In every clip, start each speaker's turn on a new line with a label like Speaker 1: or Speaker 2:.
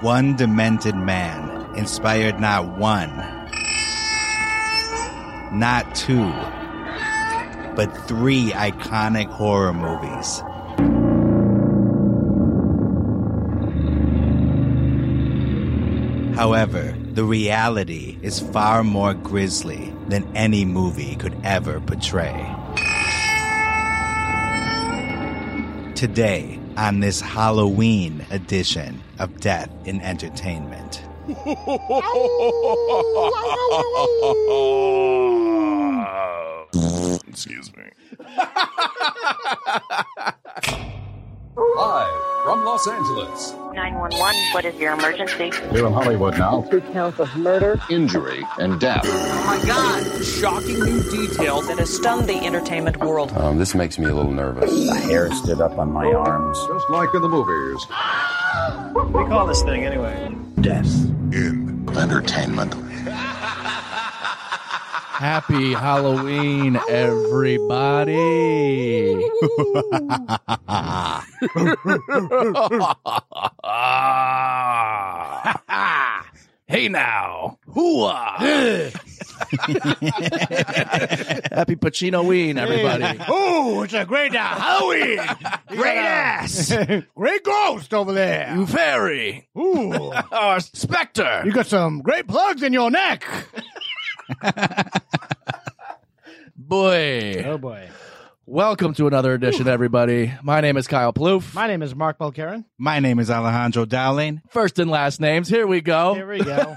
Speaker 1: one demented man inspired not one, not two, but three iconic horror movies. However, the reality is far more grisly than any movie could ever portray. Today, on this Halloween edition of Death in Entertainment.
Speaker 2: Excuse me.
Speaker 3: Live from Los Angeles.
Speaker 4: 911, what is your emergency?
Speaker 3: Here in Hollywood now.
Speaker 5: Two counts of murder.
Speaker 3: Injury and death.
Speaker 6: Oh my God! Shocking new details that has stunned the entertainment world.
Speaker 7: Um, this makes me a little nervous.
Speaker 8: hair stood up on my arms.
Speaker 3: Just like in the movies.
Speaker 9: We call this thing anyway.
Speaker 8: Death.
Speaker 2: In
Speaker 3: Entertainment.
Speaker 10: Happy Halloween, everybody.
Speaker 9: hey now. Hooah.
Speaker 10: Happy Pacino Ween, everybody.
Speaker 9: oh, it's a great uh, Halloween. great ass. great ghost over there.
Speaker 10: You fairy.
Speaker 9: Ooh.
Speaker 10: Oh, Spectre.
Speaker 9: You got some great plugs in your neck.
Speaker 10: boy.
Speaker 9: Oh boy.
Speaker 10: Welcome to another edition, everybody. My name is Kyle Plouffe.
Speaker 9: My name is Mark Mulcairn.
Speaker 1: My name is Alejandro Dowling.
Speaker 10: First and last names. Here we go.
Speaker 9: Here we go.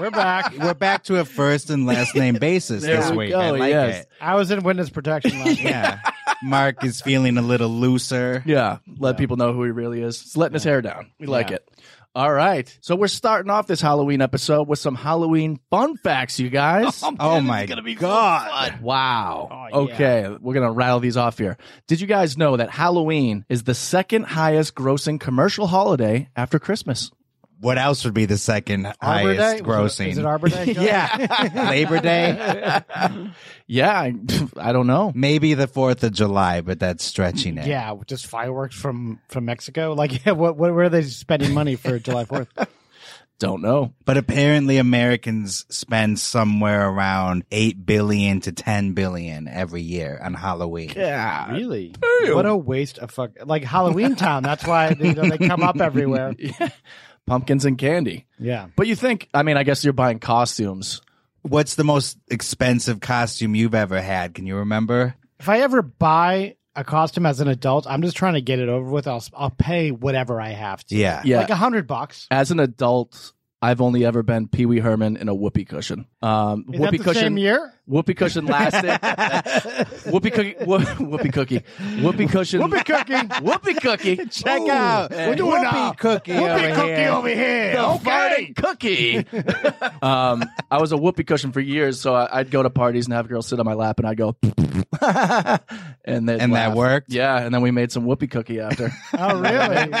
Speaker 9: We're back.
Speaker 1: We're back to a first and last name basis
Speaker 10: There
Speaker 1: this
Speaker 10: we
Speaker 1: week.
Speaker 10: go,
Speaker 1: I like
Speaker 10: yes.
Speaker 1: it.
Speaker 9: I was in witness protection last week.
Speaker 1: Yeah. Mark is feeling a little looser.
Speaker 10: Yeah, let people know who he really is. It's letting his hair down. We like
Speaker 1: Yeah.
Speaker 10: it. All right. So we're starting off this Halloween episode with some Halloween fun facts, you guys.
Speaker 1: Oh my god.
Speaker 10: wow.
Speaker 9: Oh, yeah.
Speaker 10: Okay, we're going to rattle these off here. Did you guys know that Halloween is the second highest grossing commercial holiday after Christmas?
Speaker 1: What else would be the second
Speaker 9: Arbor Day?
Speaker 1: highest
Speaker 9: Was
Speaker 1: grossing?
Speaker 9: it- Is it Arbor Day? Joe?
Speaker 1: yeah. Labor Day?
Speaker 10: Yeah, I, I don't know.
Speaker 1: Maybe the 4th of July, but that's stretching it.
Speaker 9: Yeah, just fireworks from from Mexico. Like, yeah, what, what where are they spending money for July Fourth?
Speaker 10: Don't know.
Speaker 1: But apparently Americans spend somewhere around 8 billion to 10 billion every year on Halloween.
Speaker 10: Yeah.
Speaker 9: really? What a waste of fuck! Like Halloween Town. That's why you know, they come up everywhere.
Speaker 10: Pumpkins and candy.
Speaker 9: Yeah.
Speaker 10: But you think, I mean, I guess you're buying costumes.
Speaker 1: What's the most expensive costume you've ever had? Can you remember?
Speaker 9: If I ever buy a costume as an adult, I'm just trying to get it over with. I'll I'll pay whatever I have to.
Speaker 1: Yeah.
Speaker 10: Yeah.
Speaker 9: Like a hundred bucks.
Speaker 10: as an adult, I've only ever been Pee Wee Herman in a whoopee cushion. Um,
Speaker 9: Is
Speaker 10: whoopee
Speaker 9: that the
Speaker 10: cushion.
Speaker 9: same year?
Speaker 10: Whoopee cushion lasted. whoopee cookie. Whoop, whoopee cookie. Whoopee cushion.
Speaker 9: Whoopee cookie.
Speaker 10: Whoopee cookie. Check
Speaker 1: out.
Speaker 10: We're
Speaker 1: doing
Speaker 9: uh,
Speaker 1: a cookie over here.
Speaker 9: here.
Speaker 10: The farting cookie. um, I was a whoopee cushion for years, so I, I'd go to parties and have girls sit on my lap, and I'd go, and then
Speaker 1: And that worked?
Speaker 10: Yeah, and then we made some whoopee cookie after.
Speaker 9: Oh, really?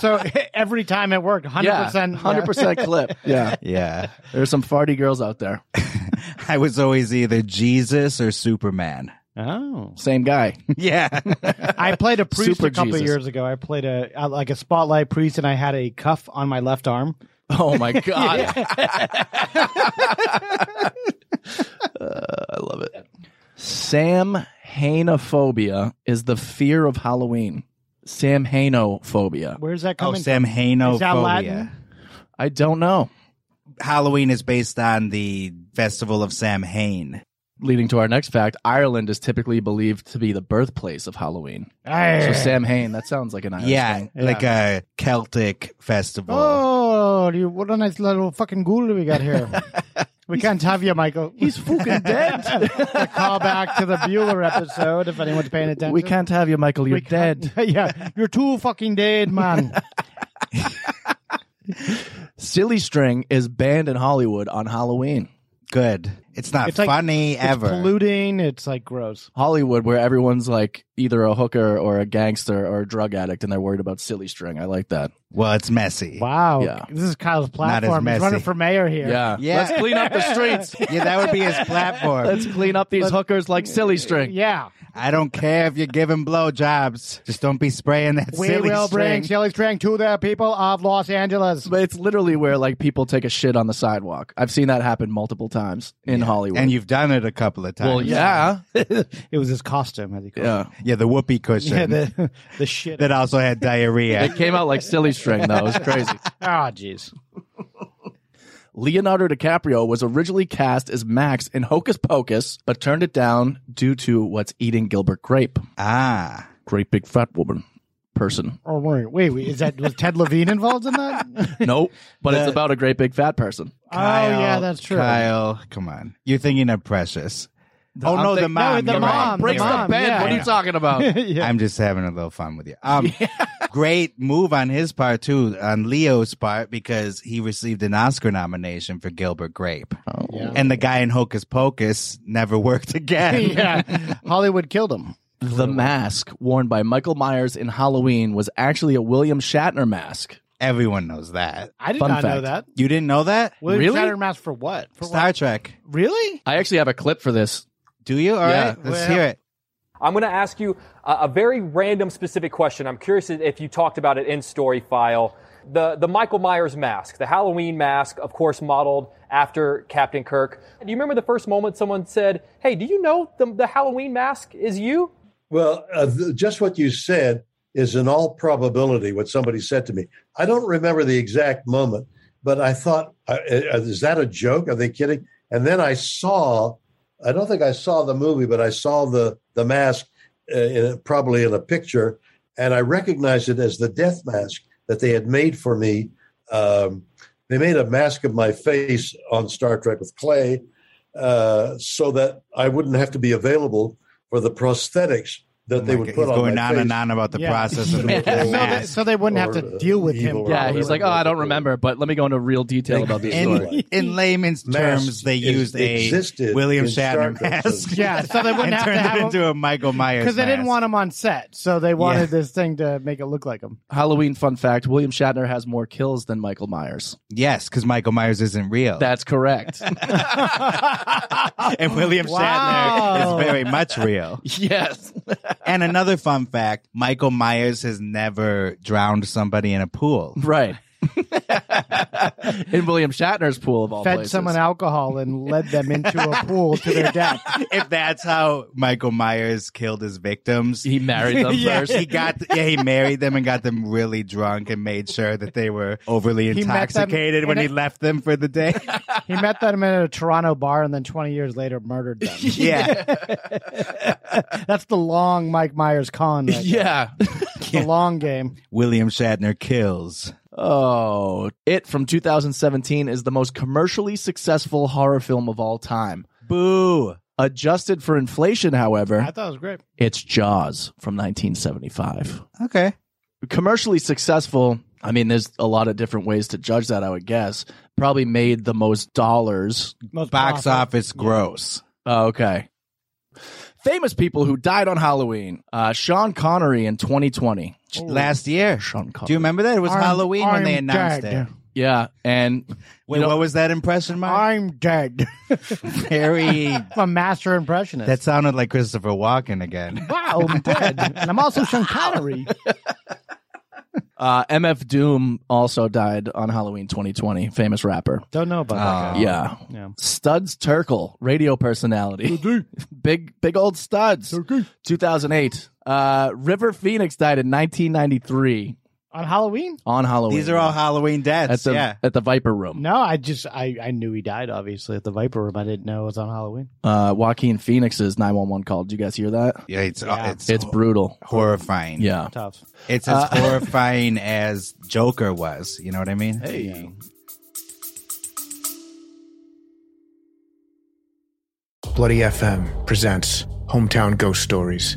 Speaker 9: so every time it worked, 100%.
Speaker 10: Yeah, hundred percent clip. Yeah,
Speaker 1: Yeah.
Speaker 10: there's some farty girls out there.
Speaker 1: I was always either Jesus or Superman.
Speaker 9: Oh.
Speaker 10: Uh-huh. Same guy.
Speaker 1: Yeah.
Speaker 9: I played a priest
Speaker 10: Super
Speaker 9: a couple
Speaker 10: Jesus.
Speaker 9: years ago. I played a uh, like a spotlight priest, and I had a cuff on my left arm.
Speaker 10: Oh my god! Uh, I love it. Sam Hainophobia is the fear of Halloween. Sam Hainophobia.
Speaker 9: Where's that
Speaker 1: oh,
Speaker 9: coming?
Speaker 1: Sam
Speaker 9: Is that
Speaker 1: Hainophobia.
Speaker 9: Latin?
Speaker 10: I don't know.
Speaker 1: Halloween is based on the festival of Samhain.
Speaker 10: Leading to our next fact, Ireland is typically believed to be the birthplace of Halloween.
Speaker 9: from? Hey.
Speaker 10: So Sam Hain, that sounds like an Irish
Speaker 1: Yeah,
Speaker 10: thing.
Speaker 1: like a Celtic festival.
Speaker 9: Oh, you, what a nice little fucking ghoul we got here. we can't have you, Michael. He's fucking dead. a callback to the Bueller episode, if anyone's paying attention.
Speaker 10: We can't have you, Michael. You're
Speaker 9: We can't-
Speaker 10: dead.
Speaker 9: yeah, you're too fucking dead, man.
Speaker 10: Silly string is banned in Hollywood on Halloween.
Speaker 1: Good. It's not
Speaker 9: It's like-
Speaker 1: funny ever.
Speaker 9: It's polluting. It's like gross.
Speaker 10: Hollywood, where everyone's like either a hooker or a gangster or a drug addict, and they're worried about silly string. I like that.
Speaker 1: well, it's messy.
Speaker 9: Wow.
Speaker 10: Yeah.
Speaker 9: This is Kyle's
Speaker 1: Not as
Speaker 9: platform. He's running
Speaker 1: messy.
Speaker 9: for mayor here.
Speaker 10: Yeah,
Speaker 1: Yeah.
Speaker 10: Let's clean up the streets.
Speaker 1: Yeah, that would be his platform.
Speaker 10: Let's clean up these hookers like silly string.
Speaker 9: Yeah.
Speaker 1: I don't care if you're giving blowjobs. Just don't be spraying that
Speaker 9: We
Speaker 1: silly
Speaker 9: will
Speaker 1: string.
Speaker 9: bring Silly String to the people of Los Angeles.
Speaker 10: But it's literally where like people take a shit on the sidewalk. I've seen that happen multiple times in Hollywood.
Speaker 1: and you've done it a couple of times.
Speaker 10: well, yeah,
Speaker 9: It was his costume, as he called
Speaker 10: yeah.
Speaker 1: Yeah, the whoopee cushion
Speaker 9: it. Yeah, the, the shit.
Speaker 1: that also had diarrhea.
Speaker 10: It came out like silly string though. It was crazy.
Speaker 9: oh, jeez.
Speaker 10: Leonardo DiCaprio was originally cast as Max in Hocus Pocus, but turned it down due to what's eating Gilbert Grape.
Speaker 1: ah.
Speaker 10: Great big fat woman person.
Speaker 9: Oh, wait, wait, wait. Is that, was Ted Levine involved in that?
Speaker 10: Nope. But it's about a great big fat person.
Speaker 9: oh,
Speaker 1: Kyle,
Speaker 9: yeah, that's true.
Speaker 1: Kyle, come on. You're thinking of Precious. oh,
Speaker 10: I'm
Speaker 1: no, the
Speaker 10: thinking-
Speaker 1: mom.
Speaker 9: the
Speaker 1: you're
Speaker 9: mom,
Speaker 1: right.
Speaker 9: the
Speaker 10: Breaks
Speaker 1: You're
Speaker 10: the
Speaker 9: mom,
Speaker 1: right.
Speaker 10: bed.
Speaker 9: yeah.
Speaker 10: What are you talking about?
Speaker 9: yeah.
Speaker 1: I'm just having a little fun with you. Um, great move on his part too, on Leo's part because he received an Oscar nomination for Gilbert Grape,
Speaker 10: Oh.
Speaker 1: and the guy in Hocus Pocus never worked again.
Speaker 9: yeah. Hollywood killed him.
Speaker 10: the mask worn by Michael Myers in Halloween was actually a William Shatner mask.
Speaker 1: Everyone knows that.
Speaker 9: I did
Speaker 10: Fun
Speaker 9: not know
Speaker 10: fact.
Speaker 9: that.
Speaker 1: You didn't know that?
Speaker 9: William
Speaker 10: Really?
Speaker 9: Shatner mask for what? For
Speaker 1: Star Trek.
Speaker 9: what? Really?
Speaker 10: I actually have a clip for this.
Speaker 1: Do you? All
Speaker 10: Yeah.
Speaker 1: right, let's hear it.
Speaker 2: I'm going to ask you a, a very random specific question. I'm curious if you talked about it in Story File. The, the Michael Myers mask, the Halloween mask, of course, modeled after Captain Kirk. Do you remember the first moment someone said, Hey, do you know the, the Halloween mask is you?
Speaker 5: Well, uh, th- just what you said is in all probability what somebody said to me. I don't remember the exact moment, but I thought, uh, uh, is that a joke? Are they kidding? And then I saw, I don't think I saw the movie, but I saw the, the mask uh, in, probably in a picture, and I recognized it as the death mask that they had made for me. Um, they made a mask of my face on Star Trek with clay uh, so that I wouldn't have to be available for the prosthetics that they would
Speaker 1: Like,
Speaker 5: put
Speaker 1: Oh he's
Speaker 5: on
Speaker 1: going
Speaker 5: my
Speaker 1: on
Speaker 5: face.
Speaker 1: and on about the
Speaker 9: Yeah.
Speaker 1: process of making
Speaker 9: So
Speaker 1: a
Speaker 9: they,
Speaker 1: mask.
Speaker 9: so they wouldn't have
Speaker 5: Or,
Speaker 9: to
Speaker 5: uh,
Speaker 9: deal with him.
Speaker 5: evil or
Speaker 10: Yeah,
Speaker 9: probably.
Speaker 10: he's like, oh, I don't remember, but let me go into real detail about this
Speaker 5: In-
Speaker 10: story.
Speaker 1: In, in layman's
Speaker 5: Masks
Speaker 1: terms, they
Speaker 5: is-
Speaker 1: used a
Speaker 5: existed
Speaker 1: William
Speaker 5: in Star
Speaker 1: Shatner
Speaker 5: Trek,
Speaker 1: mask.
Speaker 5: so-
Speaker 9: Yeah, so they wouldn't
Speaker 1: and
Speaker 9: have to
Speaker 1: turned
Speaker 9: have
Speaker 1: it
Speaker 9: him-
Speaker 1: into a Michael Myers
Speaker 9: because they didn't
Speaker 1: mask.
Speaker 9: want him on set, so they wanted
Speaker 1: Yeah.
Speaker 9: this thing to make it look like him.
Speaker 10: Halloween fun fact William Shatner has more kills than Michael Myers.
Speaker 1: Yes, because Michael Myers isn't real.
Speaker 10: That's correct.
Speaker 1: and William
Speaker 9: Wow.
Speaker 1: Shatner is very much real.
Speaker 10: yes.
Speaker 1: And another fun fact Michael Myers has never drowned somebody in a pool.
Speaker 10: Right. In William Shatner's pool of all
Speaker 9: Fed
Speaker 10: places.
Speaker 9: someone alcohol and led them into a pool to their death.
Speaker 1: If that's how Michael Myers killed his victims,
Speaker 10: He married them
Speaker 1: yeah,
Speaker 10: first.
Speaker 1: he got yeah, he married them and got them really drunk and made sure that they were overly
Speaker 9: He met them
Speaker 1: intoxicated when
Speaker 9: in
Speaker 1: he
Speaker 9: a-
Speaker 1: left them for the day.
Speaker 9: He met them in a Toronto bar and then 20 years later murdered them.
Speaker 1: yeah.
Speaker 9: That's the long Mike Myers con. Right there.
Speaker 10: yeah.
Speaker 9: It's the long game.
Speaker 1: William Shatner kills.
Speaker 10: Oh, it from 2017 is the most commercially successful horror film of all time.
Speaker 1: Boo.
Speaker 10: Adjusted for inflation, however,
Speaker 9: I thought it was great.
Speaker 10: it's Jaws from 1975.
Speaker 1: Okay.
Speaker 10: Commercially successful, I mean, there's a lot of different ways to judge that, I would guess. Probably made the most dollars.
Speaker 9: Most
Speaker 1: Box
Speaker 9: profit.
Speaker 1: office gross.
Speaker 10: Oh, okay. Famous people who died on Halloween. Uh, Sean Connery in 2020.
Speaker 1: Last year.
Speaker 10: Sean Connery.
Speaker 1: Do you remember that? It was
Speaker 9: I'm-
Speaker 1: Halloween when they
Speaker 9: I'm
Speaker 1: announced
Speaker 9: dead.
Speaker 1: it.
Speaker 10: Yeah. And
Speaker 1: Wait, what was that impression, Mike?
Speaker 9: I'm dead.
Speaker 1: Very.
Speaker 9: I'm a master impressionist.
Speaker 1: that sounded like Christopher Walken again.
Speaker 9: wow, I'm dead. And I'm also Sean Connery.
Speaker 10: uh, MF Doom also died on Halloween 2020. Famous rapper.
Speaker 9: Don't know about
Speaker 1: Oh.
Speaker 9: that guy.
Speaker 10: Yeah.
Speaker 9: Yeah.
Speaker 10: Studs Terkel, radio personality. big big old Studs. 2008. Uh, River Phoenix died in 1993
Speaker 9: On Halloween?
Speaker 10: on Halloween.
Speaker 1: These are all Halloween
Speaker 10: at
Speaker 1: deaths.
Speaker 10: the
Speaker 1: yeah.
Speaker 10: at the Viper Room.
Speaker 9: No, I just I, I knew he died obviously at the Viper Room. I didn't know it was on Halloween.
Speaker 10: Uh, Joaquin Phoenix's 911 call. Did you guys hear that?
Speaker 1: Yeah, it's
Speaker 9: Yeah.
Speaker 1: it's,
Speaker 10: It's brutal.
Speaker 1: horrifying.
Speaker 10: Yeah. Uh,
Speaker 9: Tough. Uh,
Speaker 1: It's as horrifying as Joker was. You know what I mean?
Speaker 10: Hey.
Speaker 11: Bloody FM presents Hometown Ghost Stories,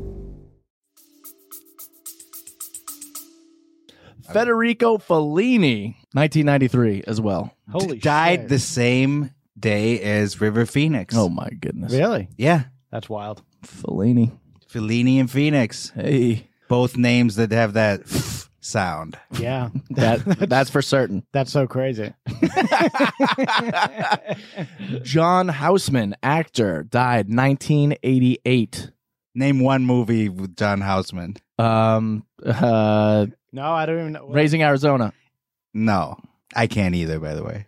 Speaker 10: Federico Fellini, 1993 as well.
Speaker 1: Holy died the same day as River Phoenix.
Speaker 10: Oh my goodness.
Speaker 9: Really?
Speaker 1: Yeah.
Speaker 9: That's wild.
Speaker 10: Fellini.
Speaker 1: Fellini and Phoenix.
Speaker 10: Hey.
Speaker 1: Both names that have that sound.
Speaker 9: Yeah.
Speaker 10: That that's for certain.
Speaker 9: That's so crazy.
Speaker 10: John Houseman, actor, died 1988.
Speaker 1: Name one movie with John Houseman.
Speaker 10: Um uh
Speaker 9: No, I don't even know.
Speaker 10: Raising Arizona.
Speaker 1: No. I can't either, by the way.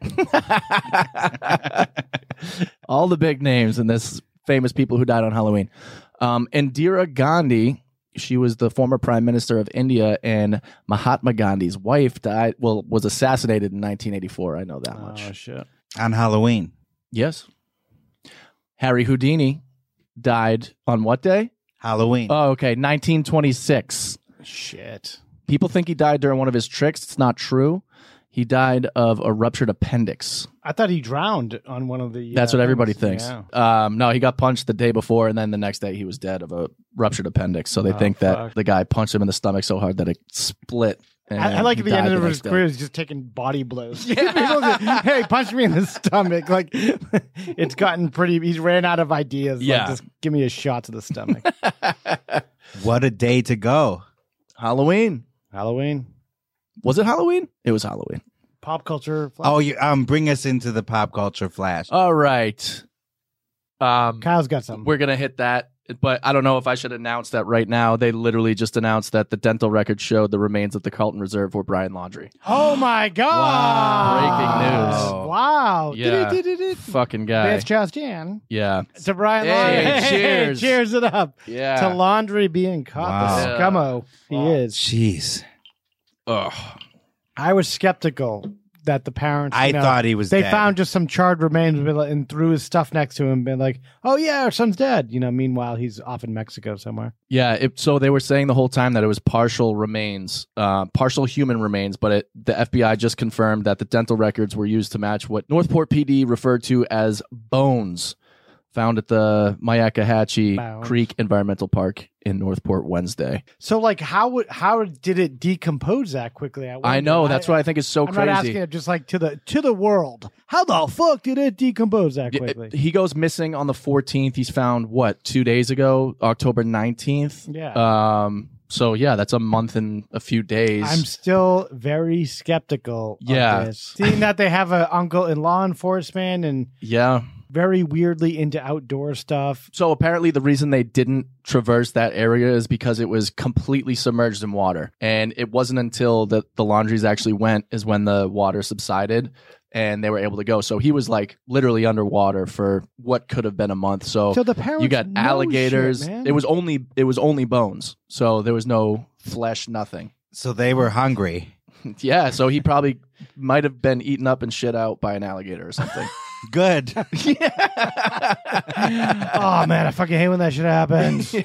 Speaker 10: All the big names and this famous people who died on Halloween. Um, Indira Gandhi, she was the former prime minister of India, and Mahatma Gandhi's wife died. Well, was assassinated in 1984. I know that much.
Speaker 9: shit.
Speaker 1: On Halloween.
Speaker 10: Yes. Harry Houdini died on what day?
Speaker 1: Halloween.
Speaker 10: Oh, okay, 1926.
Speaker 9: Shit.
Speaker 10: People think he died during one of his tricks. It's not true. He died of a ruptured appendix.
Speaker 9: I thought he drowned on one of the.
Speaker 10: That's
Speaker 9: uh,
Speaker 10: what everybody
Speaker 9: things.
Speaker 10: thinks.
Speaker 9: Yeah.
Speaker 10: Um, no, he got punched the day before, and then the next day he was dead of a ruptured appendix. So they
Speaker 9: Oh,
Speaker 10: think
Speaker 9: fuck.
Speaker 10: that the guy punched him in the stomach so hard that it split. And
Speaker 9: I, I like
Speaker 10: he
Speaker 9: at the end
Speaker 10: died
Speaker 9: of
Speaker 10: the
Speaker 9: his
Speaker 10: next day.
Speaker 9: career, he's just taking body blows. People just, hey, punch me in the stomach. Like, it's gotten pretty. He's ran out of ideas. Like,
Speaker 10: Yeah.
Speaker 9: just give me a shot to the stomach.
Speaker 1: What a day to go.
Speaker 10: Halloween
Speaker 9: Halloween,
Speaker 10: was it Halloween? It was Halloween.
Speaker 9: pop culture. flash-
Speaker 1: Oh, you um bring us into the pop culture flash.
Speaker 10: All right. Um,
Speaker 9: Kyle's got something.
Speaker 10: we're gonna hit that, but I don't know if I should announce that right now. They literally just announced that the dental record showed the remains of the Carlton Reserve were Brian Laundry.
Speaker 9: oh my god!
Speaker 10: Breaking news.
Speaker 9: Wow.
Speaker 10: Yeah.
Speaker 9: Did-did-did-did.
Speaker 10: Fucking guy.
Speaker 9: Vance Charles Jan
Speaker 10: Yeah.
Speaker 9: to Brian.
Speaker 10: Hey,
Speaker 9: Laundrie.
Speaker 10: cheers.
Speaker 9: cheers it up
Speaker 10: Yeah.
Speaker 9: to laundry being caught. The
Speaker 10: Wow.
Speaker 9: scummo he
Speaker 10: Wow.
Speaker 9: is.
Speaker 1: Jeez.
Speaker 10: Ugh.
Speaker 9: I was skeptical that the parents.
Speaker 1: I
Speaker 9: you know,
Speaker 1: thought he was
Speaker 9: They
Speaker 1: dead.
Speaker 9: found just some charred remains and been like- and threw his stuff next to him and been like, "Oh yeah, our son's dead." You know. Meanwhile, he's off in Mexico somewhere.
Speaker 10: Yeah, it, so they were saying the whole time that it was partial remains, uh, partial human remains, but it, the FBI just confirmed that the dental records were used to match what Northport PD referred to as bones found at the Myakahatchee
Speaker 9: Bones.
Speaker 10: Creek Environmental Park in Northport Wednesday.
Speaker 9: So like, how would how did it decompose that quickly? I,
Speaker 10: I
Speaker 9: wonder.
Speaker 10: know, that's why I think it's so
Speaker 9: I'm
Speaker 10: crazy.
Speaker 9: not asking it just like to the to the world. How the fuck did it decompose that
Speaker 10: Yeah,
Speaker 9: quickly?
Speaker 10: it- he goes missing on the 14th. He's found what two days ago, October 19th.
Speaker 9: Yeah.
Speaker 10: Um. So yeah, that's a month and a few days.
Speaker 9: I'm still very skeptical. of
Speaker 10: Yeah.
Speaker 9: this. seeing that they have an uncle in law enforcement and
Speaker 10: yeah.
Speaker 9: very weirdly into outdoor stuff.
Speaker 10: So apparently, the reason they didn't traverse that area is because it was completely submerged in water, and it wasn't until the the laundries actually went is when the water subsided, and they were able to go. So he was like literally underwater for what could have been a month. So,
Speaker 9: So the parents
Speaker 10: you got
Speaker 9: know shit,
Speaker 10: alligators.
Speaker 9: man.
Speaker 10: it was only it was only bones. So there was no flesh, nothing.
Speaker 1: So they were hungry.
Speaker 10: Yeah, so he probably might have been eaten up and shit out by an alligator or something.
Speaker 1: Good.
Speaker 9: oh man, I fucking hate when that shit happens.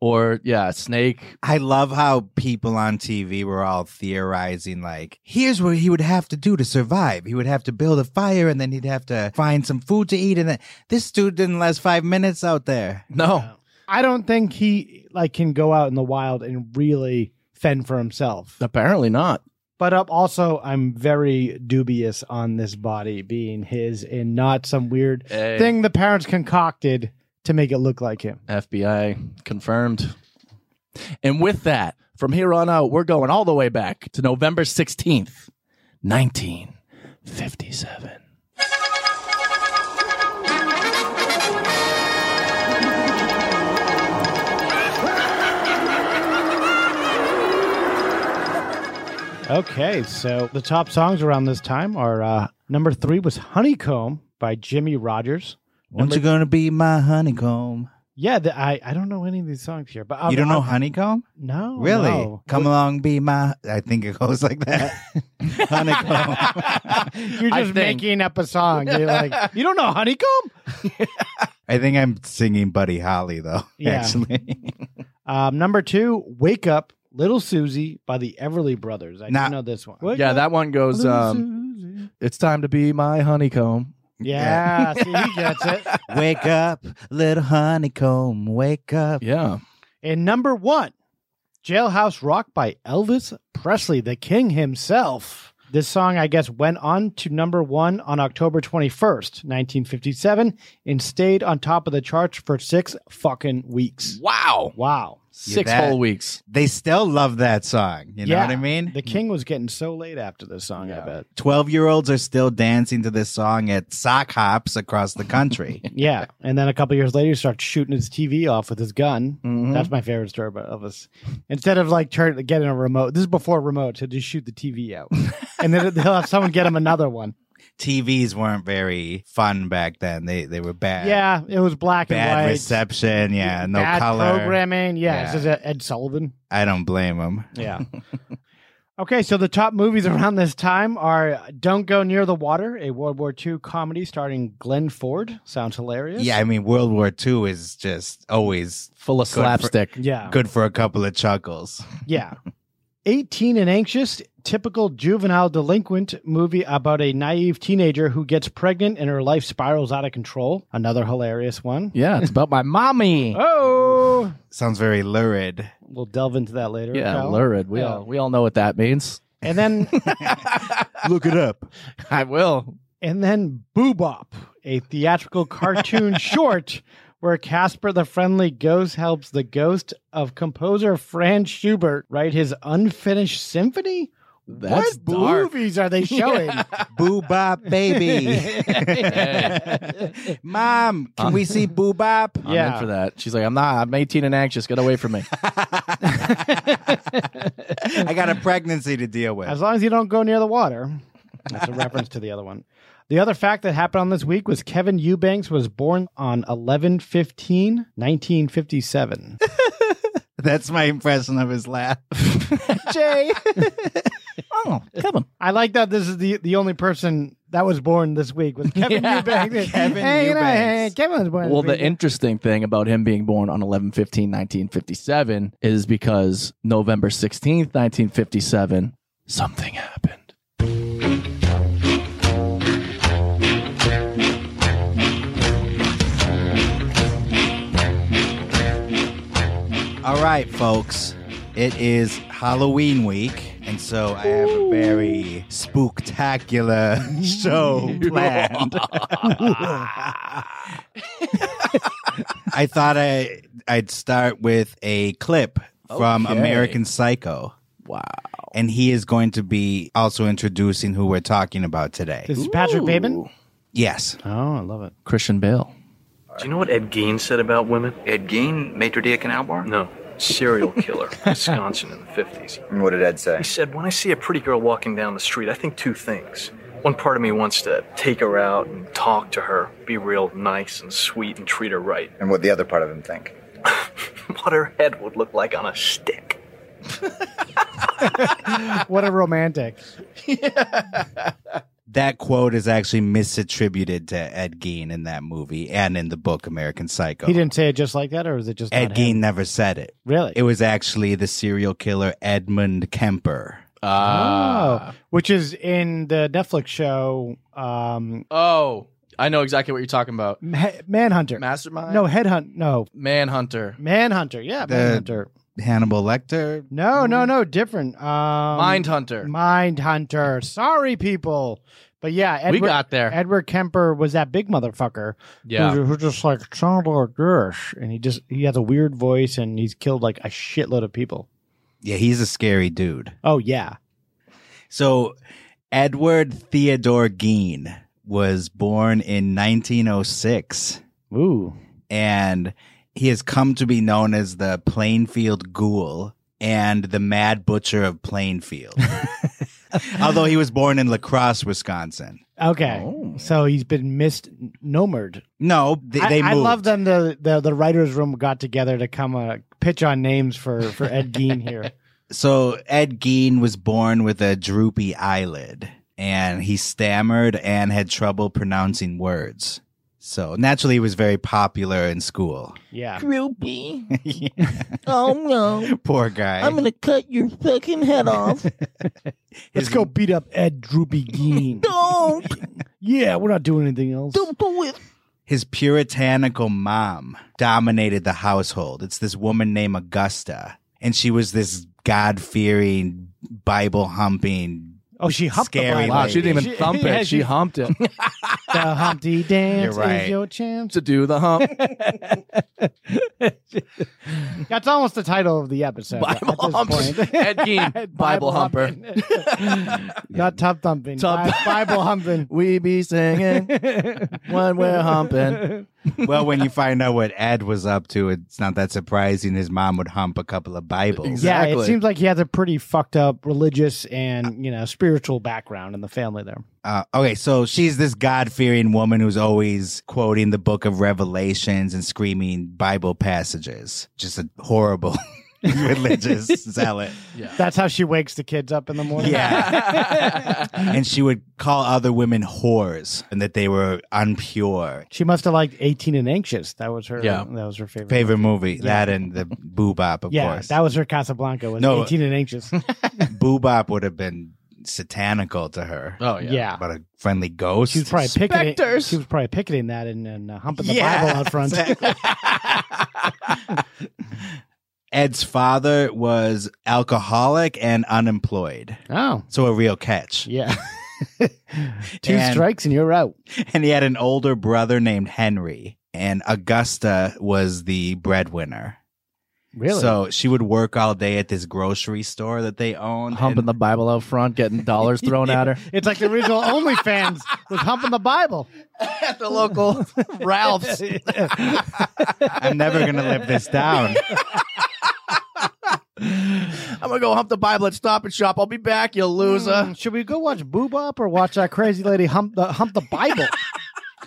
Speaker 10: Or yeah, snake.
Speaker 1: I love how people on TV were all theorizing, like, here's what he would have to do to survive. He would have to build a fire and then he'd have to find some food to eat. And then this dude didn't last five minutes out there.
Speaker 10: No.
Speaker 9: I don't think he like can go out in the wild and really fend for himself.
Speaker 10: Apparently not.
Speaker 9: But up also, I'm very dubious on this body being his and not some weird
Speaker 10: Hey.
Speaker 9: thing the parents concocted to make it look like him.
Speaker 10: FBI confirmed. And with that, from here on out, we're going all the way back to November 16th, 1957.
Speaker 9: Okay, so the top songs around this time are uh, number three was "Honeycomb" by Jimmy Rogers.
Speaker 1: Won't you gonna be my honeycomb?
Speaker 9: Yeah, the, I I don't know any of these songs here, but I'm,
Speaker 1: you don't know
Speaker 9: I'm-
Speaker 1: Honeycomb?
Speaker 9: No,
Speaker 1: really?
Speaker 9: Oh, no.
Speaker 1: Come along, be my. I think it goes like that. honeycomb.
Speaker 9: You're just making up a song. You're like, you don't know honeycomb?
Speaker 1: I think I'm singing Buddy Holly though.
Speaker 9: Yeah.
Speaker 1: Actually,
Speaker 9: Um, number two, "Wake Up, Little Susie" by the Everly Brothers. I do
Speaker 1: Nah.
Speaker 9: know this one.
Speaker 10: yeah, that one goes.
Speaker 9: Little
Speaker 10: Um, it's time to be my honeycomb.
Speaker 12: Ah,
Speaker 9: Yeah, see, he gets it.
Speaker 1: wake up, little honeycomb, wake up.
Speaker 10: Yeah,
Speaker 9: And number one, Jailhouse Rock by Elvis Presley, the king himself. This song, I guess, went on to number one on October 21st, 1957, and stayed on top of the charts for six fucking weeks.
Speaker 10: Wow,
Speaker 9: Wow.
Speaker 10: six
Speaker 1: that-
Speaker 10: whole weeks.
Speaker 1: They still love that song. You know
Speaker 9: Yeah.
Speaker 1: what I mean?
Speaker 9: The king was getting so late after this song, I bet.
Speaker 1: 12 year olds are still dancing to this song at sock hops across the country.
Speaker 9: Yeah. And then a couple years later, he starts shooting his TV off with his gun.
Speaker 1: Mm-hmm.
Speaker 10: Mhm.
Speaker 9: That's my favorite story about Elvis. Instead of like turn, getting a remote, this is before remotes, he'll just shoot the TV out. and then he'll have someone get him another one.
Speaker 1: TVs weren't very fun back then. They they were bad.
Speaker 9: Yeah, it was black and
Speaker 1: Bad
Speaker 9: white.
Speaker 1: reception. Yeah. No
Speaker 9: bad
Speaker 1: color.
Speaker 9: programming. Yeah,
Speaker 1: Yeah.
Speaker 9: this is a- Ed Sullivan.
Speaker 1: I don't blame them.
Speaker 9: Yeah. okay, so the top movies around this time are "Don't Go Near the Water," a World War II comedy starring Glenn Ford. Sounds hilarious.
Speaker 1: Yeah. I mean, World War II is just always
Speaker 10: Full of
Speaker 1: Good for-
Speaker 10: slapstick.
Speaker 9: yeah,
Speaker 1: good for a couple of chuckles.
Speaker 9: yeah. Eighteen and anxious, typical juvenile delinquent movie about a naive teenager who gets pregnant and her life spirals out of control. Another hilarious one.
Speaker 10: Yeah, it's about my mommy.
Speaker 9: Oh,
Speaker 1: Sounds very lurid.
Speaker 9: we'll delve into that later.
Speaker 10: yeah,
Speaker 9: Kyle.
Speaker 10: lurid. We
Speaker 9: Yeah.
Speaker 10: all we all know what that means.
Speaker 9: And then
Speaker 1: Look it up.
Speaker 10: I will.
Speaker 9: and then Boobop, a theatrical cartoon short where Casper the Friendly Ghost helps the ghost of composer Franz Schubert write his unfinished symphony.
Speaker 10: That's
Speaker 9: what
Speaker 10: dark.
Speaker 9: movies are they showing?
Speaker 1: Boo Bop Baby. Mom, can we see
Speaker 10: Uh,
Speaker 1: Boo Bop?
Speaker 10: I'm
Speaker 9: Yeah.
Speaker 10: in for that. She's like, I'm not. I'm 18 and anxious. Get away from me.
Speaker 1: I got a pregnancy to deal with.
Speaker 9: As long as you don't go near the water. That's a reference to the other one. The other fact that happened on this week was Kevin Eubanks was born on 11 15, 1957.
Speaker 1: That's my impression of his laugh.
Speaker 9: Jay.
Speaker 10: oh, Kevin.
Speaker 9: I like that this is the, the only person that was born this week was Kevin
Speaker 10: Yeah,
Speaker 9: Eubanks.
Speaker 1: Kevin
Speaker 9: you know,
Speaker 1: Eubanks.
Speaker 9: Kevin was born.
Speaker 10: Well,
Speaker 9: this
Speaker 10: the
Speaker 9: week.
Speaker 10: interesting thing about him being born on 11 15 1957 is because November 16th 1957 something happened.
Speaker 1: All right, folks. It is Halloween week, and so I have a very spooktacular
Speaker 12: Oh,
Speaker 1: show planned. I thought I I'd start with a clip from
Speaker 10: Okay.
Speaker 1: American Psycho,
Speaker 10: Wow.
Speaker 1: and he is going to be also introducing who we're talking about today.
Speaker 9: this is Patrick Bateman.
Speaker 1: Yes.
Speaker 9: Oh, I love it.
Speaker 10: Christian Bale.
Speaker 13: Do you know what Ed Gein said about women?
Speaker 14: Ed Gein, maitre d' at Canal Bar?
Speaker 13: No. Serial killer, Wisconsin in the 50s.
Speaker 14: And what did Ed say?
Speaker 13: He said, When I see a pretty girl walking down the street, I think two things. One part of me wants to take her out and talk to her, be real nice and sweet and treat her right.
Speaker 14: And what the other part of him think?
Speaker 13: What her head would look like on a stick.
Speaker 9: What a romantic.
Speaker 1: that quote is actually misattributed to Ed Gein in that movie and in the book American Psycho.
Speaker 9: He didn't say it just like that, or was it just
Speaker 1: Ed
Speaker 9: not
Speaker 1: Gein
Speaker 9: him?
Speaker 1: never said it.
Speaker 9: Really?
Speaker 1: It was actually the serial killer Edmund Kemper.
Speaker 9: Uh,
Speaker 10: Uh,
Speaker 9: oh, which is in the Netflix show um,
Speaker 10: Oh, I know exactly what you're talking about.
Speaker 9: Ma- Manhunter.
Speaker 10: Mastermind?
Speaker 9: no, Headhunt. No,
Speaker 10: Manhunter.
Speaker 9: Manhunter. Yeah,
Speaker 1: The-
Speaker 9: Manhunter.
Speaker 1: Hannibal Lecter.
Speaker 9: No, no, no, different. Um,
Speaker 10: Mindhunter.
Speaker 9: Mindhunter. Sorry, people. But yeah, Edward,
Speaker 10: we got there.
Speaker 9: Edward Kemper was that big motherfucker.
Speaker 10: Yeah.
Speaker 9: Who, who just like sound like this, and he just he has a weird voice, and he's killed like a shitload of people.
Speaker 1: Yeah, he's a scary dude.
Speaker 9: Oh yeah,
Speaker 1: So Edward Theodore Gein was born in 1906
Speaker 9: ooh,
Speaker 1: and he has come to be known as the Plainfield Ghoul and the Mad Butcher of Plainfield. Although he was born in La Crosse, Wisconsin.
Speaker 9: Okay, so he's been misnomered.
Speaker 1: Oh. No, they, they
Speaker 9: I, I
Speaker 1: moved.
Speaker 9: love them. The, the the writers room got together to come uh, pitch on names for for Ed Gein here.
Speaker 1: So Ed Gein was born with a droopy eyelid and he stammered and had trouble pronouncing words. So naturally he was very popular in school.
Speaker 9: Yeah.
Speaker 12: Groupie.
Speaker 1: Yeah.
Speaker 12: Oh no.
Speaker 1: Poor guy.
Speaker 12: I'm gonna cut your fucking head off.
Speaker 9: Let's go beat up Ed Droopy Gein.
Speaker 12: Don't
Speaker 9: yeah, we're not doing anything else.
Speaker 12: don't do it.
Speaker 1: His puritanical mom dominated the household. It's this woman named Augusta and she was this God-fearing, Bible-humping
Speaker 9: Oh, she humped the
Speaker 1: Scary
Speaker 9: Bible.
Speaker 1: Wow, she didn't even
Speaker 10: thump it.
Speaker 9: yeah,
Speaker 10: She humped it.
Speaker 9: the Humpty Dance
Speaker 10: You're right.
Speaker 9: is your chance.
Speaker 10: to do the hump.
Speaker 9: That's almost the title of the episode.
Speaker 10: Bible
Speaker 9: at this
Speaker 10: humps.
Speaker 9: point.
Speaker 10: Ed Gein, Bible, humper.
Speaker 9: Not tub thumping.
Speaker 10: Tub-
Speaker 9: Bi- Bible humping.
Speaker 10: we be singing when we're humping.
Speaker 1: well, when you find out what Ed was up to, it's not that surprising his mom would hump a couple of Bibles.
Speaker 9: Yeah, it seems like he has a pretty fucked up religious and you know spiritual background in the family there.
Speaker 1: Uh, okay, so she's this God fearing woman who's always quoting the book of Revelations and screaming Bible passages. Just a horrible religious zealot.
Speaker 9: That's how she wakes the kids up in the morning.
Speaker 1: Yeah.
Speaker 9: Uh-huh.
Speaker 1: And she would call other women whores and that they were unpure.
Speaker 9: she must have liked 18 and anxious. That was her.
Speaker 1: Yeah.
Speaker 9: that was her favorite.
Speaker 1: Favorite movie? That and the boobop, of
Speaker 9: yeah,
Speaker 1: course.
Speaker 9: that was her Casablanca. Was
Speaker 1: No.
Speaker 9: 18 and anxious.
Speaker 1: boobop would have been satanical to her.
Speaker 10: Oh,
Speaker 9: yeah. Yeah.
Speaker 1: But a friendly ghost.
Speaker 9: She was probably picketing. She was probably picketing that and, and uh, humping the
Speaker 1: Yeah,
Speaker 9: Bible out front.
Speaker 1: Ed's father was alcoholic and unemployed.
Speaker 9: Oh.
Speaker 1: So a real catch.
Speaker 9: Yeah. Two
Speaker 1: And-
Speaker 9: strikes and you're out.
Speaker 1: And he had an older brother named Henry. And Augusta was the breadwinner.
Speaker 9: Really?
Speaker 1: So she would work all day at this grocery store that they owned.
Speaker 10: Humping the Bible out front, getting dollars thrown at her.
Speaker 9: It's like the original OnlyFans was humping the Bible.
Speaker 10: At the local Ralph's.
Speaker 1: I'm never going to live this down.
Speaker 10: I'm going to go hump the Bible at Stop and Shop. I'll be back, you loser.
Speaker 9: Mm, should we go watch Boobop or watch that crazy lady hump the hump the Bible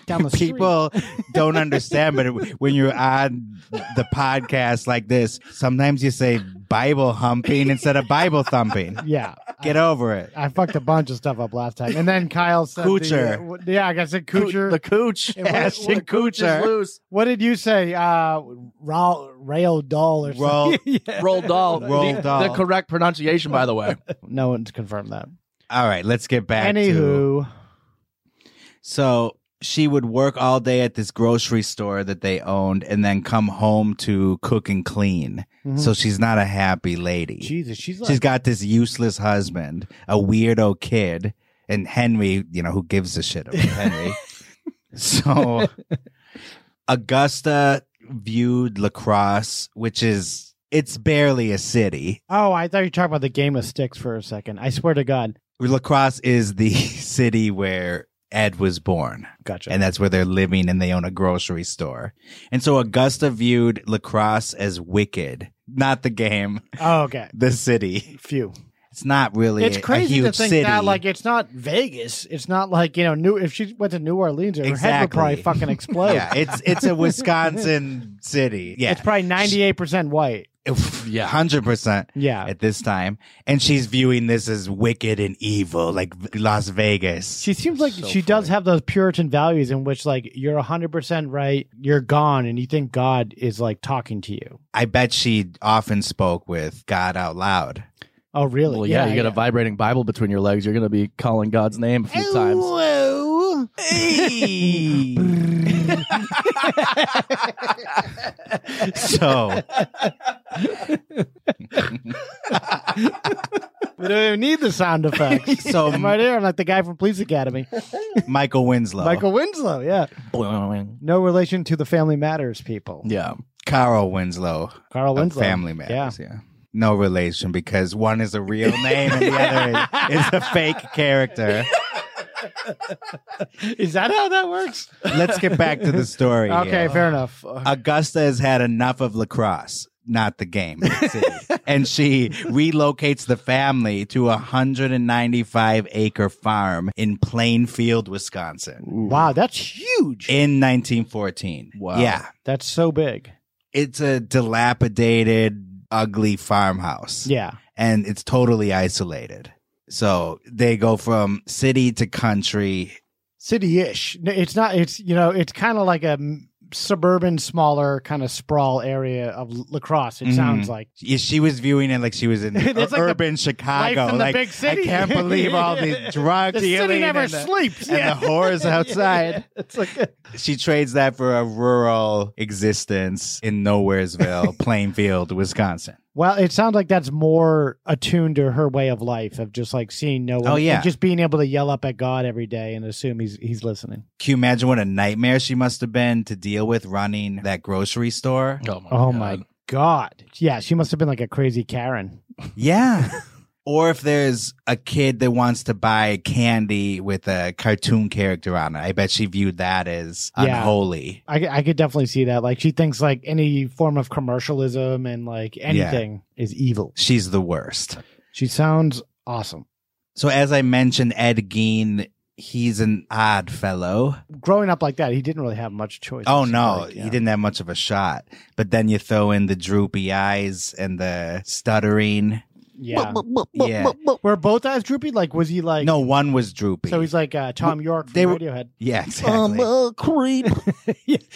Speaker 9: down the street?
Speaker 1: People don't understand, but when you're on the podcast like this, sometimes you say Bible humping instead of Bible thumping.
Speaker 9: Yeah,
Speaker 1: Get over it.
Speaker 9: I fucked a bunch of stuff up last time, and then Kyle said the,
Speaker 1: Coocher.
Speaker 9: uh, w- yeah, I said Coocher.
Speaker 10: The cooch.
Speaker 9: And what-
Speaker 1: Ashton
Speaker 9: what-
Speaker 1: Kutcher.
Speaker 10: loose.
Speaker 9: What did you say? Uh, rail, rail doll or
Speaker 1: Roll,
Speaker 9: something? Yeah.
Speaker 10: Roll doll.
Speaker 1: Roll
Speaker 10: the,
Speaker 1: doll.
Speaker 10: The correct pronunciation, by the way.
Speaker 9: No one's confirmed that.
Speaker 1: All right, let's get back to.
Speaker 9: Anywho,
Speaker 1: So she would work all day at this grocery store that they owned and then come home to cook and clean.
Speaker 9: Mhm.
Speaker 1: So she's not a happy lady.
Speaker 9: Jesus, she's like
Speaker 1: she's got this useless husband, a weirdo kid, and Henry, you know, who gives a shit about Henry. so Augusta viewed lacrosse, which is it's barely a city.
Speaker 9: oh, I thought you were talking about the game of sticks for a second. I swear to God,
Speaker 1: Lacrosse is the city where Ed was born.
Speaker 9: gotcha.
Speaker 1: and that's where they're living and they own a grocery store. And so Augusta viewed lacrosse as wicked, not the game,
Speaker 9: oh, okay.
Speaker 1: the city.
Speaker 9: Phew.
Speaker 1: It's not really
Speaker 9: It's
Speaker 1: a- a
Speaker 9: crazy to
Speaker 1: huge
Speaker 9: think
Speaker 1: city.
Speaker 9: that like it's not Vegas. It's not like you know New. If she went to New Orleans, her head would probably
Speaker 1: Exactly.
Speaker 9: fucking explode.
Speaker 1: yeah, it's it's a Wisconsin city. Yeah.
Speaker 9: It's probably ninety eight percent white.
Speaker 1: yeah, 100%
Speaker 9: Yeah,
Speaker 1: at this time. And she's viewing this as wicked and evil, like v- Las Vegas.
Speaker 9: she seems like she does have those Puritan values in which like you're hundred percent right. You're gone, and you think God is like talking to you.
Speaker 1: I bet she often spoke with God out loud.
Speaker 9: Oh, really?
Speaker 10: Well, yeah, you got a vibrating Bible between your legs. You're going to be calling God's name a few times.
Speaker 9: Whoa.
Speaker 1: so
Speaker 9: We don't even need the sound effects.
Speaker 1: So-
Speaker 9: I'm right here. I'm like the guy from Police Academy,
Speaker 1: Michael Winslow.
Speaker 9: Michael Winslow. Yeah, no relation to the Family Matters people.
Speaker 10: Yeah.
Speaker 1: Carl Winslow.
Speaker 9: Carl
Speaker 1: of
Speaker 9: Winslow,
Speaker 1: Family
Speaker 9: Yeah.
Speaker 1: Matters. Yeah. No relation because one is a real name and the other is, is a fake character.
Speaker 9: Is that how that works?
Speaker 1: Let's get back to the story.
Speaker 9: Okay,
Speaker 1: here. Uh,
Speaker 9: fair enough.
Speaker 1: Augusta has had enough of lacrosse. not the game. city. and she relocates the family to a 195 acre farm in Plainfield, Wisconsin.
Speaker 9: Wow, that's huge.
Speaker 1: In 1914. Yeah.
Speaker 9: That's so big.
Speaker 1: It's a dilapidated, ugly farmhouse.
Speaker 9: Yeah.
Speaker 1: And it's totally isolated. So they go from city to country.
Speaker 9: City ish. It's not, it's, you know, it's kind of like a m- suburban, smaller kind of sprawl area of lacrosse, it sounds
Speaker 1: Mhm.
Speaker 9: like.
Speaker 1: Yeah, she was viewing it like she was in
Speaker 9: That's like the
Speaker 1: urban Chicago.
Speaker 9: life in the
Speaker 1: like
Speaker 9: big city.
Speaker 1: I can't believe all the drug
Speaker 9: The city
Speaker 1: dealing
Speaker 9: never
Speaker 1: and the-
Speaker 9: sleeps.
Speaker 1: and
Speaker 9: Yeah.
Speaker 1: the whores outside.
Speaker 9: It's like a-
Speaker 1: She trades that for a rural existence in Nowheresville, Plainfield, Wisconsin.
Speaker 9: well, it sounds like that's more attuned to her way of life of just like seeing no one.
Speaker 1: Oh,
Speaker 9: and
Speaker 1: yeah.
Speaker 9: just being able to yell up at God every day and assume he's he's listening.
Speaker 1: Can you imagine what a nightmare she must have been to deal with running that grocery store?
Speaker 10: Oh my.
Speaker 9: oh my God. Yeah, she must have been like a crazy Karen.
Speaker 1: Yeah. or if there's a kid that wants to buy candy with a cartoon character on it, I bet she viewed that as
Speaker 9: Yeah.
Speaker 1: unholy.
Speaker 9: I, I could definitely see that. Like she thinks like any form of commercialism and like anything is evil.
Speaker 1: She's the worst.
Speaker 9: She sounds awesome.
Speaker 1: So, as I mentioned, Ed Gein, he's an odd fellow.
Speaker 9: Growing up like that, he didn't really have much choice.
Speaker 1: Oh no, he didn't have much of a shot. But then you throw in the droopy eyes and the stuttering.
Speaker 9: Yeah.
Speaker 1: Yeah.
Speaker 9: Were both eyes droopy? Like was he like
Speaker 1: No, one was droopy.
Speaker 9: So Oh. he's like uh, Tom York from
Speaker 1: They were-
Speaker 9: Radiohead.
Speaker 1: yeah, exactly.
Speaker 9: a creep.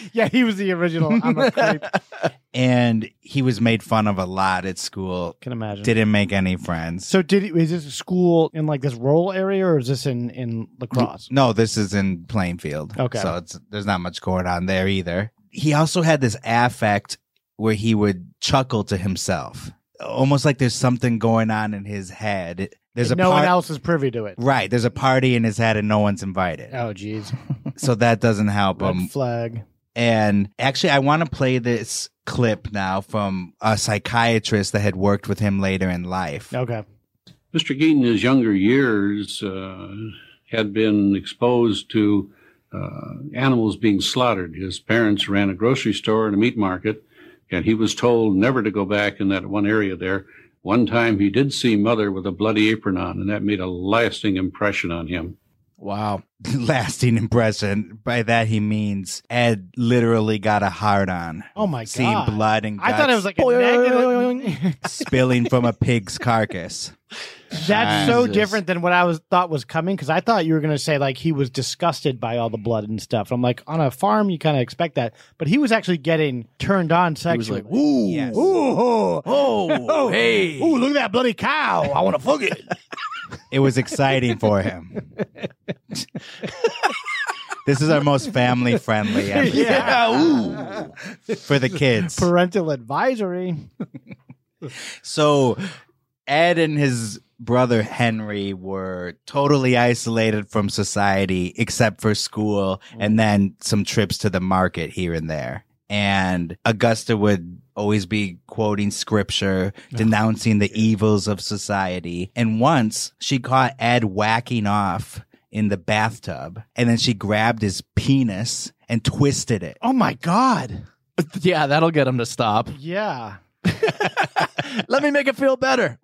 Speaker 9: yeah, he was the original. I'm a creep.
Speaker 1: and he was made fun of a lot at school.
Speaker 9: Can imagine.
Speaker 1: Didn't make any friends.
Speaker 9: So did he, is this a school in like this rural area or is this in in lacrosse?
Speaker 1: No, this is in Plainfield.
Speaker 9: Okay.
Speaker 1: So it's there's not much going on there either. He also had this affect where he would chuckle to himself. Almost like there's something going on in his head. There's
Speaker 9: And
Speaker 1: a
Speaker 9: no
Speaker 1: part-
Speaker 9: one else is privy to it.
Speaker 1: Right. There's a party in his head and no one's invited.
Speaker 9: Oh jeez.
Speaker 1: So that doesn't help
Speaker 9: Red
Speaker 1: him.
Speaker 9: flag.
Speaker 1: And actually, I want to play this clip now from a psychiatrist that had worked with him later in life.
Speaker 9: Okay.
Speaker 15: Mr. Geaton, in his younger years, uh, had been exposed to uh, animals being slaughtered. His parents ran a grocery store and a meat market, and he was told never to go back in that one area there. One time he did see mother with a bloody apron on, and that made a lasting impression on him.
Speaker 1: Wow. Lasting impression. By that, he means Ed literally got a hard on.
Speaker 9: Oh my god.
Speaker 1: Seeing blood and
Speaker 9: I thought it was
Speaker 1: guts
Speaker 9: like a negative.
Speaker 1: spilling from a pig's carcass.
Speaker 9: That's so
Speaker 1: Jesus.
Speaker 9: different than what I was thought was coming because I thought you were going to say like he was disgusted by all the blood and stuff. I'm like on a farm you kind of expect that, but he was actually getting turned on sexually.
Speaker 10: like,
Speaker 9: ooh,
Speaker 10: Yes.
Speaker 9: ooh, oh,
Speaker 10: Oh, hey.
Speaker 9: ooh, look at that bloody cow! I want to fuck it.
Speaker 1: It was exciting for him. this is our most family friendly episode
Speaker 9: yeah, ooh.
Speaker 1: for the kids.
Speaker 9: Parental advisory.
Speaker 1: So Ed and his brother Henry were totally isolated from society except for school
Speaker 9: Mm.
Speaker 1: and then some trips to the market here and there. And Augusta would always be quoting scripture, denouncing the evils of society. And once she caught Ed whacking off in the bathtub and then she grabbed his penis and twisted it.
Speaker 9: Oh my god!
Speaker 10: Yeah, that'll get him to stop.
Speaker 9: Yeah,
Speaker 10: Let me make it feel better.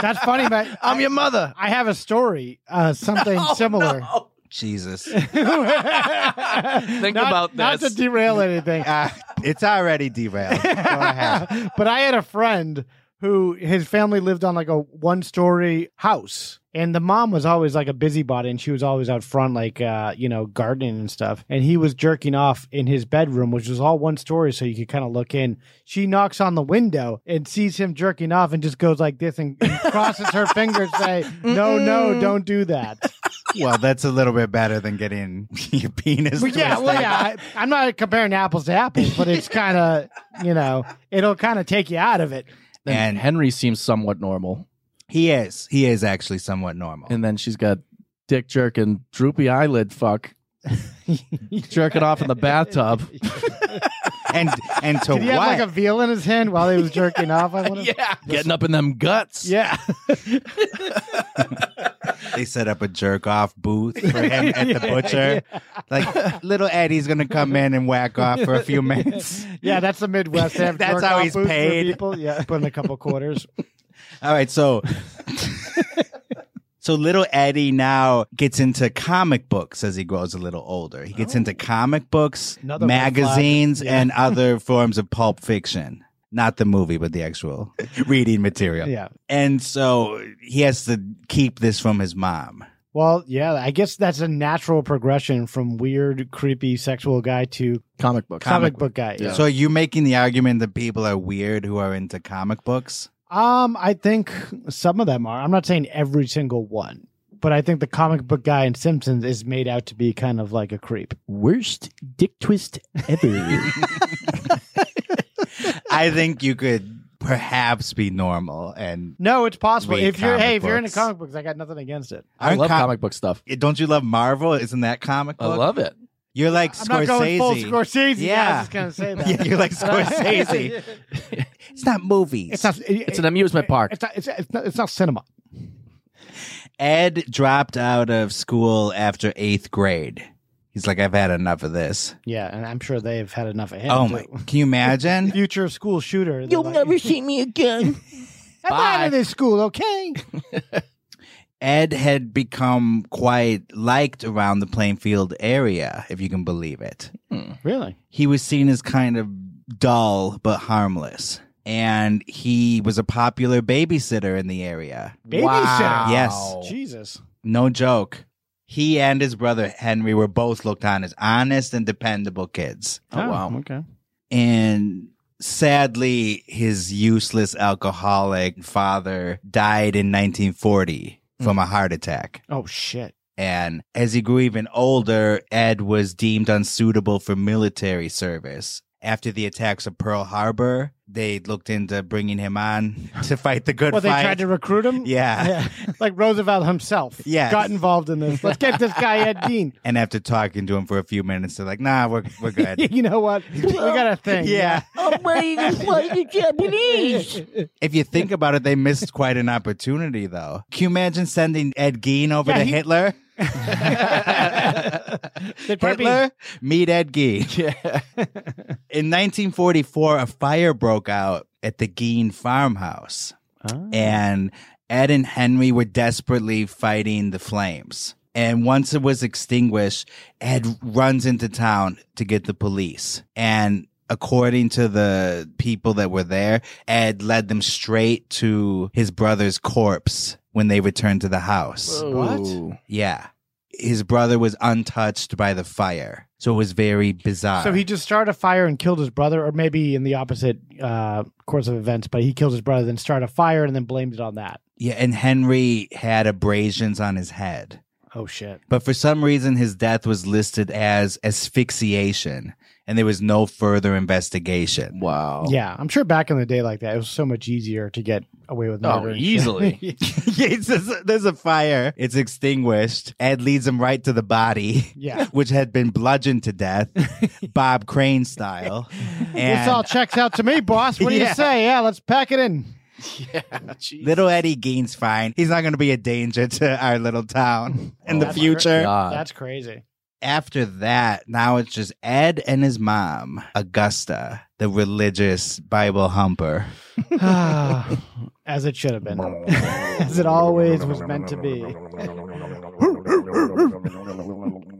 Speaker 9: that's funny, but
Speaker 10: I'm your mother. Oh,
Speaker 9: I have a story, uh, something similar.
Speaker 1: Jesus.
Speaker 9: Think
Speaker 10: about
Speaker 9: Not to
Speaker 10: this.
Speaker 9: derail anything.
Speaker 1: Uh, it's already derailed. Go ahead.
Speaker 9: but I had a friend who his family lived on like a one story house. And the mom was always like a busybody and she was always out front, like, uh, you know, gardening and stuff. And he was jerking off in his bedroom, which was all one story. So you could kind of look in. She knocks on the window and sees him jerking off and just goes like this and, and crosses her fingers, say, no, no, don't do that.
Speaker 1: Well, that's a little bit better than getting your penis.
Speaker 9: But yeah,
Speaker 1: twisted.
Speaker 9: well, yeah. I, I'm not comparing apples to apples, but it's kind of, you know, it'll kind of take you out of it.
Speaker 10: And Henry seems somewhat normal.
Speaker 1: He is. He is actually somewhat normal.
Speaker 10: And then she's got dick jerk and droopy eyelid fuck. Jerking off in the bathtub.
Speaker 1: and and to
Speaker 9: Did he have like a veal in his hand while he was jerking off? I wonder.
Speaker 10: yeah. Getting up in them guts.
Speaker 9: Yeah.
Speaker 1: They set up a jerk off booth for him at the
Speaker 9: Yeah,
Speaker 1: butcher. Like little Eddie's gonna come in and whack off for a few minutes.
Speaker 9: yeah, that's the Midwest. They have
Speaker 1: That's how
Speaker 9: jerk-off
Speaker 1: he's
Speaker 9: booths for
Speaker 1: paid.
Speaker 9: People. Yeah, put in a couple quarters.
Speaker 1: All right, so so little Eddie now gets into comic books as he grows a little older. He gets into comic books,
Speaker 9: Oh. Another red flag.
Speaker 1: magazines,
Speaker 9: Yeah.
Speaker 1: and other forms of pulp fiction. Not the movie, but the actual reading material.
Speaker 9: Yeah.
Speaker 1: And so he has to keep this from his mom.
Speaker 9: Well, yeah, I guess that's a natural progression from weird, creepy, sexual guy to
Speaker 10: comic book
Speaker 9: comic, book guy. yeah.
Speaker 1: So are you making the argument that people are weird who are into comic books?
Speaker 9: Um, I think some of them are. I'm not saying every single one, but I think the comic book guy in Simpsons is made out to be kind of like a creep.
Speaker 16: Worst dick twist ever.
Speaker 1: I think you could perhaps be normal and
Speaker 9: no, it's possible.
Speaker 1: Read
Speaker 9: if you're
Speaker 1: comic
Speaker 9: hey, if you're into
Speaker 1: books.
Speaker 9: comic books, I got nothing against it.
Speaker 1: Aren't com-
Speaker 10: book stuff.
Speaker 1: Yeah, Don't you love Marvel? Isn't that comic
Speaker 10: I
Speaker 1: book?
Speaker 10: love it.
Speaker 1: You're like
Speaker 9: I'm
Speaker 1: Scorsese.
Speaker 9: not going full Scorsese. Yeah, I was
Speaker 1: Yeah.
Speaker 9: just gonna say that.
Speaker 1: Yeah, you're like Scorsese. it's not movies.
Speaker 9: It's not.
Speaker 10: It's an amusement park.
Speaker 9: It's not. It's, it's not, it's not cinema.
Speaker 1: Ed dropped out of school after eighth grade. He's like, I've had enough of this.
Speaker 9: Yeah, and I'm sure they've had enough of him.
Speaker 1: oh
Speaker 9: too.
Speaker 1: my! Can you imagine?
Speaker 9: Future school shooter. They're
Speaker 12: You'll
Speaker 9: like,
Speaker 12: never see me again.
Speaker 9: I'm out of this school, okay?
Speaker 1: Ed had become quite liked around the Plainfield area, if you can believe it.
Speaker 9: Really?
Speaker 1: He was seen as kind of dull but harmless. And he was a popular babysitter in the area.
Speaker 9: Babysitter.
Speaker 1: Yes.
Speaker 9: Jesus.
Speaker 1: No joke. He and his brother Henry were both looked on as honest and dependable kids.
Speaker 9: Oh, Okay.
Speaker 1: And sadly, his useless alcoholic father died in 1940
Speaker 9: Hmm.
Speaker 1: from a heart attack.
Speaker 9: Oh shit.
Speaker 1: And as he grew even older, Ed was deemed unsuitable for military service. After the attacks of Pearl Harbor, they looked into bringing him on to fight the good
Speaker 9: well, they
Speaker 1: fight.
Speaker 9: tried to recruit him.
Speaker 1: Yeah.
Speaker 9: like Roosevelt himself.
Speaker 1: Yes.
Speaker 9: got involved in this. Let's get this guy Ed Dean.
Speaker 1: and after talking to him for a few minutes, they're like, "Nah, we're we're good."
Speaker 9: you know what? We got a thing.
Speaker 1: Yeah.
Speaker 12: I'm ready to fight the Japanese.
Speaker 1: If you think about it, they missed quite an opportunity, though. Can you imagine sending Ed Gein over
Speaker 9: Yeah,
Speaker 1: to
Speaker 9: he-
Speaker 1: Hitler?
Speaker 9: They'd probably be-
Speaker 1: Hitler, meet Ed Gein. In 1944, a fire broke out at the Gein farmhouse, and Ed and Henry were desperately fighting the flames. And once it was extinguished, Ed runs into town to get the police. And according to the people that were there, Ed led them straight to his brother's corpse when they returned to the house.
Speaker 10: What?
Speaker 1: Yeah. His brother was untouched by the fire. So it was very bizarre.
Speaker 9: So he just started a fire and killed his brother, or maybe in the opposite uh, course of events. But he killed his brother, then started a fire, and then blamed it on that.
Speaker 1: yeah, and Henry had abrasions on his head.
Speaker 9: Oh shit!
Speaker 1: But for some reason, his death was listed as asphyxiation, and there was no further investigation.
Speaker 10: Wow.
Speaker 9: Yeah, I'm sure back in the day like that, it was so much easier to get away with
Speaker 10: Oh,
Speaker 9: murder. and shit.
Speaker 10: easily.
Speaker 1: Yeah, it's- it's- there's a fire. It's extinguished. Ed leads him right to the body,
Speaker 9: Yeah.
Speaker 1: which had been bludgeoned to death, Bob Crane style.
Speaker 9: this
Speaker 1: And
Speaker 9: all checks out to me, boss. What do
Speaker 1: Yeah.
Speaker 9: you say? Yeah, let's pack it in.
Speaker 1: little Eddie Gein's fine. He's not going to be a danger to our little town in the
Speaker 9: Oh,
Speaker 10: Oh,
Speaker 9: That's
Speaker 1: future.
Speaker 9: cra- that's crazy.
Speaker 1: after that, now it's just Ed and his mom, Augusta, the religious Bible humper.
Speaker 9: As it should have been. As it always was meant to be.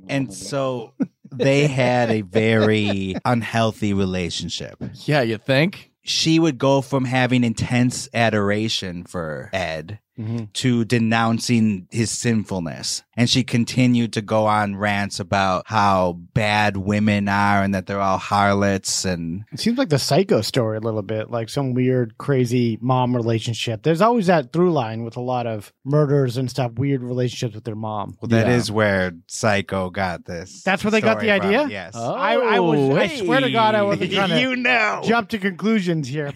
Speaker 1: And so they had a very unhealthy relationship.
Speaker 10: Yeah, you think?
Speaker 1: She would go from having intense adoration for Ed
Speaker 10: Mm-hmm.
Speaker 9: Mhm.
Speaker 1: to denouncing his sinfulness. And she continued to go on rants about how bad women are and that they're all harlots and
Speaker 9: It seems like the psycho story a little bit, like some weird, crazy mom relationship. There's always that through line with a lot of murders and stuff, weird relationships with their mom.
Speaker 1: well, that is
Speaker 10: Yeah.
Speaker 1: where Psycho got this.
Speaker 9: That's where they got
Speaker 1: story
Speaker 9: the
Speaker 1: from,
Speaker 9: idea?
Speaker 1: Yes.
Speaker 9: I, I was I swear to God I wasn't trying to
Speaker 1: Oh, you know.
Speaker 9: jump to conclusions here.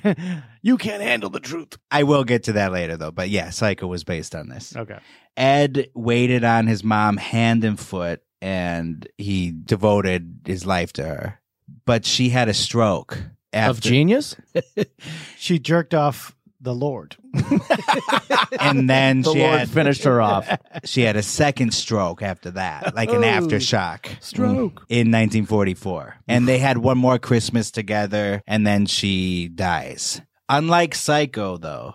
Speaker 9: you can't handle the truth.
Speaker 1: I will get to that later, though. But yeah, Psycho was based on this.
Speaker 9: Okay.
Speaker 1: Ed waited on his mom hand and foot, and he devoted his life to her. But she had a stroke. After,
Speaker 10: Of genius?
Speaker 9: She jerked off the Lord.
Speaker 1: and then
Speaker 10: The
Speaker 1: she
Speaker 10: Lord
Speaker 1: had,
Speaker 10: finished her off.
Speaker 1: She had a second stroke after that, like an
Speaker 10: Oh,
Speaker 1: aftershock Mm.
Speaker 10: stroke.
Speaker 1: in 1944. And they had one more Christmas together, and then she dies. Unlike Psycho, though,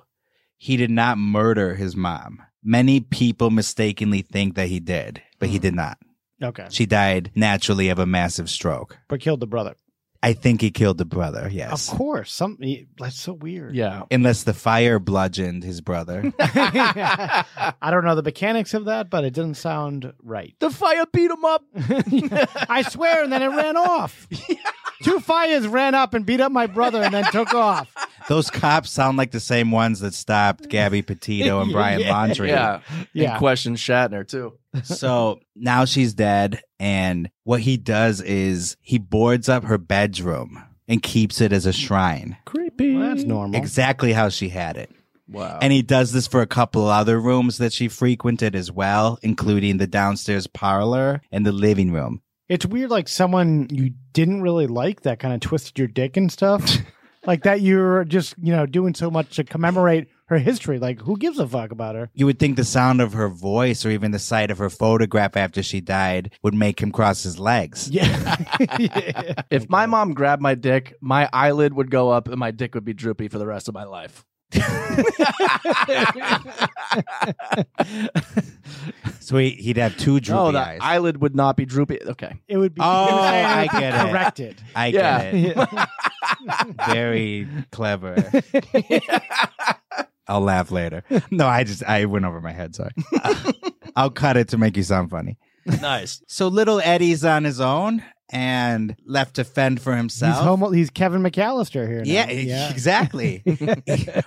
Speaker 1: he did not murder his mom. Many people mistakenly think that he did, but
Speaker 10: Mm.
Speaker 1: he did not.
Speaker 9: Okay.
Speaker 1: She died naturally of a massive stroke.
Speaker 9: But killed the brother.
Speaker 1: I think he killed the brother, yes.
Speaker 9: Of course. Some that's so weird.
Speaker 10: Yeah.
Speaker 1: Unless the fire bludgeoned his brother.
Speaker 9: I don't know the mechanics of that, but it didn't sound right.
Speaker 10: The fire beat him up.
Speaker 9: I swear, and then it ran off. Two fires ran up and beat up my brother and then took off.
Speaker 1: Those cops sound like the same ones that stopped Gabby Petito and Brian
Speaker 10: Yeah.
Speaker 1: Laundrie.
Speaker 10: Yeah.
Speaker 9: Yeah.
Speaker 10: And question Shatner too.
Speaker 1: so now she's dead, and what he does is he boards up her bedroom and keeps it as a shrine.
Speaker 9: Creepy. that's normal.
Speaker 1: Exactly how she had it.
Speaker 9: Oh.
Speaker 10: Wow.
Speaker 1: And he does this for a couple other rooms that she frequented as well, including the downstairs parlor and the living room.
Speaker 9: It's weird, like someone you didn't really like that kind of twisted your dick and stuff. like that you're just, you know, doing so much to commemorate her history. Like, who gives a fuck about her?
Speaker 1: You would think the sound of her voice or even the sight of her photograph after she died would make him cross his legs.
Speaker 9: Yeah.
Speaker 10: If my mom grabbed my dick, my eyelid would go up and my dick would be droopy for the rest of my life.
Speaker 1: So he, he'd have two droopy
Speaker 10: no, the
Speaker 1: eyes.
Speaker 10: eyelid would not be droopy. Okay.
Speaker 9: It would be
Speaker 1: Oh, I get it.
Speaker 9: corrected.
Speaker 1: I
Speaker 10: Yeah.
Speaker 1: get it. Very clever. I'll laugh later. No, I just I went over my head. Sorry. I'll cut it to make you sound funny.
Speaker 10: Nice.
Speaker 1: So little Eddie's on his own and left to fend for himself.
Speaker 9: He's homo- he's Kevin McAllister here.
Speaker 1: yeah,
Speaker 9: now.
Speaker 1: e- exactly.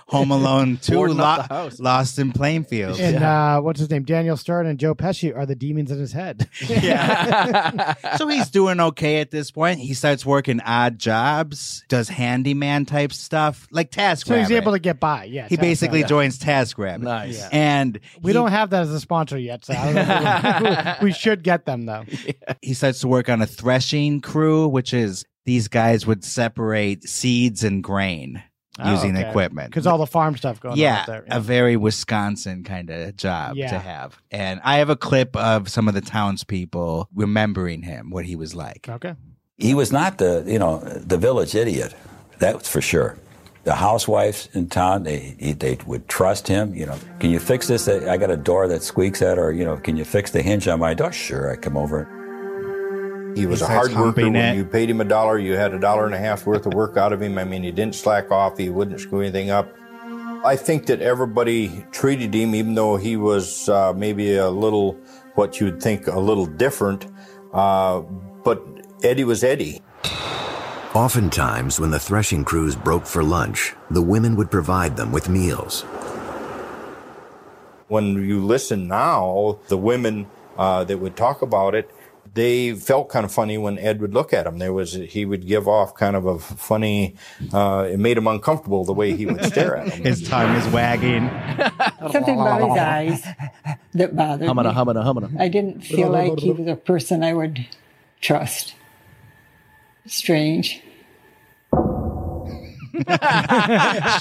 Speaker 1: Home Alone Two,
Speaker 10: Boarding up
Speaker 1: lo-
Speaker 10: the house.
Speaker 1: Lost in Plainfield.
Speaker 9: And uh, what's his name? Daniel Stern and Joe Pesci are the demons in his head.
Speaker 10: Yeah.
Speaker 1: so he's doing okay at this point. He starts working odd jobs, does handyman type stuff, like task.
Speaker 9: so he's able to get by. Yeah.
Speaker 1: He
Speaker 9: sounds
Speaker 1: basically
Speaker 9: right.
Speaker 1: joins TaskRabbit.
Speaker 10: nice.
Speaker 9: Yeah.
Speaker 1: And
Speaker 9: We
Speaker 1: he-
Speaker 9: don't have that as a sponsor yet, so I don't know if we we should get them though.
Speaker 1: he starts to work on a threshing crew, which is these guys would separate seeds and grain Oh,
Speaker 9: Oh,
Speaker 1: using equipment.
Speaker 9: because all the farm stuff going on
Speaker 1: yeah,
Speaker 9: out there.
Speaker 1: a very Wisconsin kind of job
Speaker 9: Yeah.
Speaker 1: to have. And I have a clip of some of the townspeople remembering him, what he was like.
Speaker 9: okay.
Speaker 17: he was not the you know the village idiot that's for sure the housewives in town they he- they would trust him you know can you fix this i got a door that squeaks at or you know can you fix the hinge on my door sure i come over
Speaker 18: He was
Speaker 1: He
Speaker 18: a
Speaker 1: starts
Speaker 18: hard worker.
Speaker 1: humping it.
Speaker 18: When you paid him a dollar, you had a dollar and a half worth of work out of him. I mean, he didn't slack off. He wouldn't screw anything up. I think that everybody treated him, even though he was uh, maybe a little, what you'd think, a little different. Uh, but Eddie was Eddie.
Speaker 19: Oftentimes, when the threshing crews broke for lunch, the women would provide them with meals.
Speaker 18: when you listen now, the women uh, that would talk about it, they felt kind of funny when Ed would look at him. There was he would give off kind of a funny. Uh, it made him uncomfortable the way he would stare at him.
Speaker 1: His tongue is wagging.
Speaker 20: Something about his eyes that bothered
Speaker 10: Humana,
Speaker 20: me.
Speaker 10: humana, humana.
Speaker 20: I didn't feel like he was a person I would trust. Strange.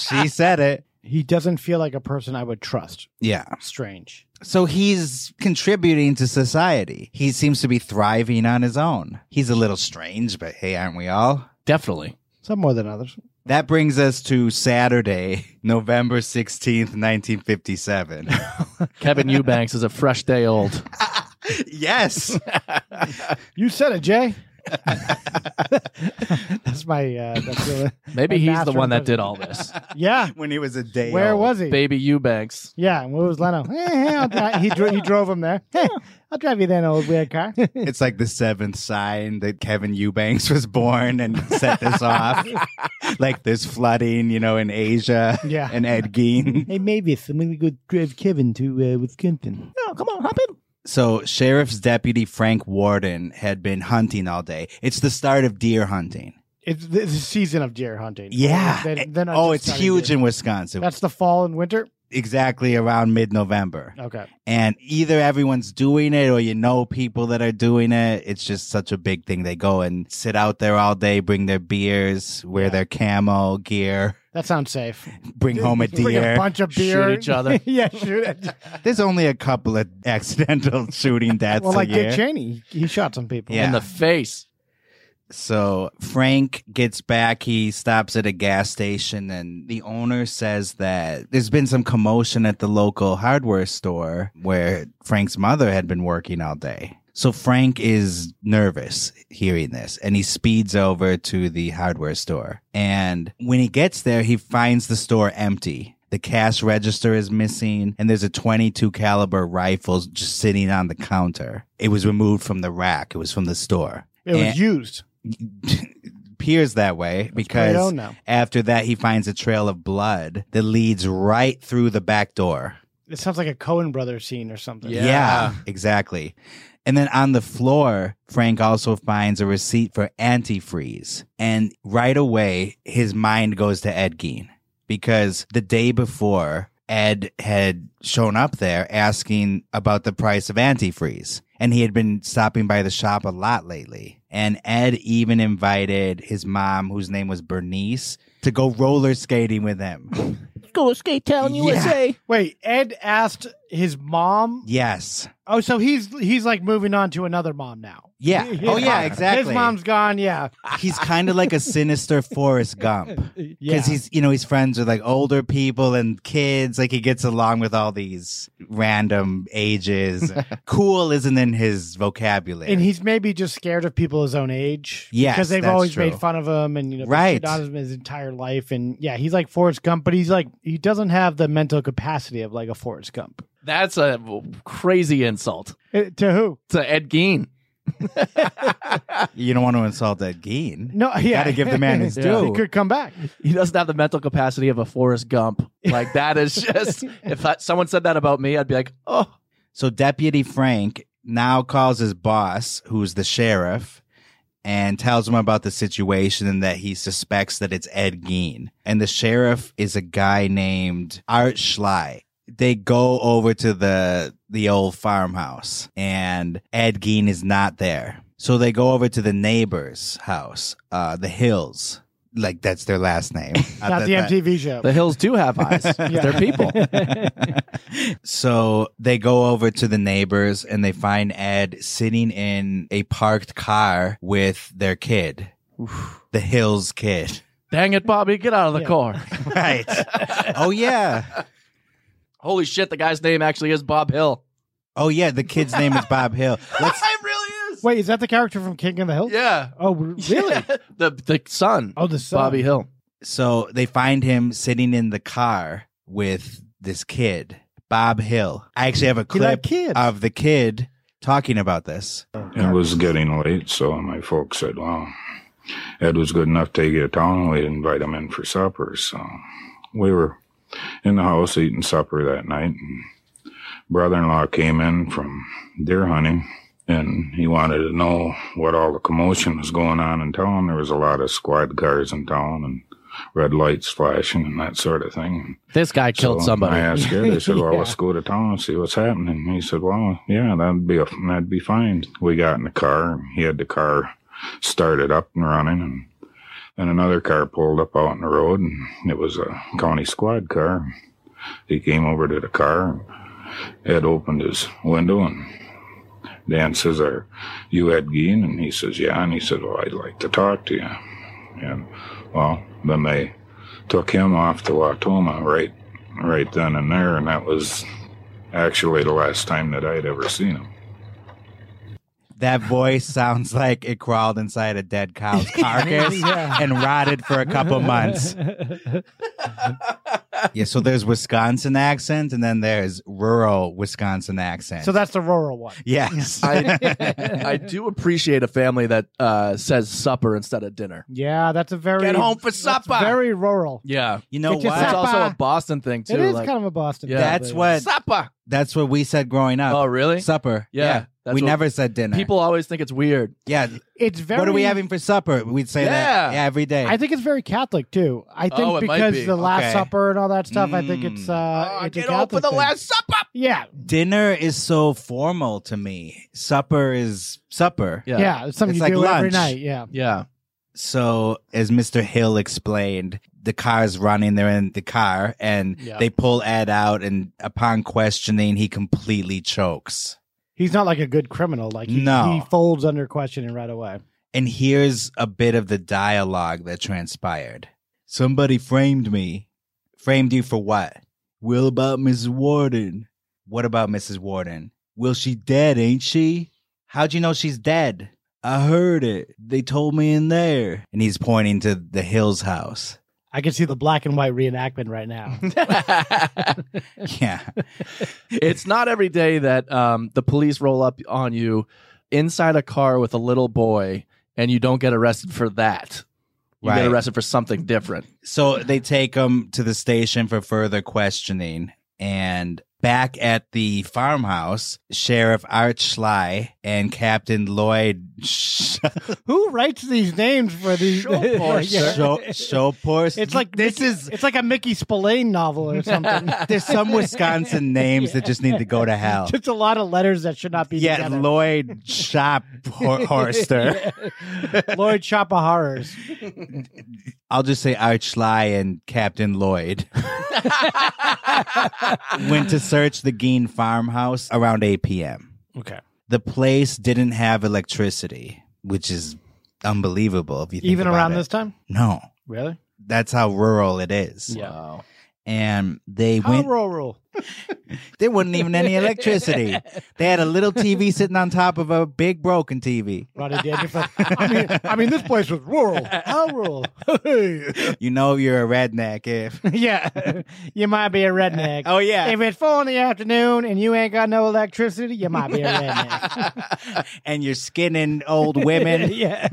Speaker 1: she said it.
Speaker 9: He doesn't feel like a person I would trust.
Speaker 1: Yeah.
Speaker 9: Strange.
Speaker 1: So he's contributing to society. He seems to be thriving on his own. He's a little strange, but hey, aren't we all?
Speaker 10: Definitely.
Speaker 9: Some more than others.
Speaker 1: That brings us to Saturday, November 16th, 1957.
Speaker 10: Kevin Eubanks is a fresh day old.
Speaker 1: yes.
Speaker 9: You said it, Jay. that's my. Uh, that's really,
Speaker 10: Maybe
Speaker 9: my
Speaker 10: he's the
Speaker 9: master
Speaker 10: one that
Speaker 9: impression.
Speaker 10: did all this.
Speaker 9: Yeah.
Speaker 1: when he was a day
Speaker 9: Where
Speaker 1: old.
Speaker 9: was he?
Speaker 10: Baby Eubanks.
Speaker 9: Yeah, and what was Leno? Eh, eh, I'll dri- he, dro- he drove him there. Eh, I'll drive you there, in an old weird car.
Speaker 1: It's like the seventh sign that Kevin Eubanks was born and set this off. like there's flooding, you know, in Asia.
Speaker 9: Yeah.
Speaker 1: And Ed Gein.
Speaker 9: hey, Mavis, I'm going to go drive Kevin to uh, Wisconsin.
Speaker 10: No, come on, hop in.
Speaker 1: So Sheriff's Deputy Frank Warden had been hunting all day. It's the start of deer hunting.
Speaker 9: It's the the season of deer hunting.
Speaker 1: Yeah.
Speaker 9: They- they're not
Speaker 1: oh,
Speaker 9: just
Speaker 1: it's
Speaker 9: starting
Speaker 1: huge
Speaker 9: deer.
Speaker 1: in Wisconsin.
Speaker 9: That's the fall and winter.
Speaker 1: exactly around mid November.
Speaker 9: Okay.
Speaker 1: And either everyone's doing it or you know people that are doing it. It's just such a big thing. They go and sit out there all day, bring their beers, wear their camo gear.
Speaker 9: That sounds safe.
Speaker 1: Bring home a
Speaker 9: Bring
Speaker 1: deer.
Speaker 9: a bunch of
Speaker 1: Shoot
Speaker 9: beer.
Speaker 1: each other.
Speaker 9: yeah, shoot it.
Speaker 1: There's only a couple of accidental shooting deaths
Speaker 9: Well, like
Speaker 1: a year.
Speaker 9: Dick Cheney, he shot some people
Speaker 1: Yeah. In the
Speaker 10: face.
Speaker 1: So Frank gets back. He stops at a gas station, and the owner says that there's been some commotion at the local hardware store where Frank's mother had been working all day. So Frank is nervous hearing this, and he speeds over to the hardware store. And when he gets there, he finds the store empty. The cash register is missing, and there's a 22 caliber rifle just sitting on the counter. It was removed from the rack. It was from the store.
Speaker 9: It was
Speaker 1: And-
Speaker 9: used.
Speaker 1: appears that way because
Speaker 9: own now.
Speaker 1: after that he finds a trail of blood that leads right through the back door.
Speaker 9: It sounds like a Cohen brother scene or something.
Speaker 1: Yeah. exactly. And then on the floor, Frank also finds a receipt for antifreeze. And right away, his mind goes to Ed Gein because the day before, Ed had shown up there asking about the price of antifreeze. And he had been stopping by the shop a lot lately. And Ed even invited his mom, whose name was Bernice, to go roller skating with him.
Speaker 9: Go skate town,
Speaker 1: USA.
Speaker 9: Wait, Ed asked his mom.
Speaker 1: yes.
Speaker 9: Oh, so he's he's like moving on to another mom now.
Speaker 1: Yeah.
Speaker 9: His
Speaker 1: Oh, yeah,
Speaker 9: mom- His
Speaker 1: exactly.
Speaker 9: mom's gone. Yeah.
Speaker 1: he's kind of like a sinister Forrest Gump because
Speaker 9: Yeah.
Speaker 1: he's you know he's friends with like older people and kids. Like he gets along with all these random ages. cool isn't in his vocabulary.
Speaker 9: And he's maybe just scared of people his own age.
Speaker 1: Yes,
Speaker 9: because they've
Speaker 1: that's
Speaker 9: always
Speaker 1: true.
Speaker 9: made fun of him and you know they
Speaker 1: Right.
Speaker 9: shit on him his entire life. And yeah, he's like Forrest Gump, but he's like he doesn't have the mental capacity of like a Forrest Gump.
Speaker 10: That's a crazy insult
Speaker 9: Eh, To who?
Speaker 10: to Ed Gein.
Speaker 1: you don't want to insult Ed Gein.
Speaker 9: No,
Speaker 1: You
Speaker 9: yeah,
Speaker 1: gotta give the man his
Speaker 10: Yeah.
Speaker 1: due.
Speaker 9: he could come back.
Speaker 10: He doesn't have the mental capacity of a Forrest Gump. Like that is just if that, someone said that about me, I'd be like, oh,
Speaker 1: So Deputy Frank now calls his boss, who's the sheriff, and tells him about the situation and that he suspects that it's Ed Gein. And the sheriff is a guy named Art Schley. They go over to the the old farmhouse and Ed Gein is not there. So they go over to the neighbor's house, uh, the Hills. Like that's their last name.
Speaker 9: Not the MTV show.
Speaker 10: the hills do have eyes.
Speaker 9: Yeah.
Speaker 10: They're people.
Speaker 1: So they go over to the neighbors and they find Ed sitting in a parked car with their kid, the Hills kid.
Speaker 10: Dang it, Bobby, get out of the car.
Speaker 1: Right. oh, yeah.
Speaker 10: Holy shit, the guy's name actually is Bob Hill.
Speaker 1: Oh, yeah. The kid's name is Bob Hill. Let's,
Speaker 9: Wait, is that the character from King of the Hill?
Speaker 10: Yeah.
Speaker 9: Oh, really?
Speaker 10: The the son.
Speaker 9: Oh, the son.
Speaker 10: Bobby Hill.
Speaker 1: so they find him sitting in the car with this kid, Bob Hill. I actually have a
Speaker 9: He
Speaker 1: clip
Speaker 9: like kids.
Speaker 1: of the kid talking about this.
Speaker 10: Oh.
Speaker 21: It was getting late, so my folks said, well, Ed was good enough to take you to town. We'd invite him in for supper. So we were in the house eating supper that night. And brother-in-law came in from deer hunting and he wanted to know what all the commotion was going on in town. There was a lot of squad cars in town and red lights flashing and that sort of thing.
Speaker 10: This guy killed
Speaker 21: So
Speaker 10: somebody.
Speaker 21: I asked Ed. I said, "Well, let's go to town and see what's happening." He said, "Well, yeah, that'd be a, that'd be fine." We got in the car. He had the car started up and running, and then another car pulled up out in the road, and it was a county squad car. He came over to the car. And Ed opened his window, and Dan says, "Are you Ed Gein?" And he says, "Yeah." And he said, "Well, I'd like to talk to you." And well, then they took him off to Watoma right right then and there, and that was actually the last time that I'd ever seen him.
Speaker 1: That voice sounds like it crawled inside a dead cow's carcass
Speaker 9: Yeah.
Speaker 1: and rotted for a couple months. Yeah, so there's Wisconsin accent and then there's rural Wisconsin accent.
Speaker 9: so that's the rural one.
Speaker 1: yes.
Speaker 10: I, I do appreciate a family that uh, says supper instead of dinner.
Speaker 9: Yeah, that's a very
Speaker 10: Get home for
Speaker 9: that's
Speaker 10: supper.
Speaker 9: Very rural.
Speaker 10: Yeah.
Speaker 1: you know
Speaker 9: Get your
Speaker 1: what?
Speaker 10: That's
Speaker 9: supper.
Speaker 10: also a Boston thing, too.
Speaker 9: It is
Speaker 10: like-
Speaker 9: kind of a Boston.
Speaker 10: Yeah.
Speaker 9: thing,
Speaker 1: That's
Speaker 9: but-
Speaker 1: what
Speaker 10: supper.
Speaker 1: that's what we said growing up.
Speaker 10: Oh, really?
Speaker 1: Supper.
Speaker 10: Yeah, that's
Speaker 1: we
Speaker 10: what-
Speaker 1: never said dinner.
Speaker 10: People always think it's weird.
Speaker 1: yeah.
Speaker 9: It's very.
Speaker 1: What are we having for supper? We'd say that
Speaker 10: Yeah.
Speaker 1: every day.
Speaker 9: I think it's very Catholic too. I think
Speaker 10: Oh, it might
Speaker 9: because
Speaker 10: be. Hmm.
Speaker 9: the Last
Speaker 1: Okay. Oh,
Speaker 9: Supper and all that stuff. I think it's. uh it's a Catholic thing.
Speaker 10: supper.
Speaker 9: Yeah,
Speaker 1: dinner is so formal to me. Supper is supper.
Speaker 10: Yeah.
Speaker 9: yeah, it's something
Speaker 1: It's
Speaker 9: you
Speaker 1: like
Speaker 9: do every
Speaker 1: lunch.
Speaker 9: night. Yeah,
Speaker 10: Yeah.
Speaker 1: So, as Mr. Hill explained, the car is running. They're in the car, and
Speaker 9: Yeah.
Speaker 1: they pull Ed out. And upon questioning, he completely chokes.
Speaker 9: He's not like a good criminal. Like he,
Speaker 1: No.
Speaker 9: he folds under questioning right away.
Speaker 1: And here's a bit of the dialogue that transpired. Somebody framed me. Framed you for what? Will about Mrs. Warden. What about Mrs. Warden? Will she dead, ain't she? How'd you know she's dead? I heard it. They told me in there. And he's pointing to the Hills house.
Speaker 9: I can see the black and white reenactment right now.
Speaker 1: yeah.
Speaker 10: it's not every day that um, the police roll up on you inside a car with a little boy and you don't get arrested for that. You
Speaker 1: Right.
Speaker 10: get arrested for something different.
Speaker 1: So they take him to the station for further questioning. And back at the farmhouse, Sheriff Art Schley and Captain Lloyd Sh-
Speaker 9: Who writes these names for these? Yeah.
Speaker 1: Show, show Porce.
Speaker 9: It's like
Speaker 1: this
Speaker 9: Mickey-
Speaker 1: is
Speaker 9: It's like a Mickey Spillane novel or something.
Speaker 1: there's some Wisconsin names that just need to go to hell.
Speaker 9: Just a lot of letters that should not be
Speaker 1: Yeah,
Speaker 9: together.
Speaker 1: Lloyd Shop Hor- Horster.
Speaker 9: Yeah. Lloyd Shop of Horrors.
Speaker 1: I'll just say Art Schley and Captain Lloyd went to search the Gein farmhouse around 8 p.m.
Speaker 9: Okay.
Speaker 1: the place didn't have electricity, which is unbelievable if you think
Speaker 9: Even
Speaker 1: about
Speaker 9: around
Speaker 1: it.
Speaker 9: this time?
Speaker 1: No,
Speaker 9: Really?
Speaker 1: that's how rural it is.
Speaker 9: Yeah.
Speaker 1: And they
Speaker 9: How
Speaker 1: went.
Speaker 9: rural.
Speaker 1: There wasn't even any electricity. they had a little TV sitting on top of a big broken TV.
Speaker 9: Ronnie Dangerfield. I mean, I mean, this place was rural. How rural?
Speaker 1: You know you're a redneck if
Speaker 9: yeah, you might be a redneck.
Speaker 1: Oh, yeah.
Speaker 9: If it's four in the afternoon and you ain't got no electricity, you might be a redneck.
Speaker 1: and you're skinning old women.
Speaker 9: yeah.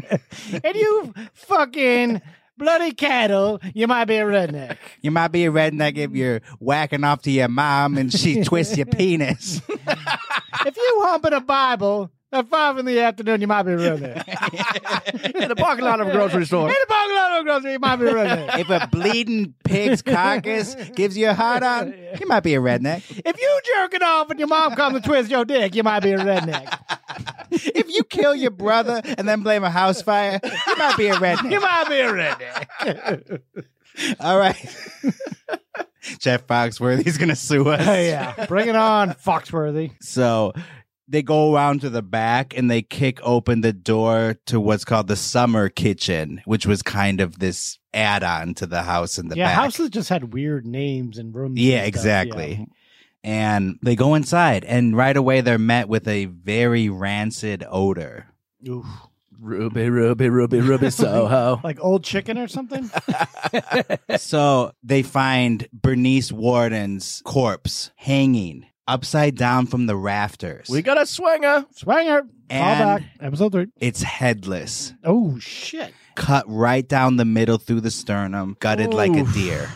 Speaker 9: And you fucking bloody cattle, you might be a redneck.
Speaker 1: You might be a redneck if you're whacking off to your mom and she twists your penis.
Speaker 9: if you humping a Bible at five in the afternoon, you might be a redneck.
Speaker 10: In the parking lot of a grocery store.
Speaker 9: In the parking lot of a grocery, you might be a redneck.
Speaker 1: if a bleeding pig's carcass gives you a hard on, you might be a redneck.
Speaker 9: If you jerk it off and your mom comes to twist your dick, you might be a redneck.
Speaker 1: If you kill your brother and then blame a house fire, you might be a
Speaker 9: You
Speaker 1: redneck.
Speaker 9: might be a redneck.
Speaker 1: All right. Jeff Foxworthy's going to sue us.
Speaker 9: Oh, yeah. Bring it on, Foxworthy.
Speaker 1: So they go around to the back and they kick open the door to what's called the summer kitchen, which was kind of this add on to the house in the
Speaker 9: yeah,
Speaker 1: back.
Speaker 9: houses just had weird names and rooms. and
Speaker 1: Yeah,
Speaker 9: stuff,
Speaker 1: exactly. And they go inside, and right away they're met with a very rancid odor.
Speaker 9: yeah. Oof.
Speaker 10: Ruby, Ruby, Ruby, Ruby Soho.
Speaker 9: Like old chicken or something?
Speaker 1: so they find Bernice Warden's corpse hanging upside down from the rafters.
Speaker 10: We got a swinger.
Speaker 9: Swanger. Call
Speaker 1: And-
Speaker 9: back. Episode three.
Speaker 1: it's headless,
Speaker 9: Oh, shit.
Speaker 1: cut right down the middle through the sternum, gutted like a
Speaker 9: Oof.
Speaker 1: deer.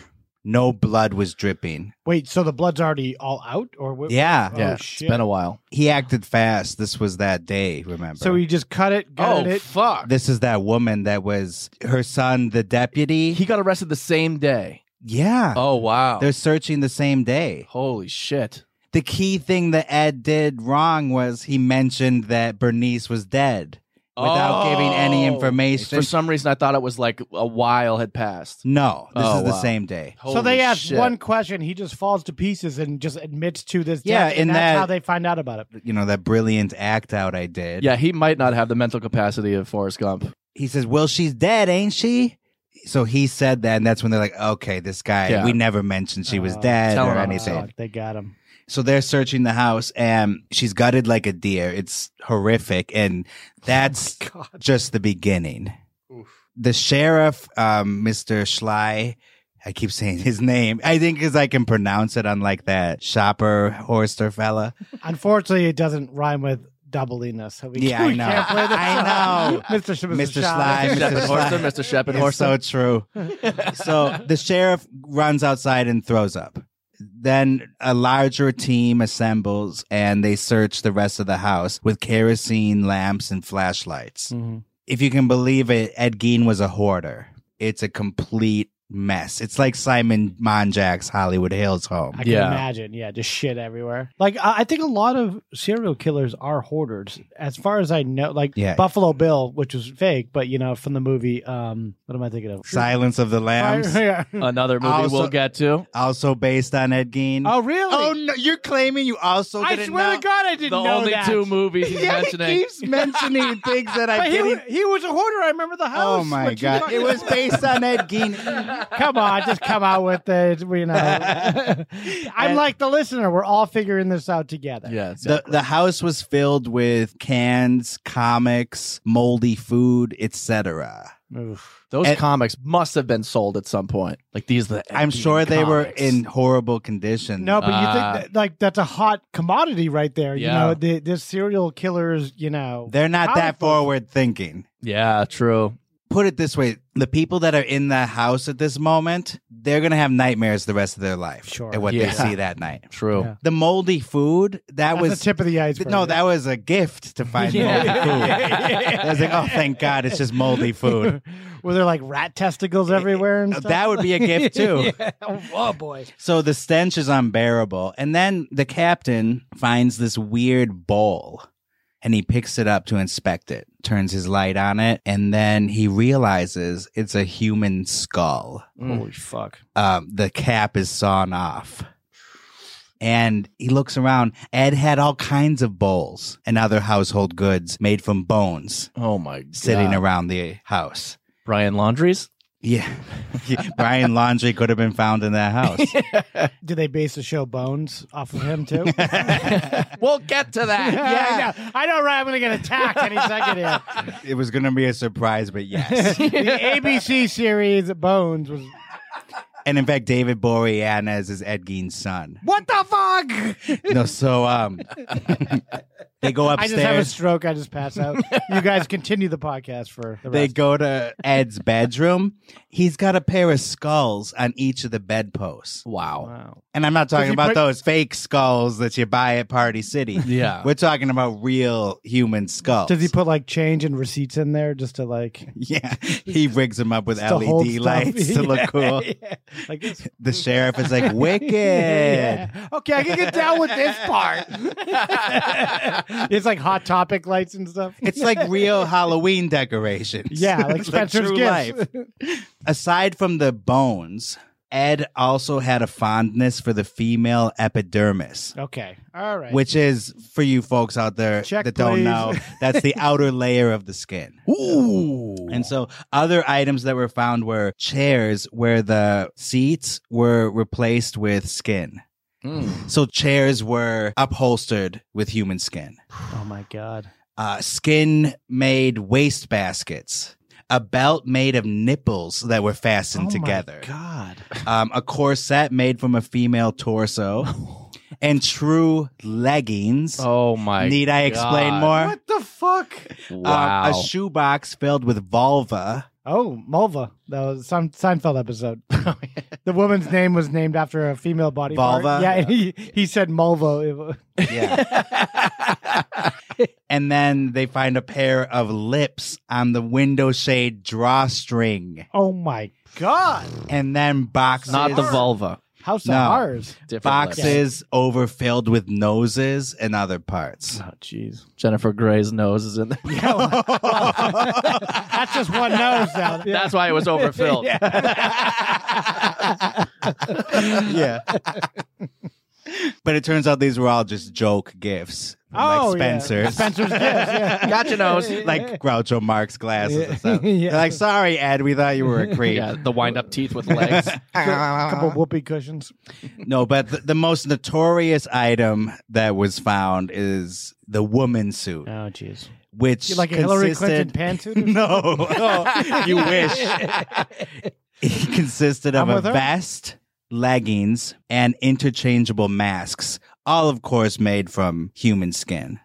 Speaker 1: No blood was dripping.
Speaker 9: Wait, so the blood's already all out? or what?
Speaker 1: Yeah.
Speaker 9: Oh,
Speaker 10: yeah, it's
Speaker 9: shit.
Speaker 10: been a while.
Speaker 1: He acted fast. This was that day, remember?
Speaker 9: so he just cut it,
Speaker 1: Oh,
Speaker 9: gutted it.
Speaker 10: fuck.
Speaker 1: this is that woman that was her son, the deputy.
Speaker 10: He got arrested the same day.
Speaker 1: yeah.
Speaker 10: Oh, wow.
Speaker 1: They're searching the same day.
Speaker 10: Holy shit.
Speaker 1: The key thing that Ed did wrong was he mentioned that Bernice was dead without giving any
Speaker 10: Oh.
Speaker 1: information.
Speaker 10: For some reason, I thought it was like a while had passed.
Speaker 1: no, this
Speaker 10: Oh,
Speaker 1: is the
Speaker 10: wow.
Speaker 1: same day.
Speaker 9: so they
Speaker 10: Holy
Speaker 9: ask
Speaker 10: shit.
Speaker 9: one question, he just falls to pieces and just admits to this.
Speaker 1: Yeah,
Speaker 9: death,
Speaker 1: and
Speaker 9: and, that's
Speaker 1: that-
Speaker 9: how they find out about it.
Speaker 1: You know, that brilliant act out I did.
Speaker 10: Yeah, he might not have the mental capacity of Forrest Gump.
Speaker 1: He says, Well, she's dead, eh?" ain't she? So he said that, and that's when they're like, Okay, this guy,
Speaker 10: Yeah. Uh,
Speaker 1: we never mentioned she was
Speaker 9: Oh,
Speaker 1: dead
Speaker 10: tell
Speaker 1: or
Speaker 10: him I'm
Speaker 1: anything.
Speaker 9: Fuck, Oh, they got him.
Speaker 1: So they're searching the house, and she's gutted like a deer. It's horrific, and that's just the beginning. The sheriff, um, Mr. Schley, I keep saying his name. I think because I can pronounce it, unlike that shopper Horster fella.
Speaker 9: Unfortunately, it doesn't rhyme with doubleina, so we,
Speaker 1: Yeah, I
Speaker 9: we
Speaker 1: know.
Speaker 9: can't play this.
Speaker 1: I know.
Speaker 9: Mr. Sh-
Speaker 1: Mr.
Speaker 9: Mr.
Speaker 1: Sly,
Speaker 9: Shy.
Speaker 1: Mr. Sly.
Speaker 10: Horster, Mr. Shepard
Speaker 1: It's so
Speaker 10: Horster.
Speaker 1: true. so the sheriff runs outside and throws up. Then a larger team assembles and they search the rest of the house with kerosene lamps and
Speaker 9: Hmm. Mm-hmm.
Speaker 1: flashlights. If you can believe it, Ed Gein was a hoarder. It's a complete mess. It's like Simon Monjack's Hollywood Hills home.
Speaker 9: I can imagine. Yeah, just shit everywhere. Like I I think a lot of serial killers are hoarders, as far as I know. Like
Speaker 1: Yeah.
Speaker 9: Buffalo Bill, which was fake, but you know from the movie. Um, what am I thinking of?
Speaker 1: Silence of the Lambs.
Speaker 9: Yeah.
Speaker 10: Another movie we'll get to.
Speaker 1: Also based on Ed Gein.
Speaker 9: Oh really?
Speaker 1: Oh no! You're claiming you also.
Speaker 9: I
Speaker 1: didn't
Speaker 9: swear
Speaker 1: know?
Speaker 9: to God, I didn't know that.
Speaker 10: movies
Speaker 1: he's Yeah, he mentioning. keeps mentioning things that I
Speaker 9: But he,
Speaker 1: didn't-
Speaker 9: wa- he was a hoarder. I remember the house.
Speaker 1: Oh my
Speaker 9: What you
Speaker 1: God!
Speaker 9: talking
Speaker 1: It was
Speaker 9: about?
Speaker 1: based on Ed Gein.
Speaker 9: come on, just come out with it. You know, I'm like the listener. We're all figuring this out together.
Speaker 10: Yeah,
Speaker 1: The the house was filled with cans, comics, moldy food, etc.
Speaker 10: Those
Speaker 1: And-
Speaker 10: comics must have been sold at some point. Like these, are the
Speaker 1: I'm
Speaker 10: Indian
Speaker 1: sure they were
Speaker 10: comics.
Speaker 1: in horrible condition.
Speaker 9: No, but you
Speaker 10: Ah.
Speaker 9: think that, like that's a hot commodity right there.
Speaker 1: Uh, Yeah.
Speaker 9: You know, the, the serial killers. You know,
Speaker 1: They're not
Speaker 9: comic
Speaker 1: that
Speaker 9: book-
Speaker 1: forward thinking.
Speaker 10: Yeah, true.
Speaker 1: Put it this way the people that are in the house at this moment, they're going to have nightmares the rest of their life. Sure. At what
Speaker 10: Yeah.
Speaker 1: they see that night.
Speaker 10: True. Yeah.
Speaker 1: The moldy food, that
Speaker 9: That's
Speaker 1: was.
Speaker 9: the tip of the iceberg.
Speaker 1: no, that was a gift to find
Speaker 9: Yeah.
Speaker 1: moldy food. I was like, oh, thank God, it's just moldy food.
Speaker 9: Were there like rat testicles everywhere? And stuff?
Speaker 1: That would be a gift, too.
Speaker 9: Yeah. Oh boy.
Speaker 1: So the stench is unbearable. And then the captain finds this weird bowl and he picks it up to inspect it, turns his light on it, and then he realizes it's a human skull.
Speaker 10: Holy fuck.
Speaker 1: Um, the cap is sawn off. And he looks around. Ed had all kinds of bowls and other household goods made from bones
Speaker 10: Oh my god.
Speaker 1: sitting around the house.
Speaker 10: Brian Laundries?
Speaker 1: Yeah. Brian Laundry could have been found in that house.
Speaker 9: Did they base the show Bones off of him too?
Speaker 10: We'll get to that.
Speaker 9: yeah, I know. I know, right? I'm going to get attacked any second here.
Speaker 1: It was going to be a surprise, but yes.
Speaker 9: the ABC series Bones was
Speaker 1: And in fact, David Boreanaz is Ed Gein's son.
Speaker 9: what the fuck?
Speaker 1: No, so um, they go
Speaker 9: I just have a
Speaker 1: upstairs.
Speaker 9: stroke. I just pass out. you guys continue the podcast for the
Speaker 1: They
Speaker 9: rest.
Speaker 1: go to Ed's bedroom. He's got a pair of skulls on each of the bedposts.
Speaker 10: Wow.
Speaker 1: And I'm not
Speaker 9: Did
Speaker 1: talking
Speaker 9: you
Speaker 1: about
Speaker 9: put-
Speaker 1: those fake skulls that you buy at Party City.
Speaker 10: Yeah.
Speaker 1: We're talking about real human skulls.
Speaker 9: Does he put like change and receipts in there just to like
Speaker 1: yeah. He rigs them up with
Speaker 9: Just to hold
Speaker 1: LED
Speaker 9: stuff.
Speaker 1: lights to
Speaker 9: Yeah,
Speaker 1: look cool.
Speaker 9: yeah. like this?
Speaker 1: The sheriff is like, wicked.
Speaker 9: Yeah. Okay, I can get down with this part. it's like hot topic lights and stuff.
Speaker 1: It's like real Halloween decorations.
Speaker 9: Yeah, like
Speaker 1: It's
Speaker 9: Spencer's
Speaker 1: true life.
Speaker 9: Gifts.
Speaker 1: Aside from the bones, Ed also had a fondness for the female epidermis.
Speaker 9: okay, all right.
Speaker 1: Which is for you folks out there
Speaker 9: Check,
Speaker 1: that don't
Speaker 9: please.
Speaker 1: know, that's the outer layer of the skin.
Speaker 10: Ooh.
Speaker 1: And so other items that were found were chairs where the seats were replaced with skin. So chairs were upholstered with human skin
Speaker 9: oh my god.
Speaker 1: uh, skin made waste baskets, a belt made of nipples that were fastened together,
Speaker 9: Oh God.
Speaker 1: um, a corset made from a female torso, and true leggings.
Speaker 10: Oh my
Speaker 1: Need I explain
Speaker 10: God.
Speaker 1: more?
Speaker 9: What the fuck?
Speaker 1: Um,
Speaker 10: Wow.
Speaker 1: a shoebox filled with vulva.
Speaker 9: Oh, Mulva. That was some Seinfeld episode.
Speaker 1: Oh,
Speaker 9: the woman's name was named after a female body
Speaker 1: Vulva?
Speaker 9: part. Yeah, and he, he said Mulva. It wa-
Speaker 1: Yeah. and then they find a pair of lips on the window shade drawstring.
Speaker 9: Oh my god.
Speaker 1: And then boxes.
Speaker 10: Not the vulva.
Speaker 9: House
Speaker 1: No.
Speaker 9: of Horrors.
Speaker 10: Different lips.
Speaker 1: boxes overfilled with noses and other parts.
Speaker 10: Oh jeez. Jennifer Gray's nose is in there.
Speaker 9: That's just one nose though.
Speaker 10: That's why it was overfilled.
Speaker 1: yeah. but it turns out these were all just joke gifts. from,
Speaker 9: Oh,
Speaker 1: like
Speaker 9: yeah.
Speaker 1: Spencer's.
Speaker 9: Spencer's gifts, yeah.
Speaker 1: Got your nose. Like Groucho Marx glasses and stuff.
Speaker 9: Yeah.
Speaker 1: They're like, sorry, Ed, we thought you were a creep.
Speaker 10: Yeah, the wind up teeth with legs.
Speaker 9: A couple whoopee cushions.
Speaker 1: No, but the, the most notorious item that was found is the woman suit,
Speaker 9: Oh jeez.
Speaker 1: which
Speaker 9: Like a Hillary Clinton
Speaker 1: consisted-
Speaker 9: pantsuit? or
Speaker 1: No, no, you wish. It consisted of
Speaker 9: I'm
Speaker 1: a
Speaker 9: with her.
Speaker 1: vest, leggings, and interchangeable masks, all of course made from human skin.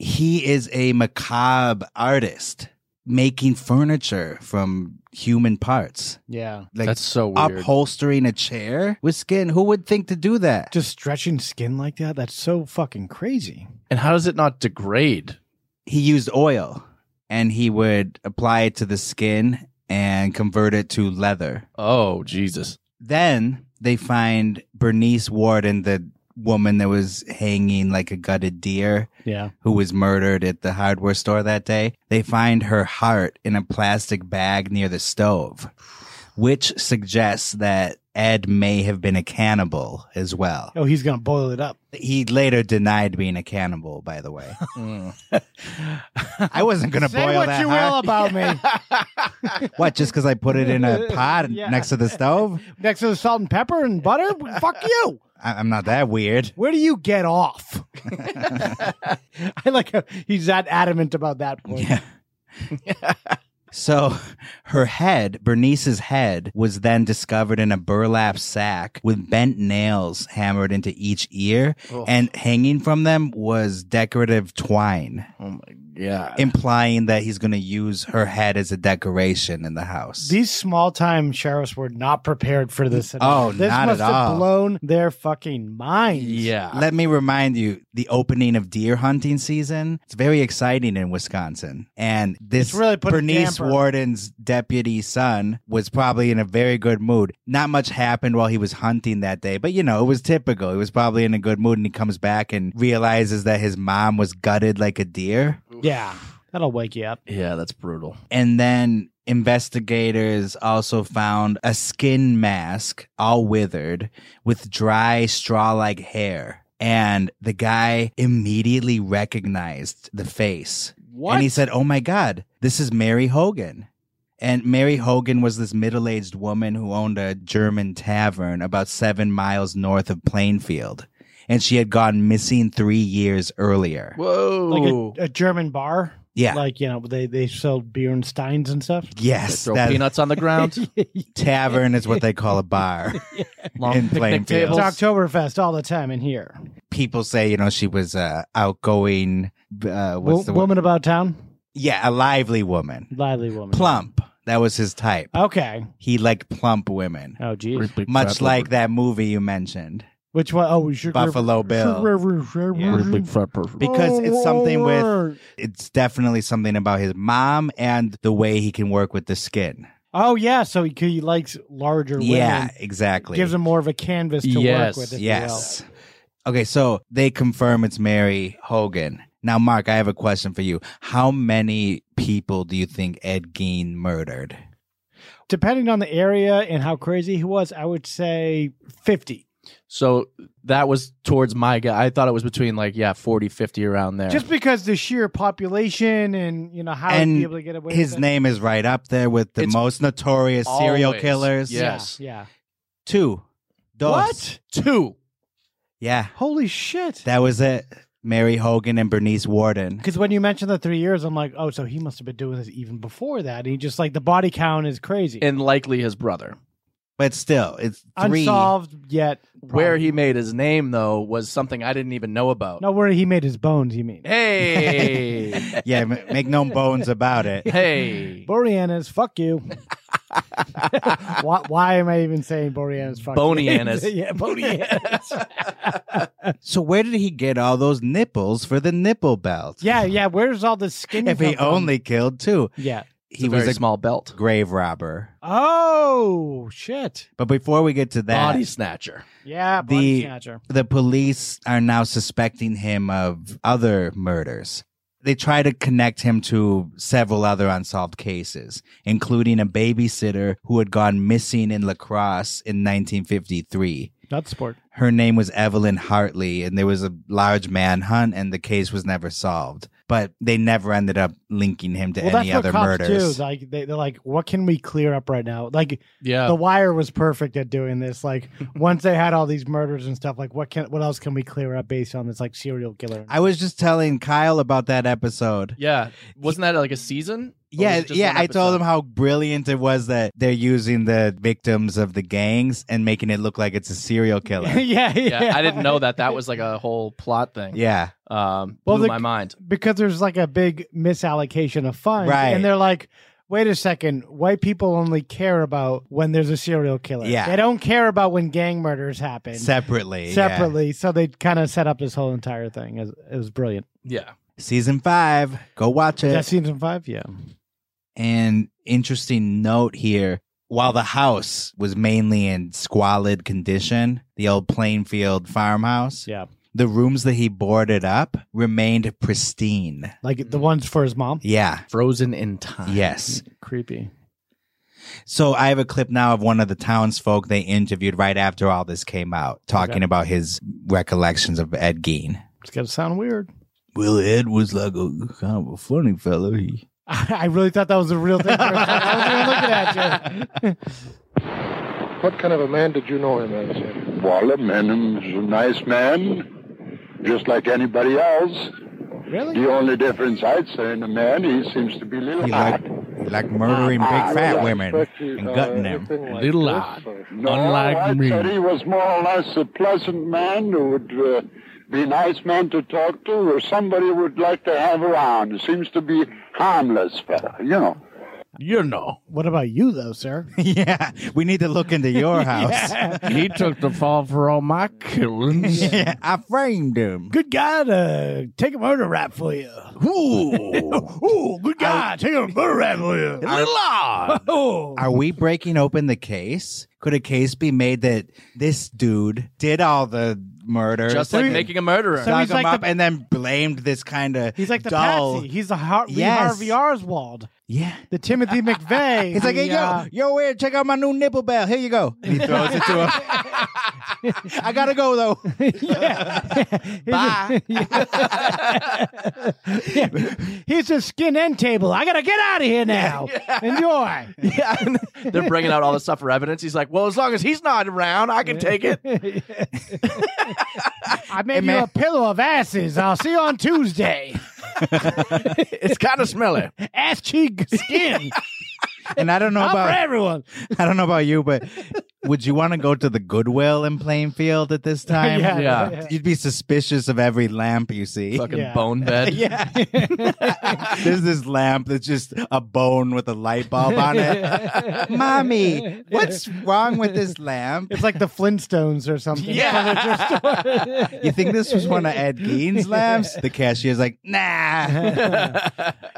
Speaker 1: He is a macabre artist making furniture from human parts.
Speaker 9: Yeah.
Speaker 1: Like
Speaker 10: That's so weird.
Speaker 1: upholstering a chair with skin. Who would think to do that?
Speaker 9: Just stretching skin like that? That's so fucking crazy.
Speaker 10: and how does it not degrade?
Speaker 1: he used oil and he would apply it to the skin and convert it to leather.
Speaker 10: Oh, Jesus.
Speaker 1: Then they find Bernice Warden, the woman that was hanging like a gutted deer
Speaker 9: Yeah.
Speaker 1: who was murdered at the hardware store that day. They find her heart in a plastic bag near the stove, which suggests that Ed may have been a cannibal as well.
Speaker 9: Oh, he's gonna boil it up.
Speaker 1: He later denied being a cannibal, by the way. I wasn't going to
Speaker 9: Say
Speaker 1: boil
Speaker 9: what
Speaker 1: that
Speaker 9: you
Speaker 1: hard.
Speaker 9: will about me.
Speaker 1: What, just because I put it in a pot
Speaker 9: Yeah.
Speaker 1: next to the stove?
Speaker 9: Next to the salt and pepper and butter. Fuck you.
Speaker 1: Oh. I- I'm not that weird.
Speaker 9: Where do you get off? I like how he's that adamant about that point.
Speaker 1: So her head, Bernice's head, was then discovered in a burlap sack with bent nails hammered into each ear,
Speaker 10: Oh.
Speaker 1: and hanging from them was decorative twine,
Speaker 10: Oh my god.
Speaker 1: implying that he's going to use her head as a decoration in the house.
Speaker 9: These small time sheriffs were not prepared for this at all.
Speaker 1: Oh,
Speaker 9: This
Speaker 1: not
Speaker 9: must
Speaker 1: at
Speaker 9: have
Speaker 1: all.
Speaker 9: blown their fucking minds.
Speaker 10: Yeah.
Speaker 1: Let me remind you the opening of deer hunting season. It's very exciting in Wisconsin. And this
Speaker 9: It's really put a
Speaker 1: Bernice
Speaker 9: damper.
Speaker 1: Warden's deputy son was probably in a very good mood. Not much happened while he was hunting that day, but you know, it was typical. He was probably in a good mood and he comes back and realizes that his mom was gutted like a deer.
Speaker 9: Yeah. That'll wake you up.
Speaker 10: Yeah, that's brutal.
Speaker 1: And then investigators also found a skin mask, all withered, with dry straw like hair. And the guy immediately recognized the face.
Speaker 10: What?
Speaker 1: And he said, Oh my God, this is Mary Hogan. And Mary Hogan was this middle aged woman who owned a German tavern about seven miles north of Plainfield. And she had gone missing three years earlier.
Speaker 10: Whoa.
Speaker 9: Like a, a German bar.
Speaker 1: Yeah.
Speaker 9: Like, you know, they, they sold beer and steins and stuff.
Speaker 1: Yes.
Speaker 10: Throw
Speaker 1: that-
Speaker 10: peanuts on the ground.
Speaker 1: tavern is what they call a bar.
Speaker 10: Long
Speaker 1: In
Speaker 10: picnic
Speaker 1: Plainfield.
Speaker 10: tables.
Speaker 9: It's Oktoberfest all the time in here.
Speaker 1: People say, you know, she was uh, outgoing. Uh, what's
Speaker 9: Wo-
Speaker 1: the word?
Speaker 9: woman about town?
Speaker 1: Yeah, a lively woman,
Speaker 9: Lively woman.
Speaker 1: plump. That was his type.
Speaker 9: Okay.
Speaker 1: He liked plump women,
Speaker 9: Oh, geez.
Speaker 1: much like that movie you mentioned,
Speaker 9: Which one? Oh, we should.
Speaker 1: Buffalo Bill. Because
Speaker 9: Oh,
Speaker 1: it's something with, it's definitely something about his mom and the way he can work with the skin.
Speaker 9: Oh, yeah. So he, he likes larger
Speaker 1: Yeah,
Speaker 9: women.
Speaker 1: exactly.
Speaker 9: Gives him more of a canvas to
Speaker 10: Yes.
Speaker 9: work with. if you
Speaker 1: Yes. Okay, so they confirm it's Mary Hogan. Now, Mark, I have a question for you. How many people do you think Ed Gein murdered?
Speaker 9: will. Depending on the area and how crazy he was, I would say 50.
Speaker 10: So that was towards my guy. I thought it was between like, yeah, 40, 50 around there.
Speaker 9: Just because the sheer population and, you know, how he'd
Speaker 1: And
Speaker 9: be able to get away with
Speaker 1: His
Speaker 9: it.
Speaker 1: name is right up there with the
Speaker 10: It's
Speaker 1: most notorious serial
Speaker 10: Always.
Speaker 1: killers.
Speaker 9: Yeah,
Speaker 10: Yes.
Speaker 9: Yeah.
Speaker 1: Two. Dos.
Speaker 9: What?
Speaker 10: Two.
Speaker 1: Yeah,
Speaker 9: Holy shit.
Speaker 1: that was it. Mary Hogan and Bernice Warden.
Speaker 9: Because when you mentioned the three years, I'm like, oh, so he must have been doing this even before that. And he just like the body count is crazy,
Speaker 10: And likely his brother.
Speaker 1: But still, it's three.
Speaker 9: unsolved yet.
Speaker 10: Where he made his name, though, was something I didn't even know about.
Speaker 9: no, where he made his bones. You mean?
Speaker 10: Hey.
Speaker 1: Yeah, ma- make no bones about it.
Speaker 10: hey.
Speaker 9: Boreanaz, fuck you. why, why am I even saying Boreanaz? Fuck you?
Speaker 10: Boneanaz.
Speaker 9: yeah, Boreanaz.
Speaker 1: So, where did he get all those nipples for the nipple belt?
Speaker 9: yeah, yeah. Where's all the skin?
Speaker 1: If
Speaker 9: come
Speaker 1: he
Speaker 9: from?
Speaker 1: only killed two,
Speaker 9: Yeah.
Speaker 1: he
Speaker 10: It's
Speaker 1: was
Speaker 10: very
Speaker 1: a
Speaker 10: small belt.
Speaker 1: grave robber.
Speaker 9: Oh shit.
Speaker 1: But before we get to that,
Speaker 10: Body snatcher.
Speaker 9: Yeah, body
Speaker 1: The-
Speaker 9: snatcher.
Speaker 1: the police are now suspecting him of other murders. They try to connect him to several other unsolved cases, including a babysitter who had gone missing in lacrosse in 1953.
Speaker 9: Nut sport.
Speaker 1: Her name was Evelyn Hartley, and there was a large manhunt, and the case was never solved. But they never ended up linking him to
Speaker 9: Well, that's
Speaker 1: any
Speaker 9: what
Speaker 1: other
Speaker 9: cops
Speaker 1: murders.
Speaker 9: do. Like they, they're like, what can we clear up right now? Like
Speaker 10: Yeah.
Speaker 9: The Wire was perfect at doing this. Like once they had all these murders and stuff, like what can what else can we clear up based on this like serial killer?
Speaker 1: I was just telling Kyle about that episode.
Speaker 10: yeah. Wasn't that like a season? Or was
Speaker 1: Yeah,
Speaker 10: it just
Speaker 1: yeah.
Speaker 10: one
Speaker 1: I told
Speaker 10: episode?
Speaker 1: them how brilliant it was that they're using the victims of the gangs and making it look like it's a serial killer.
Speaker 9: yeah, yeah,
Speaker 10: Yeah, I didn't know that. That was like a whole plot thing.
Speaker 1: yeah,
Speaker 10: Um,
Speaker 9: Well,
Speaker 10: blew
Speaker 9: the-
Speaker 10: my mind.
Speaker 9: because there's like a big misallocation of funds,
Speaker 1: Right.
Speaker 9: And they're like. Wait a second. White people only care about when there's a serial killer.
Speaker 1: Yeah.
Speaker 9: They don't care about when gang murders happen
Speaker 1: separately. yeah.
Speaker 9: separately. So they kind of set up this whole entire thing. It was, it was brilliant.
Speaker 10: Yeah.
Speaker 1: Season five. Go watch it.
Speaker 9: Is that season five? Yeah.
Speaker 1: And interesting note here while the house was mainly in squalid condition, the old Plainfield farmhouse,
Speaker 9: yeah.
Speaker 1: the rooms that he boarded up remained pristine.
Speaker 9: Like the ones for his mom?
Speaker 1: Yeah.
Speaker 10: Frozen in time.
Speaker 1: Yes.
Speaker 10: Creepy.
Speaker 1: So I have a clip now of one of the townsfolk they interviewed right after all this came out, talking
Speaker 9: Okay.
Speaker 1: about his recollections of Ed Gein.
Speaker 9: It's going to sound weird.
Speaker 1: Well, Ed was like a kind of a funny fellow. He
Speaker 9: I really thought that was a real thing. for a second. I was even looking at you.
Speaker 4: What kind of a man did you know him as? Ed?
Speaker 22: Well, Menem is a nice man, just like anybody else.
Speaker 9: Really?
Speaker 22: The only difference I'd say in the man, he seems to be a little
Speaker 1: He
Speaker 22: odd. Ah,
Speaker 1: liked, he liked murdering
Speaker 9: Ah,
Speaker 1: big fat women
Speaker 22: Especially,
Speaker 1: and
Speaker 22: uh,
Speaker 1: gutting them.
Speaker 22: anything like
Speaker 1: Little
Speaker 22: this,
Speaker 1: odd.
Speaker 22: or- No,
Speaker 1: Unlike
Speaker 22: I
Speaker 1: me.
Speaker 22: said he was more or less a pleasant man who would uh, be a nice man to talk to, or somebody would like to have around. He seems to be harmless fella, you know.
Speaker 9: You know. What about you, though, sir?
Speaker 1: yeah. We need to look into your house.
Speaker 9: He
Speaker 10: took the fall for all my killings.
Speaker 1: I framed him.
Speaker 9: Good guy to take a murder rap for you. Ooh. Ooh, good guy. Ah, take a murder rap for you. Oh.
Speaker 1: Are we breaking open the case? Could a case be made that this dude did all the murder?
Speaker 10: Just like
Speaker 1: dug
Speaker 10: making a murderer.
Speaker 1: him up and then blamed this kind of
Speaker 9: He's like the
Speaker 1: dull.
Speaker 9: Patsy. He's the Har- Lee
Speaker 1: Yes.
Speaker 9: Harvey Oswald.
Speaker 1: Yeah.
Speaker 9: The Timothy McVeigh.
Speaker 1: He's like, hey,
Speaker 9: the, uh,
Speaker 1: yo, yo, weird. Check out my new nipple bell. Here you go. And he throws it to him. I gotta go though. Bye.
Speaker 9: Here's a skin end table. I gotta get out of here now. Enjoy.
Speaker 10: Yeah, and they're bringing out all the stuff for evidence. He's like, well, as long as he's not around, I can take it.
Speaker 9: I made you a pillow of asses. I'll see you on Tuesday.
Speaker 10: it's kind of smelly.
Speaker 9: Ass cheek skin.
Speaker 1: And I don't know
Speaker 9: Not
Speaker 1: about
Speaker 9: for everyone.
Speaker 1: I don't know about you, but would you want to go to the Goodwill in Plainfield at this time?
Speaker 9: Yeah, Yeah. yeah.
Speaker 1: You'd be suspicious of every lamp you see.
Speaker 10: Fucking Yeah. bone bed.
Speaker 1: yeah. There's this lamp that's just a bone with a light bulb on it. Mommy, what's wrong with this lamp?
Speaker 9: It's like the Flintstones or something.
Speaker 1: you think this was one of Ed Gein's lamps? The cashier's like, nah.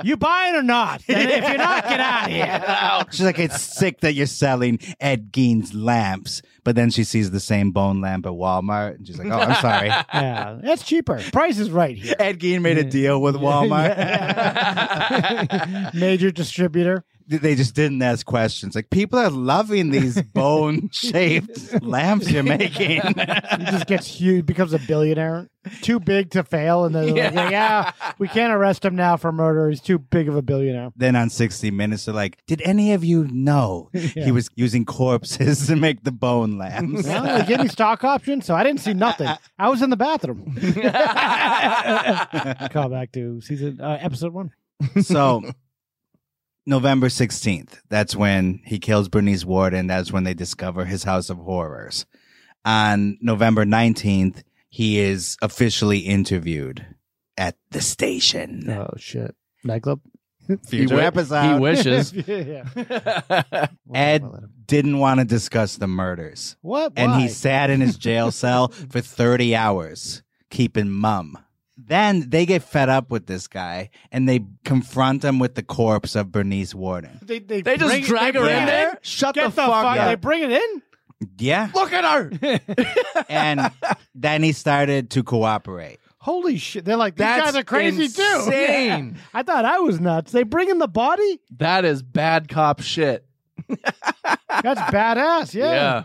Speaker 9: you buying or not? And if you're not, get out of here.
Speaker 1: She's like, it's sick that you're selling Ed Gein's lamps. But then she sees the same bone lamp at Walmart and she's like, oh, I'm sorry.
Speaker 9: Yeah, that's cheaper. Price is right here.
Speaker 1: Ed Gein made a deal with Walmart.
Speaker 9: Major distributor.
Speaker 1: They just didn't ask questions. Like, people are loving these bone shaped lamps you're making.
Speaker 9: he just gets huge, becomes a billionaire, too big to fail, and then yeah. Like, yeah, we can't arrest him now for murder. He's too big of a billionaire.
Speaker 1: then on 60 Minutes, they're like, did any of you know he was using corpses to make the bone lamps?
Speaker 9: Well, they gave me stock options, so I didn't see nothing. I was in the bathroom. Call back to season uh, episode one.
Speaker 1: so November 16th, that's when he kills Bernice Warden. That's when they discover his house of horrors. On November 19th, he is officially interviewed at the station.
Speaker 9: Oh shit! Nightclub.
Speaker 1: Future
Speaker 10: wi-
Speaker 1: episode.
Speaker 10: he wishes.
Speaker 9: yeah.
Speaker 1: Ed didn't want to discuss the murders.
Speaker 9: What?
Speaker 1: And
Speaker 9: Why?
Speaker 1: he sat in his jail cell for 30 hours, keeping mum. Then they get fed up with this guy and they confront him with the corpse of Bernice Warden.
Speaker 9: They, they,
Speaker 10: They just
Speaker 9: bring-
Speaker 10: drag
Speaker 9: they
Speaker 10: her
Speaker 9: bring
Speaker 10: in
Speaker 9: it
Speaker 10: there? Shut
Speaker 9: Get
Speaker 10: the fuck up.
Speaker 9: They bring it in.
Speaker 1: Yeah.
Speaker 10: Look at her.
Speaker 1: and then he started to cooperate.
Speaker 9: Holy shit! They're like these
Speaker 10: That's
Speaker 9: guys are crazy too.
Speaker 10: insane.
Speaker 9: Yeah. I thought I was nuts. They bring in the body.
Speaker 10: That is bad cop shit.
Speaker 9: That's badass. Yeah.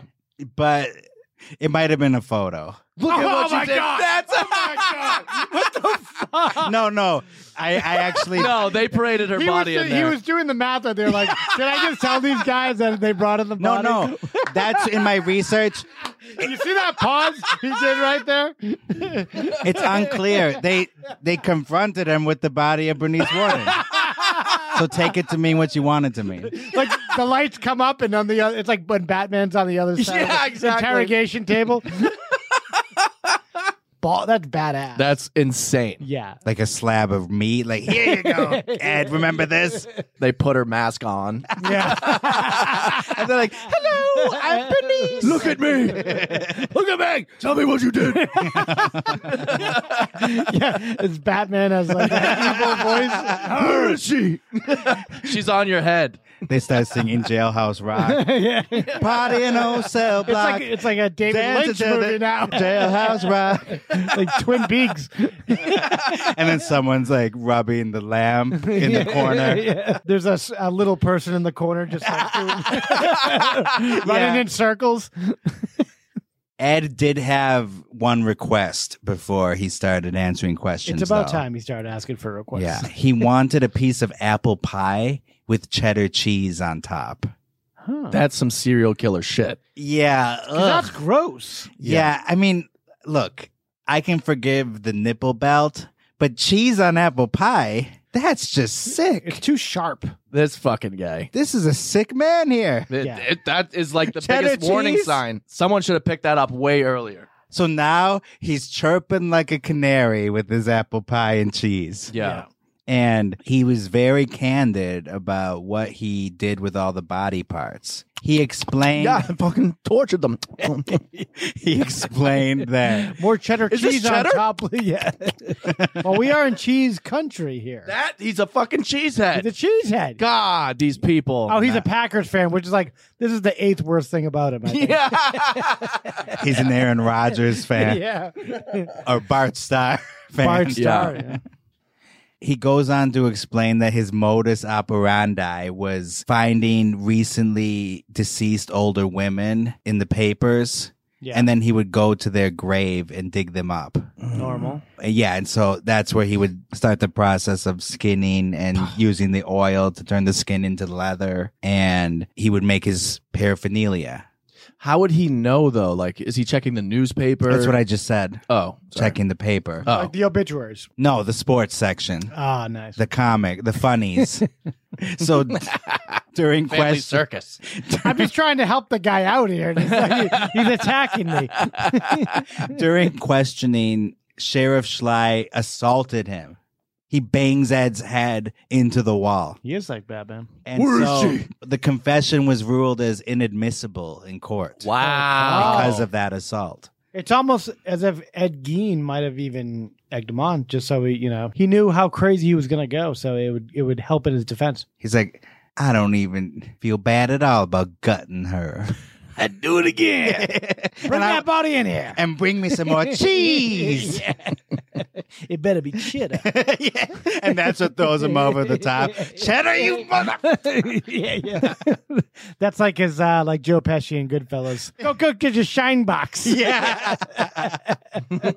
Speaker 1: But it might have been a photo.
Speaker 10: Look at what you did. That's
Speaker 1: No, no. Oh, I, I actually
Speaker 10: no, Oh, they paraded her
Speaker 9: He was,
Speaker 10: body
Speaker 9: do-
Speaker 10: in
Speaker 9: he
Speaker 10: there.
Speaker 9: was doing the math and they're like, did I just tell these guys that they brought in the
Speaker 1: No,
Speaker 9: body?
Speaker 1: no. That's in my research.
Speaker 9: you see that pause he did right there?
Speaker 1: It's unclear. They they confronted him with the body of Bernice Warden. So take it to mean what you want it to mean.
Speaker 9: Like the lights come up and on the other, it's like when Batman's on the other side of
Speaker 10: Yeah,
Speaker 9: the
Speaker 10: exactly.
Speaker 9: interrogation table. ball. That's badass.
Speaker 10: That's insane.
Speaker 9: Yeah.
Speaker 1: Like a slab of meat. Like, here you go, Ed. Remember this?
Speaker 10: They put her mask on.
Speaker 1: And they're like, hello, I'm Bernice.
Speaker 10: Look at me. Look at me. Tell me what you did.
Speaker 9: yeah, it's Batman as like that evil voice.
Speaker 10: Where is she? She's on your head.
Speaker 1: They start singing Jailhouse Rock.
Speaker 9: yeah.
Speaker 1: Party in old cell
Speaker 9: It's like
Speaker 1: block.
Speaker 9: it's like a David
Speaker 1: Dance
Speaker 9: Lynch
Speaker 1: until the
Speaker 9: movie now.
Speaker 1: Jailhouse Rock.
Speaker 9: like Twin Peaks.
Speaker 1: and then someone's like rubbing the lamp in the corner.
Speaker 9: Yeah. There's a, s- a little person in the corner just like running
Speaker 1: Yeah.
Speaker 9: in circles.
Speaker 1: Ed did have one request before he started answering questions.
Speaker 9: It's about
Speaker 1: though.
Speaker 9: time he started asking for requests.
Speaker 1: Yeah, he wanted a piece of apple pie with cheddar cheese on top.
Speaker 9: Huh.
Speaker 10: That's some serial killer shit.
Speaker 1: Yeah,
Speaker 9: 'Cause
Speaker 1: ugh.
Speaker 9: that's gross.
Speaker 1: yeah. I mean, look, I can forgive the nipple belt, but cheese on apple pie, that's just sick.
Speaker 9: It's too sharp.
Speaker 10: This fucking guy.
Speaker 1: This is a sick man here.
Speaker 10: Th-
Speaker 9: Yeah.
Speaker 10: it- that is like the
Speaker 1: Cheddar
Speaker 10: biggest warning
Speaker 1: cheese?
Speaker 10: sign. Someone should have picked that up way earlier.
Speaker 1: So now he's chirping like a canary with his apple pie and cheese.
Speaker 10: Yeah.
Speaker 1: and he was very candid about what he did with all the body parts. He explained
Speaker 10: Yeah, I fucking tortured them.
Speaker 1: he explained that
Speaker 9: More cheddar
Speaker 10: Is this
Speaker 9: cheese
Speaker 10: cheddar?
Speaker 9: on top. yeah. well, we are in cheese country here.
Speaker 10: that he's a fucking
Speaker 9: He's a
Speaker 10: cheesehead.
Speaker 9: cheesehead.
Speaker 10: God, these people.
Speaker 9: Oh, he's a Packers fan, which is like this is the eighth worst thing about him. I think.
Speaker 1: he's an Aaron Rodgers fan
Speaker 9: yeah.
Speaker 1: or Bart Starr fan.
Speaker 9: Bart Starr.
Speaker 10: Yeah.
Speaker 9: yeah.
Speaker 1: He goes on to explain that his modus operandi was finding recently deceased older women in the papers,
Speaker 9: Yeah.
Speaker 1: and then he would go to their grave and dig them up.
Speaker 9: normal.
Speaker 1: And Yeah, and so that's where he would start the process of skinning and using the oil to turn the skin into leather, and he would make his paraphernalia.
Speaker 10: How would he know though? Like, is he checking the newspaper?
Speaker 1: That's what I just said.
Speaker 10: Oh, sorry.
Speaker 1: Checking the paper.
Speaker 10: Oh,
Speaker 9: Like the obituaries.
Speaker 1: No, the sports section,
Speaker 9: Ah, nice.
Speaker 1: the comic, the funnies. so during
Speaker 10: family
Speaker 1: question,
Speaker 10: circus.
Speaker 9: I'm just trying to help the guy out here. and it's like he- he's attacking me.
Speaker 1: during questioning, Sheriff Schley assaulted him. He bangs Ed's head into the wall.
Speaker 9: He is like Batman.
Speaker 1: And
Speaker 10: Where is
Speaker 1: so
Speaker 10: she?
Speaker 1: the confession was ruled as inadmissible in court
Speaker 10: Wow.
Speaker 1: because of that assault.
Speaker 9: It's almost as if Ed Gein might have even egged him on, just so he, you know, he knew how crazy he was going to go, so it would it would help in his defense.
Speaker 1: He's like, I don't even feel bad at all about gutting her. I'd do it again.
Speaker 9: Bring
Speaker 1: and, I-
Speaker 9: that body in here.
Speaker 1: and bring me some more cheese.
Speaker 9: It better be cheddar.
Speaker 1: yeah. And that's what throws him over the top. Cheddar, you mother.
Speaker 9: yeah, yeah. That's like his uh like Joe Pesci in Goodfellas. Go go get your shine box.
Speaker 1: Yeah.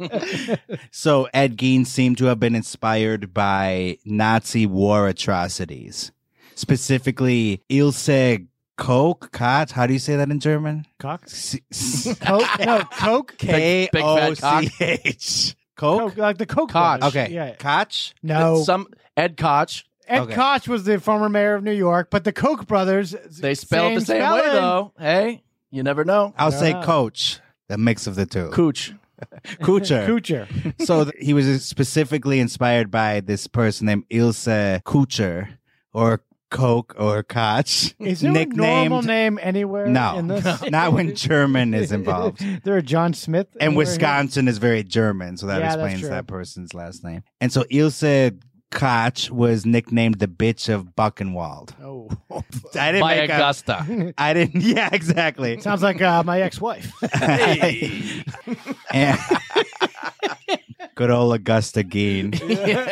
Speaker 1: so Ed Gein seemed to have been inspired by Nazi war atrocities, specifically Ilse Koch. Koch? How do you say that in German?
Speaker 9: Cox?
Speaker 1: C- c-
Speaker 9: Coke? No, Coke?
Speaker 1: K
Speaker 10: Big- big
Speaker 1: O
Speaker 10: fat cock.
Speaker 1: C H. Coke?
Speaker 9: Coke, like the Coke.
Speaker 10: Koch.
Speaker 9: brothers.
Speaker 1: Okay.
Speaker 9: Yeah.
Speaker 1: Koch?
Speaker 9: No.
Speaker 10: Some Ed Koch.
Speaker 9: Ed
Speaker 1: okay.
Speaker 9: Koch was the former mayor of New York, but the Koch brothers
Speaker 10: They spell it the same way
Speaker 9: spelling.
Speaker 10: though. Hey, you never know.
Speaker 1: I'll say
Speaker 9: Yeah.
Speaker 1: coach. The mix of the two.
Speaker 10: Cooch.
Speaker 1: Coocher.
Speaker 9: Kucher.
Speaker 1: so th- he was specifically inspired by this person named Ilse Kucher or Coke or Koch.
Speaker 9: Is there a normal name anywhere?
Speaker 1: No,
Speaker 9: in this?
Speaker 1: not when German is involved.
Speaker 9: there a John Smith
Speaker 1: And
Speaker 9: anywhere
Speaker 1: Wisconsin is very German, so that
Speaker 9: Yeah, that's
Speaker 1: explains
Speaker 9: true.
Speaker 1: that person's last name. And so Ilse Koch was nicknamed the bitch of Buckenwald.
Speaker 9: here? Oh,
Speaker 1: I didn't
Speaker 10: By
Speaker 1: make up-
Speaker 10: Augusta.
Speaker 1: I didn't. Yeah, exactly.
Speaker 9: sounds like uh, my ex-wife.
Speaker 1: And- good old Augusta Gein.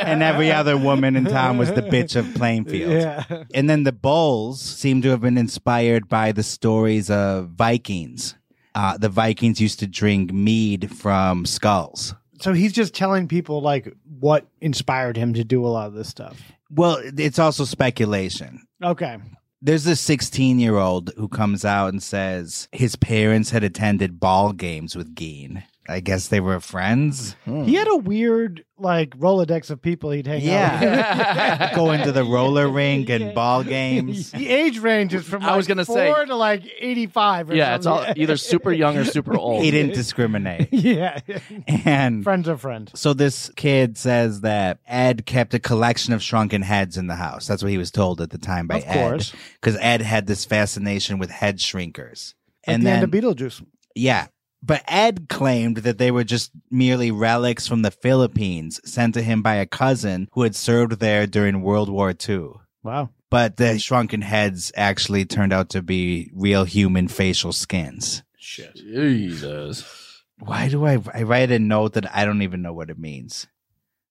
Speaker 1: And every other woman in town was the bitch of Plainfield.
Speaker 9: yeah.
Speaker 1: And then the Bulls seem to have been inspired by the stories of Vikings. Uh, the Vikings used to drink mead from skulls.
Speaker 9: So he's just telling people like what inspired him to do a lot of this stuff.
Speaker 1: Well, it's also speculation.
Speaker 9: Okay.
Speaker 1: There's this 16 year old who comes out and says his parents had attended ball games with Gein. I guess they were friends.
Speaker 9: He had a weird like Rolodex of people he'd hang out
Speaker 1: Yeah.
Speaker 9: with.
Speaker 1: Go into the roller rink and ball games.
Speaker 9: The age range is from
Speaker 10: I
Speaker 9: like
Speaker 10: was gonna
Speaker 9: four
Speaker 10: say-
Speaker 9: to like eighty five.
Speaker 10: Yeah, it's all either super young or super old.
Speaker 1: He didn't discriminate.
Speaker 9: yeah.
Speaker 1: And
Speaker 9: Friends are friends.
Speaker 1: So this kid says that Ed kept a collection of shrunken heads in the house. That's what he was told at the time by
Speaker 9: Of course.
Speaker 1: Ed, because Ed had this fascination with head shrinkers.
Speaker 9: At the end of Beetlejuice.
Speaker 1: yeah, but Ed claimed that they were just merely relics from the Philippines sent to him by a cousin who had served there during World War II.
Speaker 9: Wow.
Speaker 1: But the shrunken heads actually turned out to be real human facial skins.
Speaker 10: Shit. Jesus.
Speaker 1: Why do I I write a note that I don't even know what it means?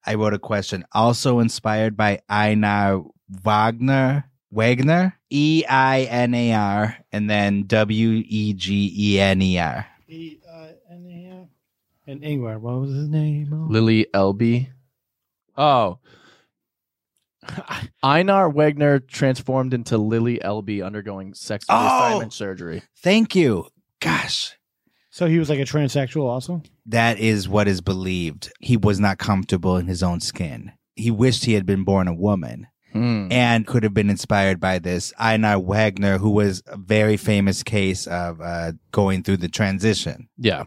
Speaker 1: I wrote a question also inspired by Einar Wagner Wagner E I N A R and then W E G E N E R.
Speaker 9: And Ingvar, what was his name?
Speaker 10: Lily Elby. Oh. Einar Wegner transformed into Lily Elby undergoing sex reassignment surgery.
Speaker 1: Oh! Thank you. Gosh.
Speaker 9: So he was like a transsexual also?
Speaker 1: That is what is believed. He was not comfortable in his own skin. He wished he had been born a woman.
Speaker 10: Hmm.
Speaker 1: and could have been inspired by this. Einar Wagner, who was a very famous case of uh, going through the transition.
Speaker 10: Yeah.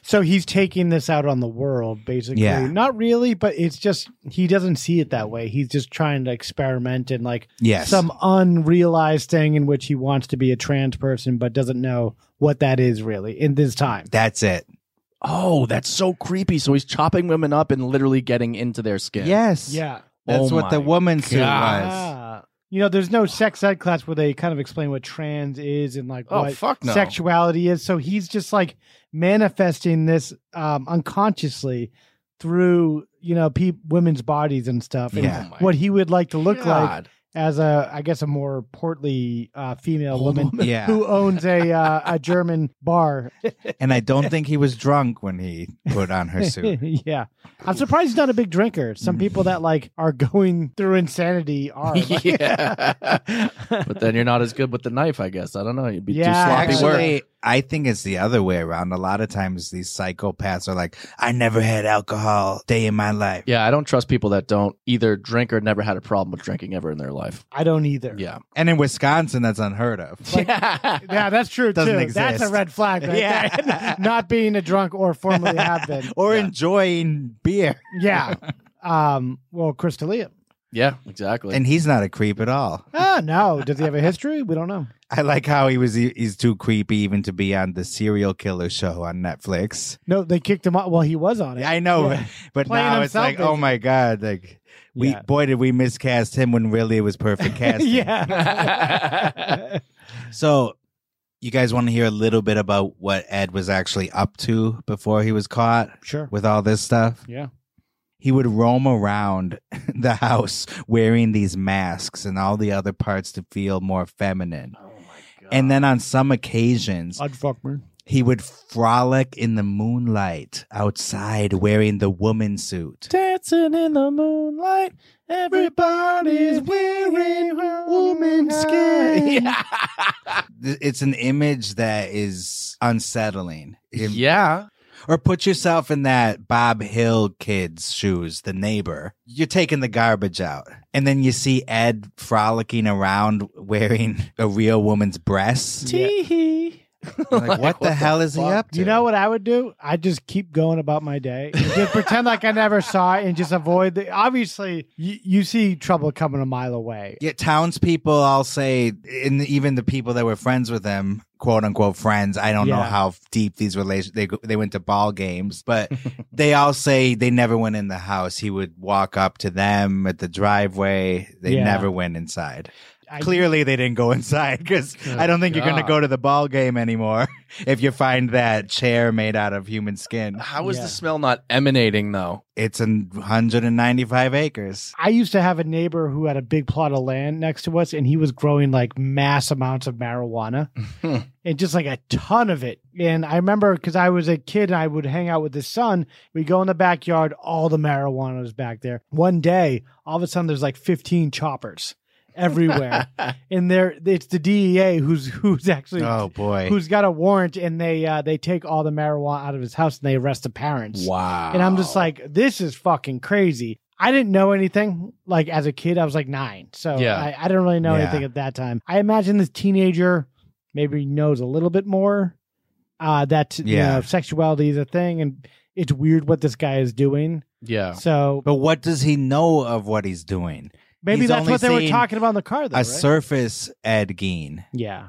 Speaker 9: So he's taking this out on the world, basically.
Speaker 1: Yeah.
Speaker 9: Not really, but it's just he doesn't see it that way. He's just trying to experiment in like
Speaker 1: Yes.
Speaker 9: some unrealized thing in which he wants to be a trans person, but doesn't know what that is really in this time.
Speaker 1: That's it.
Speaker 10: Oh, that's so creepy. So he's chopping women up and literally getting into their skin. Oh
Speaker 1: Yes.
Speaker 9: Yeah.
Speaker 1: That's what the woman suit was.
Speaker 9: Ah. You know, there's no sex ed class where they kind of explain what trans is and like
Speaker 10: Oh,
Speaker 9: what
Speaker 10: fuck no.
Speaker 9: sexuality is. So he's just like manifesting this um, unconsciously through you know pe- women's bodies and stuff, and
Speaker 1: Yeah. Oh
Speaker 9: what he would like to look like
Speaker 1: God.
Speaker 9: as a, I guess, a more portly uh, female woman,
Speaker 1: woman. Yeah.
Speaker 9: who owns a uh, a German bar.
Speaker 1: And I don't think he was drunk when he put on her suit. Mm.
Speaker 9: yeah, I'm surprised he's not a big drinker. Some people that like are going through insanity are. like-
Speaker 10: yeah. but then you're not as good with the knife, I guess. I don't know. You'd be too sloppy work.
Speaker 1: Actually, I think it's the other way around. A lot of times these psychopaths are like, I never had alcohol day in my life.
Speaker 10: Yeah, I don't trust people that don't either drink or never had a problem with drinking ever in their life.
Speaker 9: I don't either.
Speaker 10: Yeah.
Speaker 1: And in Wisconsin, that's unheard of.
Speaker 9: yeah. that's true
Speaker 1: Doesn't
Speaker 9: too. That's a
Speaker 1: exist.
Speaker 9: red flag right
Speaker 1: Yeah.
Speaker 9: there. Not being a drunk or formerly have been.
Speaker 1: or enjoying beer.
Speaker 9: Yeah. Um, well, Chris D'Elia.
Speaker 10: Yeah, exactly.
Speaker 1: And he's not a creep at all.
Speaker 9: Oh, no. Does he have a history? We don't know.
Speaker 1: I like how he was he's too creepy even to be on the serial killer show on Netflix.
Speaker 9: No, they kicked him out. Well, he was on it.
Speaker 1: I know,
Speaker 9: Yeah.
Speaker 1: Oh, but
Speaker 9: Playing
Speaker 1: now it's
Speaker 9: himself,
Speaker 1: like, oh
Speaker 9: basically.
Speaker 1: my god, like we boy did we miscast him when really it was perfect casting.
Speaker 9: yeah.
Speaker 1: So you guys want to hear a little bit about what Ed was actually up to before he was caught?
Speaker 9: Sure.
Speaker 1: With all this stuff?
Speaker 9: yeah.
Speaker 1: he would roam around the house wearing these masks and all the other parts to feel more feminine.
Speaker 9: Oh
Speaker 1: And then on some occasions,
Speaker 9: Odd Fuckman.
Speaker 1: he would frolic in the moonlight outside wearing the woman suit.
Speaker 10: Dancing in the moonlight, everybody's wearing woman's skin. Yeah.
Speaker 1: Th- It's an image that is unsettling. If-
Speaker 10: Yeah.
Speaker 1: Or put yourself in that Bob Hill kid's shoes, the neighbor. You're taking the garbage out. And then you see Ed frolicking around wearing a real woman's breasts.
Speaker 9: Teehee.
Speaker 1: Like, what, the, hell is he up to?
Speaker 9: You know what I would do? I'd just keep going about my day. And Just pretend like I never saw it and just avoid the. Obviously, you, you see trouble coming a mile away.
Speaker 1: Yeah, townspeople all say, and even the people that were friends with him, quote unquote friends. I don't know
Speaker 9: Yeah.
Speaker 1: how deep these relations. They go- they went to ball games, but they all say they never went in the house. He would walk up to them at the driveway. They
Speaker 9: Yeah.
Speaker 1: never went inside.
Speaker 9: I-
Speaker 1: Clearly, they didn't go inside because
Speaker 9: Good
Speaker 1: I don't think you're going to
Speaker 9: God.
Speaker 1: go to the ball game anymore if you find that chair made out of human skin.
Speaker 10: How is the smell not emanating though?
Speaker 1: It's in 195 acres.
Speaker 9: I used to have a neighbor who had a big plot of land next to us, and he was growing like mass amounts of marijuana and just like a ton of it. And I remember because I was a kid and I would hang out with his son, we'd go in the backyard, all the marijuana was back there. One day, all of a sudden, there's like 15 choppers. everywhere, and they're it's the DEA who's who's actually
Speaker 1: Oh, boy.
Speaker 9: who's got a warrant, and they uh, they take all the marijuana out of his house and they arrest the parents.
Speaker 1: Wow.
Speaker 9: And I'm just like, this is fucking crazy. I didn't know anything. Like as a kid, I was like nine, so
Speaker 10: Yeah.
Speaker 9: I, I didn't really know
Speaker 10: Yeah.
Speaker 9: anything at that time. I imagine this teenager maybe knows a little bit more. Uh, that you
Speaker 1: Yeah.
Speaker 9: know, sexuality is a thing, and it's weird what this guy is doing.
Speaker 10: Yeah.
Speaker 9: So,
Speaker 1: but what does he know of what he's doing?
Speaker 9: Maybe
Speaker 1: He's
Speaker 9: that's
Speaker 1: only
Speaker 9: what they were
Speaker 1: seen
Speaker 9: talking about in the car, though.
Speaker 1: a
Speaker 9: right?
Speaker 1: surface Ed Gein.
Speaker 9: Yeah.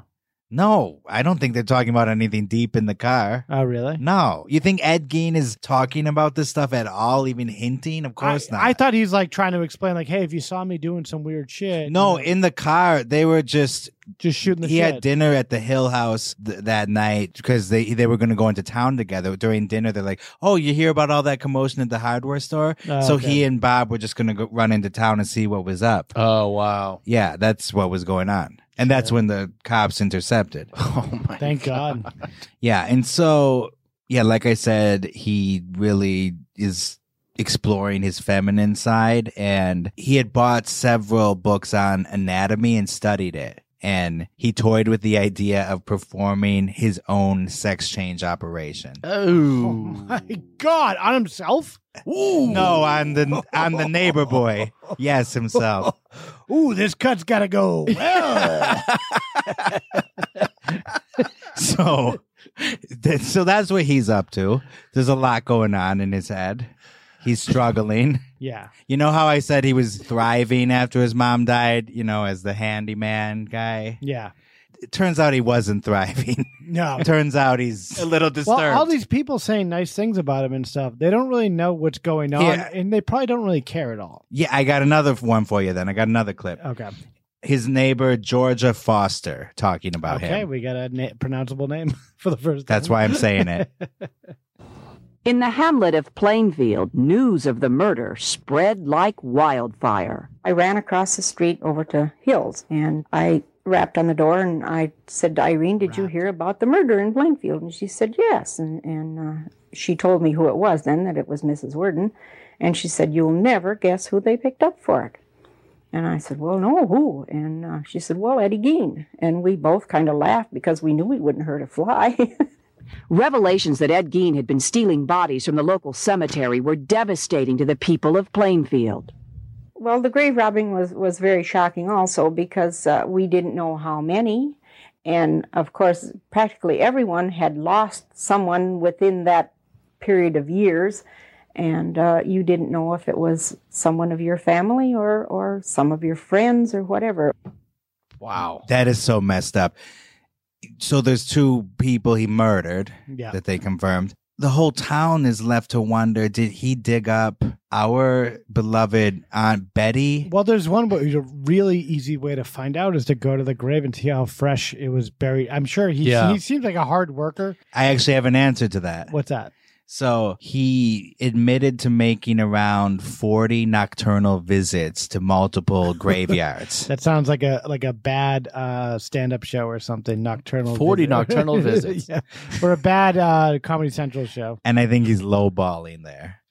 Speaker 1: No, I don't think they're talking about anything deep in the car.
Speaker 9: Oh, really?
Speaker 1: No. You think Ed Gein is talking about this stuff at all, even hinting? Of course not.
Speaker 9: I thought he was like trying to explain, like, hey, if you saw me doing some weird shit,
Speaker 1: No, in the car they were just
Speaker 9: just shooting. the
Speaker 1: he
Speaker 9: shit.
Speaker 1: had dinner at the Hill House th- that night because they they were going to go into town together. During dinner, they're like, "Oh, you hear about all that commotion at the hardware store?"
Speaker 9: Ah,
Speaker 10: Oh,
Speaker 1: so
Speaker 10: okay.
Speaker 1: he and Bob were just going to go run into town and see what was up.
Speaker 10: Oh wow!
Speaker 1: Yeah, that's what was going on, and that's when the cops intercepted. Oh my!
Speaker 9: Thank God.
Speaker 1: Yeah, and so yeah, like I said, he really is exploring his feminine side and he had bought several books on anatomy and studied it. And he toyed with the idea of performing his own sex change operation.
Speaker 9: Oh, my God! On himself?
Speaker 1: No, on the on the neighbor boy. Yes, himself.
Speaker 9: Ooh, this cut's got to go. Well.
Speaker 1: so that- so that's what he's up to there's a lot going on in his head he's struggling
Speaker 9: Yeah.
Speaker 1: you know how i said he was thriving after his mom died you know as the handyman guy
Speaker 9: Yeah.
Speaker 1: it turns out he wasn't thriving
Speaker 9: No.
Speaker 1: turns out he's a little disturbed
Speaker 9: Well, all these people saying nice things about him and stuff, they don't really know what's going on,
Speaker 1: Yeah.
Speaker 9: and they probably don't really care at all.
Speaker 1: yeah i got another one for you then i got another clip
Speaker 9: Okay.
Speaker 1: his neighbor georgia foster talking about
Speaker 9: Okay,
Speaker 1: Oh, him
Speaker 9: we got a na- pronounceable name for the first.
Speaker 1: that's
Speaker 9: time.
Speaker 1: why i'm saying it
Speaker 6: In the hamlet of Plainfield, news of the murder spread like wildfire.
Speaker 7: I ran across the street over to Hills and I rapped on the door and I said to Irene, Did you hear about the murder in Plainfield? And she said, Yes. And, and uh, she told me who it was then, that it was Mrs. Worden. And she said, You'll never guess who they picked up for it. And I said, Well, no, who? And uh, she said, Well, Eddie Gein. And we both kind of laughed because we knew we wouldn't hurt a fly.
Speaker 6: Revelations that Ed Gein had been stealing bodies from the local cemetery were devastating to the people of Plainfield.
Speaker 7: Well, the grave robbing was, was very shocking also because uh, we didn't know how many. And of course, practically everyone had lost someone within that period of years. And uh, you didn't know if it was someone of your family or, or some of your friends or whatever.
Speaker 10: Wow.
Speaker 1: That is so messed up. So there's two people he murdered
Speaker 7: Yeah.
Speaker 1: that they confirmed. The whole town is left to wonder did he dig up our beloved Aunt Betty?
Speaker 9: Well, there's one, but a really easy way to find out is to go to the grave and see how fresh it was buried. I'm sure he
Speaker 1: Yeah.
Speaker 9: he seems like a hard worker.
Speaker 1: I actually have an answer to that.
Speaker 9: What's that?
Speaker 1: So he admitted to making around 40 nocturnal visits to multiple graveyards.
Speaker 9: That sounds like a like a bad uh, stand up show or something. Nocturnal
Speaker 1: 40
Speaker 9: visit.
Speaker 1: nocturnal visits.
Speaker 9: yeah. or a bad uh, Comedy Central show.
Speaker 1: and I think he's lowballing there.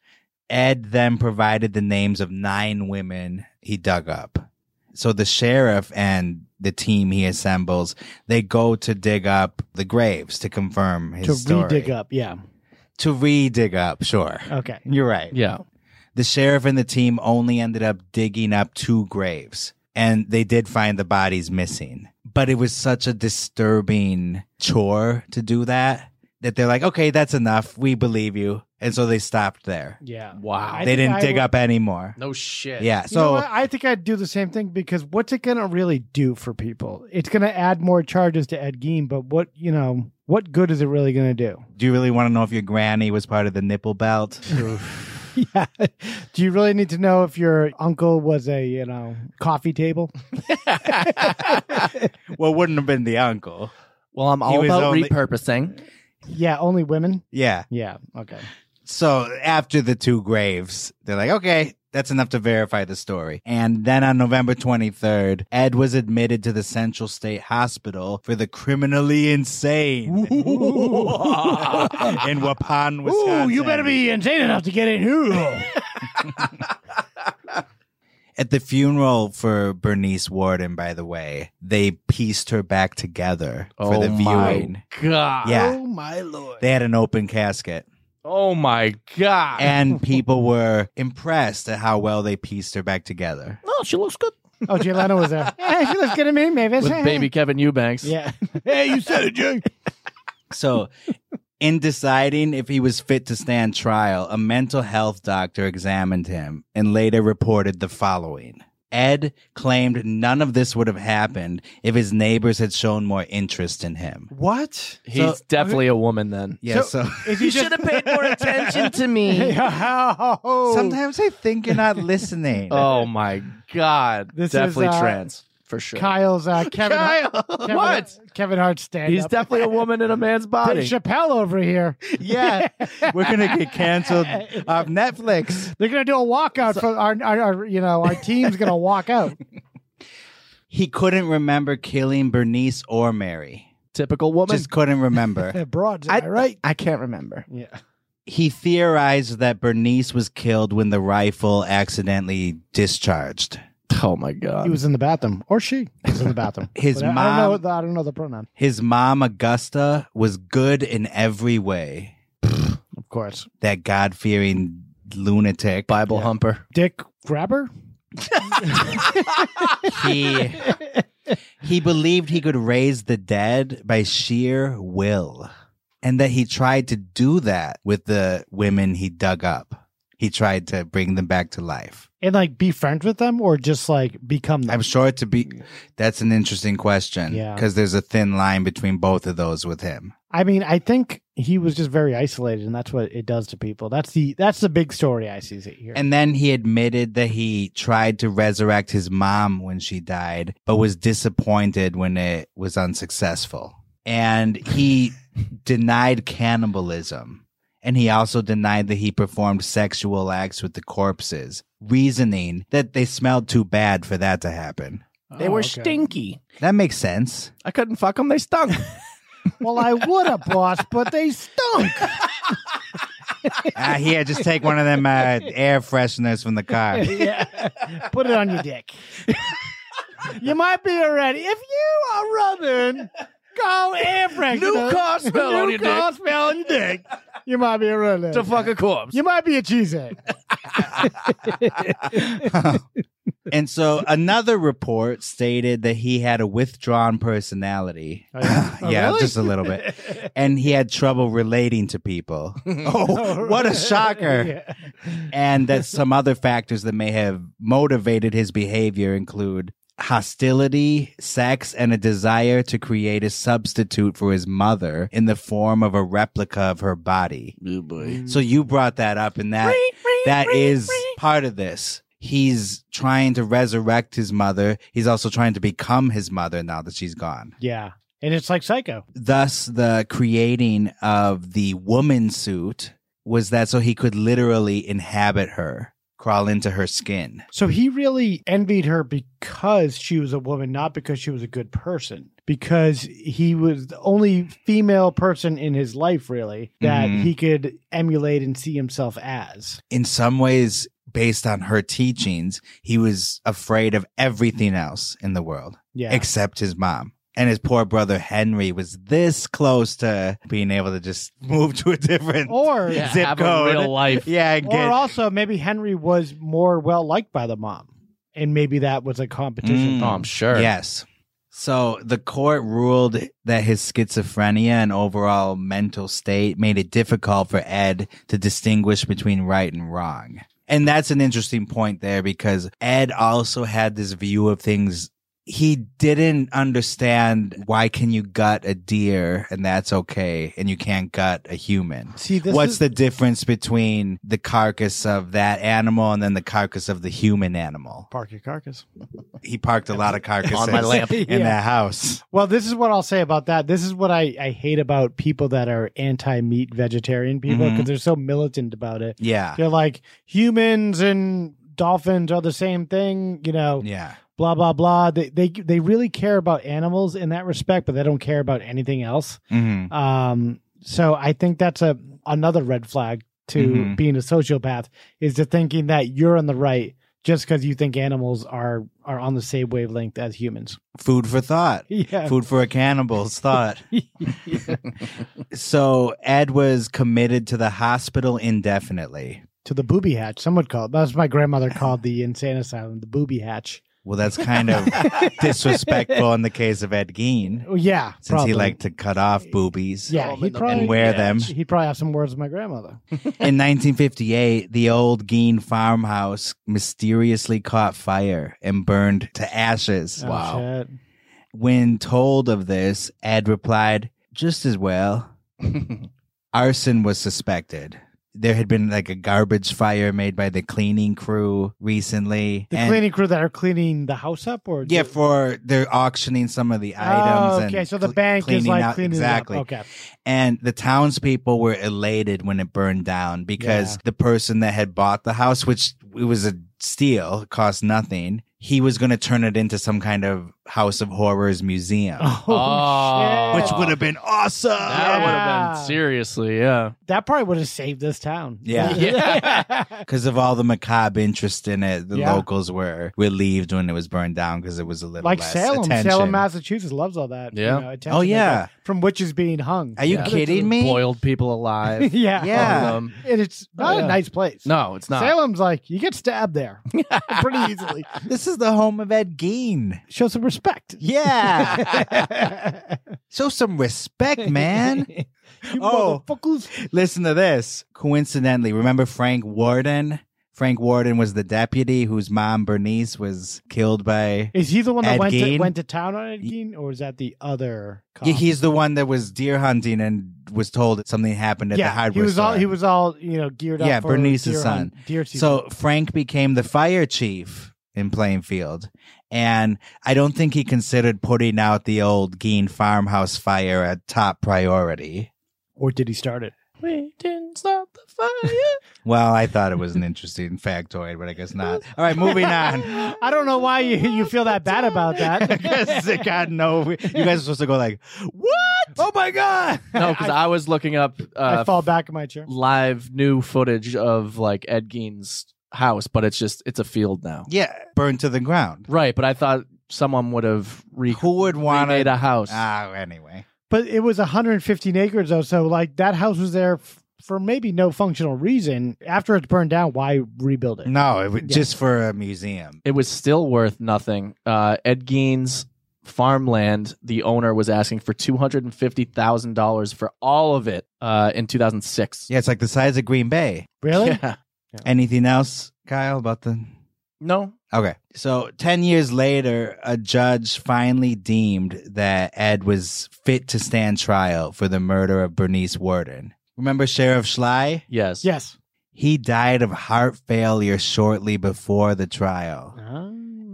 Speaker 1: Ed then provided the names of nine women he dug up. So the sheriff and the team he assembles, they go to dig up the graves to confirm his
Speaker 9: to
Speaker 1: story.
Speaker 9: re-dig up, yeah.
Speaker 1: To re-dig up, sure.
Speaker 9: Okay.
Speaker 1: You're right.
Speaker 10: Yeah.
Speaker 1: The sheriff and the team only ended up digging up two graves, and they did find the bodies missing. But it was such a disturbing chore to do that that they're like, okay, that's enough. We believe you. And so they stopped there.
Speaker 9: Yeah.
Speaker 10: Wow.
Speaker 9: I
Speaker 1: they
Speaker 9: think
Speaker 1: didn't
Speaker 9: I
Speaker 1: dig
Speaker 9: would-
Speaker 1: up anymore.
Speaker 10: No shit.
Speaker 1: Yeah.
Speaker 9: You know
Speaker 1: So
Speaker 9: what? I think I'd do the same thing because what's it going to really do for people? It's going to add more charges to Ed Gein, but what you know, what good is it really going to do?
Speaker 1: do you really want to know if your granny was part of the nipple belt?
Speaker 9: Do you really need to know if your uncle was a you know coffee table?
Speaker 1: well, it wouldn't have been the uncle.
Speaker 10: Well, I'm all about repurposing.
Speaker 9: Yeah, only women.
Speaker 1: Yeah.
Speaker 9: Yeah. Okay.
Speaker 1: So after the two graves, they're like, okay, that's enough to verify the story. And then on November 23rd, Ed was admitted to the Central State Hospital for the criminally insane in Wapan, Wisconsin.
Speaker 9: Ooh, you better be insane enough to get in here.
Speaker 1: At the funeral for Bernice Warden, by the way, they pieced her back together for
Speaker 10: Oh
Speaker 1: the
Speaker 10: my
Speaker 1: viewing.
Speaker 10: God.
Speaker 1: Yeah.
Speaker 9: Oh my lord.
Speaker 1: They had an open casket.
Speaker 10: Oh my god.
Speaker 1: And people were impressed at how well they pieced her back together.
Speaker 9: Oh, she looks good. Oh, Jay Leno was there. hey, she looks good to me, Mavis.
Speaker 1: With baby
Speaker 10: Kevin Eubanks.
Speaker 9: Yeah. hey, you said it, Jay.
Speaker 1: So, in deciding if he was fit to stand trial, a mental health doctor examined him and later reported the following Ed claimed none of this would have happened if his neighbors had shown more interest in him.
Speaker 9: What?
Speaker 10: He's definitely a woman then.
Speaker 1: Yeah, so,
Speaker 9: you
Speaker 10: should have paid more attention to me.
Speaker 1: Sometimes I think you're not listening.
Speaker 10: Oh my god.
Speaker 9: This is,
Speaker 10: definitely
Speaker 9: uh,
Speaker 10: trans for sure.
Speaker 9: Kyle's uh, Kevin,
Speaker 10: Kyle,
Speaker 9: Kevin.
Speaker 10: what?
Speaker 9: Kevin Hart stand.
Speaker 10: He's definitely a woman in a man's body.
Speaker 9: Chappelle over here.
Speaker 1: Yeah, we're gonna get canceled off Netflix.
Speaker 9: They're gonna do a walkout for our, our, our, you know, our team's gonna walk out.
Speaker 1: He couldn't remember killing Bernice or Mary.
Speaker 10: Typical woman.
Speaker 1: Just couldn't remember.
Speaker 9: They're broads, am I, right? I can't remember. Yeah.
Speaker 1: he theorized that Bernice was killed when the rifle accidentally discharged.
Speaker 10: Oh my god.
Speaker 9: He was in the bathroom, or she was in the bathroom.
Speaker 1: His
Speaker 9: But I- I don't know.
Speaker 1: mom-
Speaker 9: The, I don't know the pronoun.
Speaker 1: His mom Augusta was good in every way.
Speaker 9: Of course.
Speaker 1: That God-fearing lunatic
Speaker 10: Bible humper.
Speaker 9: Dick Grabber.
Speaker 1: He he believed he could raise the dead by sheer will and that he tried to do that with the women he dug up. He tried to bring them back to life.
Speaker 9: and like be friends with them, or just like become them.
Speaker 1: I'm sure to be that's an interesting question
Speaker 9: Yeah.
Speaker 1: because there's a thin line between both of those with him.
Speaker 9: I mean, I think he was just very isolated, and that's what it does to people. That's the that's the big story I see here.
Speaker 1: And then he admitted that he tried to resurrect his mom when she died, but was disappointed when it was unsuccessful. And he denied cannibalism. And he also denied that he performed sexual acts with the corpses, reasoning that they smelled too bad for that to happen.
Speaker 10: They
Speaker 9: oh,
Speaker 10: were stinky.
Speaker 1: That makes sense.
Speaker 10: I couldn't fuck them. They stunk.
Speaker 9: well, I would have, boss, but they stunk.
Speaker 1: Ah, here, just take one of them uh, air fresheners from the car.
Speaker 9: yeah. Put it on your dick. you might be already. If you are rubbing, go air freshener.
Speaker 10: New car smell
Speaker 9: New
Speaker 10: on your
Speaker 9: car
Speaker 10: dick.
Speaker 9: smell on your dick. You might be a runner.
Speaker 10: To fuck a corpse.
Speaker 9: You might be a cheesehead.
Speaker 1: and so another report stated that he had a withdrawn personality. yeah,
Speaker 9: Oh, really?
Speaker 1: just a little bit. And he had trouble relating to people. oh, what a shocker. And that some other factors that may have motivated his behavior include hostility, sex, and a desire to create a substitute for his mother in the form of a replica of her body. So you brought that up, and that that is part of this. He's trying to resurrect his mother. He's also trying to become his mother now that she's gone.
Speaker 9: Yeah. And it's like psycho.
Speaker 1: Thus, the creating of the woman suit was that so he could literally inhabit her, crawl into her skin.
Speaker 9: So he really envied her because she was a woman, not because she was a good person. Because he was the only female person in his life, really, that
Speaker 1: Mhm.
Speaker 9: he could emulate and see himself as.
Speaker 1: In some ways, based on her teachings, he was afraid of everything else in the world
Speaker 9: Yeah.
Speaker 1: except his mom. And his poor brother Henry was this close to being able to just move to a different
Speaker 9: Or
Speaker 1: zip code. Yeah, and
Speaker 9: Or
Speaker 1: get
Speaker 9: also maybe Henry was more well liked by the mom. And maybe that was a competition. Oh,
Speaker 1: Mm.
Speaker 9: thing.
Speaker 1: Yes. So the court ruled that his schizophrenia and overall mental state made it difficult for Ed to distinguish between right and wrong. And that's an interesting point there because Ed also had this view of things he didn't understand why can you gut a deer and that's okay and you can't gut a human
Speaker 9: See, this
Speaker 1: what's
Speaker 9: is-
Speaker 1: the difference between the carcass of that animal and then the carcass of the human animal
Speaker 9: Park your carcass.
Speaker 1: he parked a lot of carcasses
Speaker 9: On my lamp.
Speaker 1: in
Speaker 9: Yeah.
Speaker 1: that house.
Speaker 9: Well, this is what I'll say about that. This is what I, I hate about people that are anti meat vegetarian people because
Speaker 1: Mhm.
Speaker 9: they're so militant about it.
Speaker 1: Yeah.
Speaker 9: They're like humans and dolphins are the same thing, you know.
Speaker 1: Yeah.
Speaker 9: Blah blah blah. They they they really care about animals in that respect, but they don't care about anything else.
Speaker 1: Mhm.
Speaker 9: Um, so I think that's a another red flag to
Speaker 1: Mhm.
Speaker 9: being a sociopath is to thinking that you're on the right just because you think animals are are on the same wavelength as humans.
Speaker 1: Food for thought.
Speaker 9: Yeah.
Speaker 1: Food for a cannibal's thought. so Ed was committed to the hospital indefinitely.
Speaker 9: To the booby hatch, some would call it. That's what my grandmother called the insane asylum the booby hatch.
Speaker 1: Well, that's kind of disrespectful in the case of Ed Gein.
Speaker 9: Well, Oh, yeah,
Speaker 1: Since
Speaker 9: probably.
Speaker 1: he liked to cut off boobies
Speaker 9: yeah, he probably
Speaker 1: and wear them.
Speaker 9: He'd probably have some words with my grandmother.
Speaker 1: In 1958, the old Gein farmhouse mysteriously caught fire and burned to ashes.
Speaker 9: Oh, shit.
Speaker 1: When told of this, Ed replied, just as well. Arson was suspected. There had been like a garbage fire made by the cleaning crew recently.
Speaker 9: The
Speaker 1: and-
Speaker 9: cleaning crew that are cleaning the house up, or
Speaker 1: yeah, for they're auctioning some of the items.
Speaker 9: Oh, okay,
Speaker 1: and
Speaker 9: so the
Speaker 1: cle-
Speaker 9: bank is
Speaker 1: cleaning
Speaker 9: like
Speaker 1: out-
Speaker 9: cleaning it up.
Speaker 1: exactly.
Speaker 9: Okay.
Speaker 1: and the townspeople were elated when it burned down because
Speaker 9: Yeah.
Speaker 1: the person that had bought the house, which it was a steal, it cost nothing. He was going to turn it into some kind of House of Horrors museum,
Speaker 9: Oh,
Speaker 1: which would have been awesome.
Speaker 10: That would have been seriously, yeah.
Speaker 9: that probably would have saved this town.
Speaker 1: Yeah. because of all the macabre interest in it. The
Speaker 9: Yeah.
Speaker 1: locals were relieved when it was burned down because it was a little
Speaker 9: like
Speaker 1: less
Speaker 9: Salem,
Speaker 1: attention.
Speaker 9: Salem, Massachusetts loves all that.
Speaker 1: Yeah.
Speaker 9: You know, attention
Speaker 1: Oh,
Speaker 9: they
Speaker 1: yeah.
Speaker 9: get From witches being hung.
Speaker 1: Are you
Speaker 9: Yeah.
Speaker 1: kidding me?
Speaker 10: Boiled people alive.
Speaker 9: yeah.
Speaker 10: Yeah.
Speaker 9: Um, and it's not
Speaker 10: Oh, yeah.
Speaker 9: a nice place.
Speaker 10: No, it's not.
Speaker 9: Salem's like you get stabbed there pretty easily.
Speaker 1: This is the home of Ed Gein.
Speaker 9: Show some respect.
Speaker 1: Yeah. Show some respect, man.
Speaker 9: You
Speaker 1: Oh.
Speaker 9: motherfuckers.
Speaker 1: Listen to this. Coincidentally, remember Frank Warden? Frank Warden was the deputy whose mom Bernice was killed by.
Speaker 9: Is he the one that
Speaker 1: Ed
Speaker 9: went to,
Speaker 1: Gein?
Speaker 9: went to town on Ed Gein, or is that the other? Cop?
Speaker 1: Yeah, he's the one that was deer hunting and was told that something happened at the hardware
Speaker 9: he was
Speaker 1: store.
Speaker 9: all he was all you know geared up.
Speaker 1: yeah,
Speaker 9: for
Speaker 1: Bernice's
Speaker 9: deer
Speaker 1: son.
Speaker 9: hunt- Deer season.
Speaker 1: so Frank became the fire chief in Plainfield, and I don't think he considered putting out the old Gein farmhouse fire a top priority.
Speaker 9: or did he start it?
Speaker 10: We didn't stop the fire.
Speaker 1: Well, I thought it was an interesting factoid, but I guess not. All right, moving on.
Speaker 9: I don't know why you, you feel that bad about that.
Speaker 1: Because it got no. You guys are supposed to go like, what? Oh my god!
Speaker 10: No, because I, was looking up
Speaker 9: I
Speaker 10: uh,
Speaker 9: fall back in my chair.
Speaker 10: live new footage of like Ed Gein's house, but it's just it's a field now.
Speaker 1: Yeah, burned to the ground.
Speaker 10: Right, but I thought someone would have re-
Speaker 1: Who would want
Speaker 10: remade a house.
Speaker 1: Ah, anyway.
Speaker 9: But it was 115 acres though, so like that house was there f- for maybe no functional reason. After it's burned down, why rebuild it?
Speaker 1: No, it was
Speaker 9: Yeah.
Speaker 1: just for a museum.
Speaker 10: it was still worth nothing. Uh, Ed Gein's farmland, the owner was asking for two hundred and fifty thousand dollars for all of it uh, in two thousand six.
Speaker 1: Yeah, it's like the size of Green Bay.
Speaker 9: Really?
Speaker 10: Yeah.
Speaker 1: Anything else, Kyle, about the
Speaker 10: No.
Speaker 1: Okay. So 10 years later, a judge finally deemed that Ed was fit to stand trial for the murder of Bernice Warden. Remember Sheriff Schley?
Speaker 10: Yes.
Speaker 9: Yes.
Speaker 1: He died of heart failure shortly before the trial.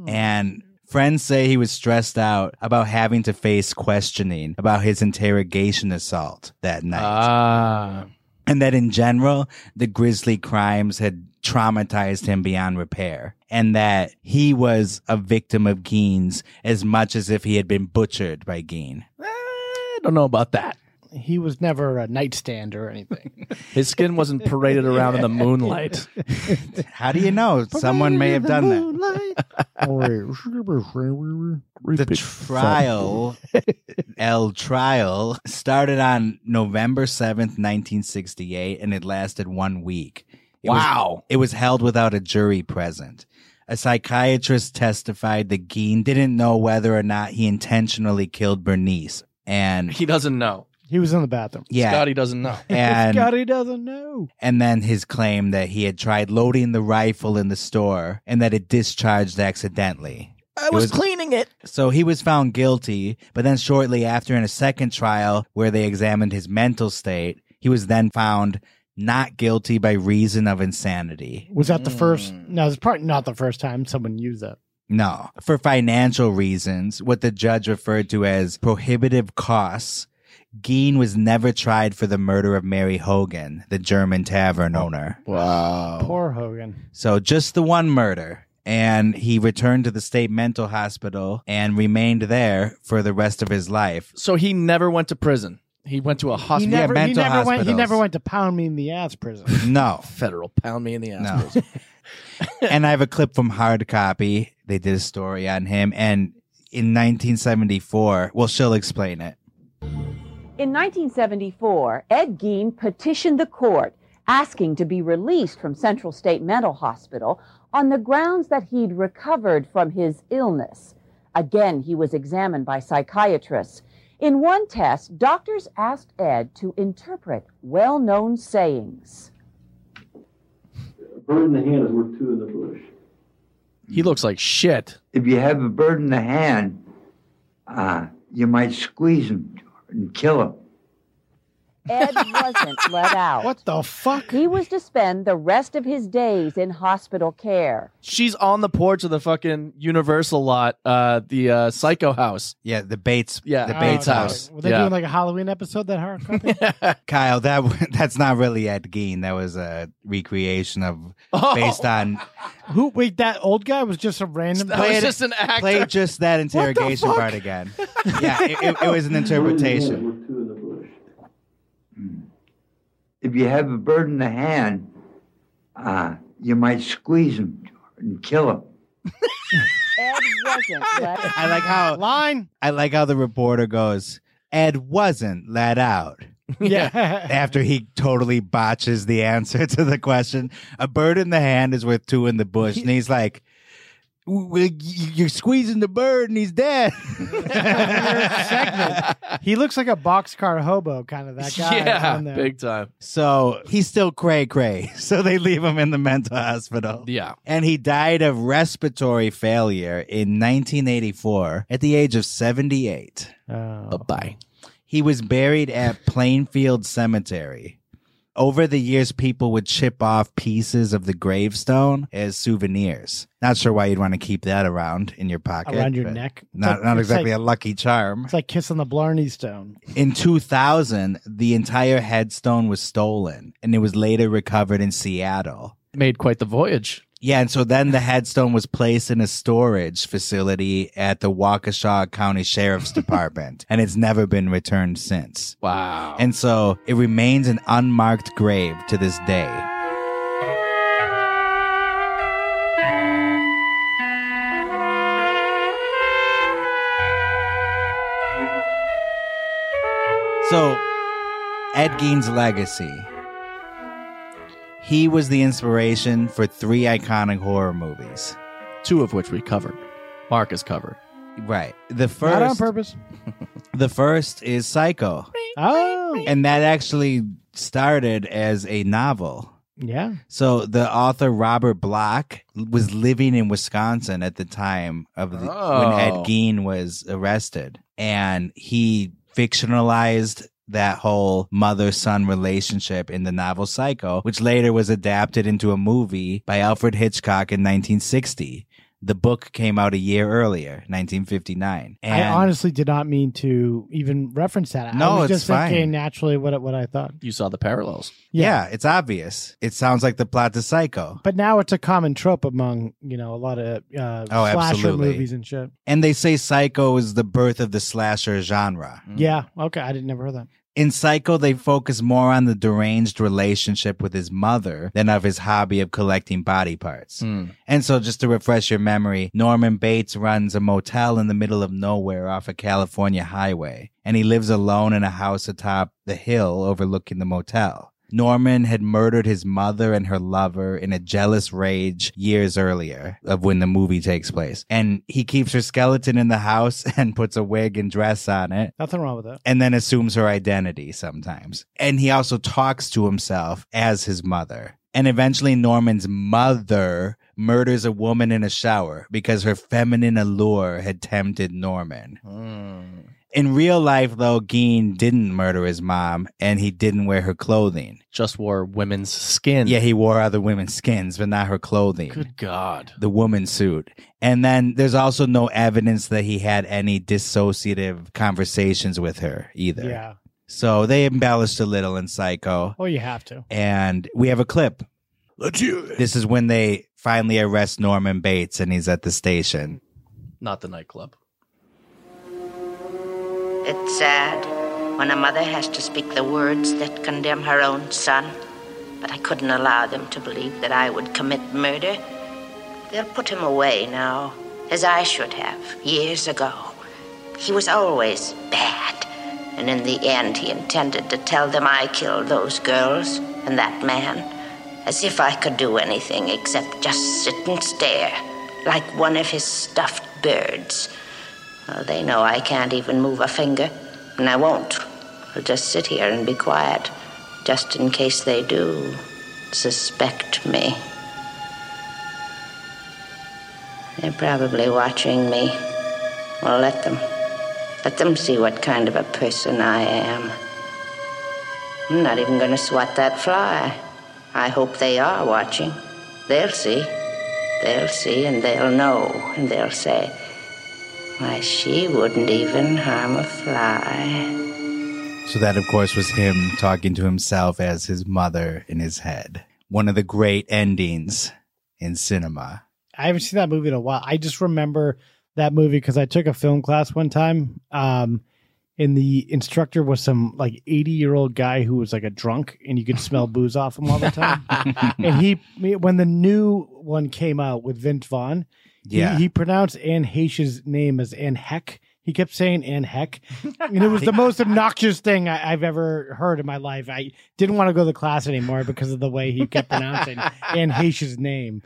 Speaker 1: And friends say he was stressed out about having to face questioning about his interrogation assault that night.
Speaker 10: Ah.
Speaker 1: and that in general, the grisly crimes had traumatized him beyond repair, and that he was a victim of Gein's as much as if he had been butchered by Gein.
Speaker 10: Eh, I don't know about that.
Speaker 9: He was never a nightstand or anything.
Speaker 10: His skin wasn't paraded around in the moonlight.
Speaker 1: How do you know? Someone may have done that. The trial, El Trial, started on November 7th, 1968, and it lasted one week. It was-
Speaker 10: Wow.
Speaker 1: it was held without a jury present. A psychiatrist testified that Gein didn't know whether or not he intentionally killed Bernice. And
Speaker 10: He doesn't know.
Speaker 9: He was in the bathroom.
Speaker 1: yeah,
Speaker 10: Scotty doesn't know.
Speaker 1: and
Speaker 9: Scotty doesn't know.
Speaker 1: and then his claim that he had tried loading the rifle in the store and that it discharged accidentally.
Speaker 16: I
Speaker 1: was
Speaker 16: cleaning it.
Speaker 1: So he was found guilty, but then shortly after, in a second trial where they examined his mental state, he was then found not guilty by reason of insanity.
Speaker 9: Was that the first?
Speaker 1: Mm.
Speaker 9: No, it's probably not the first time someone used that.
Speaker 1: No, for financial reasons, what the judge referred to as prohibitive costs. Gein was never tried for the murder of Mary Hogan, the German tavern owner. Oh.
Speaker 10: Wow.
Speaker 9: Poor Hogan.
Speaker 1: So just the one murder. And he returned to the state mental hospital and remained there for the rest of his life.
Speaker 10: So he never went to prison. He went to a
Speaker 9: He
Speaker 10: hospital.
Speaker 9: never, he
Speaker 1: mental
Speaker 9: never went. He
Speaker 1: hospitals.
Speaker 9: never went to pound me in the ass prison.
Speaker 1: No,
Speaker 10: Federal pound me in the ass.
Speaker 1: no.
Speaker 10: prison.
Speaker 1: and I have a clip from Hard Copy. They did a story on him. And in 1974, well, she'll explain it.
Speaker 3: In 1974, Ed Gein petitioned the court asking to be released from Central State Mental Hospital on the grounds that he'd recovered from his illness. Again, he was examined by psychiatrists. In one test, doctors asked Ed to interpret well known sayings.
Speaker 8: A bird in the hand is worth two in the bush.
Speaker 10: He looks like shit.
Speaker 8: If you have a bird in the hand, uh, you might squeeze him and kill him.
Speaker 3: Ed wasn't let out.
Speaker 9: What the fuck?
Speaker 3: He was to spend the rest of his days in hospital care.
Speaker 10: She's on the porch of the fucking Universal lot, uh, the uh, Psycho House.
Speaker 1: Yeah, the Bates.
Speaker 10: Yeah,
Speaker 1: the Bates
Speaker 9: Oh, okay.
Speaker 1: house.
Speaker 9: Were they
Speaker 1: Yeah.
Speaker 9: doing like a Halloween episode that hard copy?
Speaker 1: Kyle, that that's not really Ed Gein. That was a recreation of
Speaker 10: Oh.
Speaker 1: based on
Speaker 9: Who? Wait, that old guy was just a random.
Speaker 1: That was
Speaker 9: Play it-
Speaker 1: just an actor. play just that interrogation
Speaker 9: fuck?
Speaker 1: part again. Yeah, it, it, it was an interpretation.
Speaker 8: Bird in the hand is worth two in the bush. Mm. If you have a bird in the hand, uh, you might squeeze him and kill him.
Speaker 3: Ed wasn't let out.
Speaker 1: I like how
Speaker 9: line.
Speaker 1: I like how the reporter goes. Ed wasn't let out.
Speaker 9: Yeah.
Speaker 1: After he totally botches the answer to the question, a bird in the hand is worth two in the bush, and he's like, "W- well, y- "You're squeezing the bird, and he's dead."
Speaker 9: he looks like a boxcar hobo, kind of that guy.
Speaker 10: yeah,
Speaker 9: on there.
Speaker 10: big time.
Speaker 1: So he's still cray cray. So they leave him in the mental hospital.
Speaker 10: Yeah.
Speaker 1: And he died of respiratory failure in 1984 at the age of 78.
Speaker 9: Bye
Speaker 10: bye.
Speaker 1: He was buried at Plainfield Cemetery. Over the years, people would chip off pieces of the gravestone as souvenirs. Not sure why you'd want to keep that around in your pocket.
Speaker 9: Around your
Speaker 1: but
Speaker 9: neck.
Speaker 1: Not, not
Speaker 9: It's
Speaker 1: exactly
Speaker 9: like-
Speaker 1: a lucky charm.
Speaker 9: It's like kissing the Blarney Stone.
Speaker 1: In 2000, the entire headstone was stolen and it was later recovered in Seattle.
Speaker 10: Made quite the voyage.
Speaker 1: Yeah, and so then the headstone was placed in a storage facility at the Waukesha County Sheriff's Department, and it's never been returned since.
Speaker 10: Wow.
Speaker 1: And so it remains an unmarked grave to this day. So, Ed Gein's legacy. He was the inspiration for three iconic horror movies.
Speaker 10: Two of which we covered. Marcus covered.
Speaker 1: Right. The first
Speaker 9: Not on purpose.
Speaker 1: The first is Psycho.
Speaker 9: Oh.
Speaker 1: And that actually started as a novel.
Speaker 9: Yeah.
Speaker 1: So the author Robert Block was living in Wisconsin at the time of the, when Ed
Speaker 10: Oh.
Speaker 1: Gein was arrested, and he fictionalized that whole mother-son relationship in the novel Psycho, which later was adapted into a movie by Alfred Hitchcock in 1960. The book came out a year earlier, 1959. And
Speaker 9: I honestly did not mean to even reference that.
Speaker 1: No,
Speaker 9: I was
Speaker 1: it's
Speaker 9: just thinking
Speaker 1: fine.
Speaker 9: naturally what what I thought.
Speaker 10: You saw the parallels.
Speaker 1: yeah, it's obvious. It sounds like the plot to Psycho.
Speaker 9: But now it's a common trope among you know a lot of uh,
Speaker 1: Oh,
Speaker 9: slasher
Speaker 1: absolutely.
Speaker 9: movies and shit.
Speaker 1: And they say Psycho is the birth of the slasher genre.
Speaker 9: Yeah. Okay. I didn't never heard that.
Speaker 1: In Psycho, they focus more on the deranged relationship with his mother than of his hobby of collecting body parts. And so, just to refresh your memory, Norman Bates runs a motel in the middle of nowhere off a California highway, and he lives alone in a house atop the hill overlooking the motel. Norman had murdered his mother and her lover in a jealous rage years earlier of when the movie takes place. And he keeps her skeleton in the house and puts a wig and dress on it
Speaker 9: Nothing wrong with that.
Speaker 1: and then assumes her identity sometimes. And he also talks to himself as his mother. And eventually, Norman's mother murders a woman in a shower because her feminine allure had tempted Norman. In real life, though, Geen didn't murder his mom and he didn't wear her clothing.
Speaker 10: Just wore women's skin.
Speaker 1: Yeah, he wore other women's skins, but not her clothing.
Speaker 10: Good God.
Speaker 1: The woman suit. And then there's also no evidence that he had any dissociative conversations with her either.
Speaker 9: Yeah.
Speaker 1: So they embellished a little in Psycho.
Speaker 9: Oh, you have to.
Speaker 1: And we have a clip.
Speaker 9: Let's hear
Speaker 1: This is when they finally arrest Norman Bates and he's at the station.
Speaker 10: Not the nightclub.
Speaker 23: It's sad when a mother has to speak the words that condemn her own son. But I couldn't allow them to believe that I would commit murder. They'll put him away now, as I should have years ago. He was always bad, and in the end, he intended to tell them I killed those girls and that man, as if I could do anything except just sit and stare, like one of his stuffed birds. Oh, they know I can't even move a finger, and I won't. I'll just sit here and be quiet, just in case they do suspect me. They're probably watching me. Well, let them. Let them see what kind of a person I am. I'm not even going to swat that fly. I hope they are watching. They'll see. They'll see and they'll know and they'll say, Why, she wouldn't even harm a fly.
Speaker 1: So that, of course, was him talking to himself as his mother in his head. One of the great endings in cinema.
Speaker 9: I haven't seen that movie in a while. I just remember that movie because I took a film class one time. Um, and the instructor was some like 80 year old guy who was like a drunk and you could smell booze off him all the time. and he, when the new one came out with Vince Vaughn, he-
Speaker 1: Yeah.
Speaker 9: he, pronounced Anne Heche's name as Anne Heck. He kept saying Anne Heck. And it was the most obnoxious thing I, I've ever heard in my life. I didn't want to go to class anymore because of the way he kept pronouncing Anne Heche's name.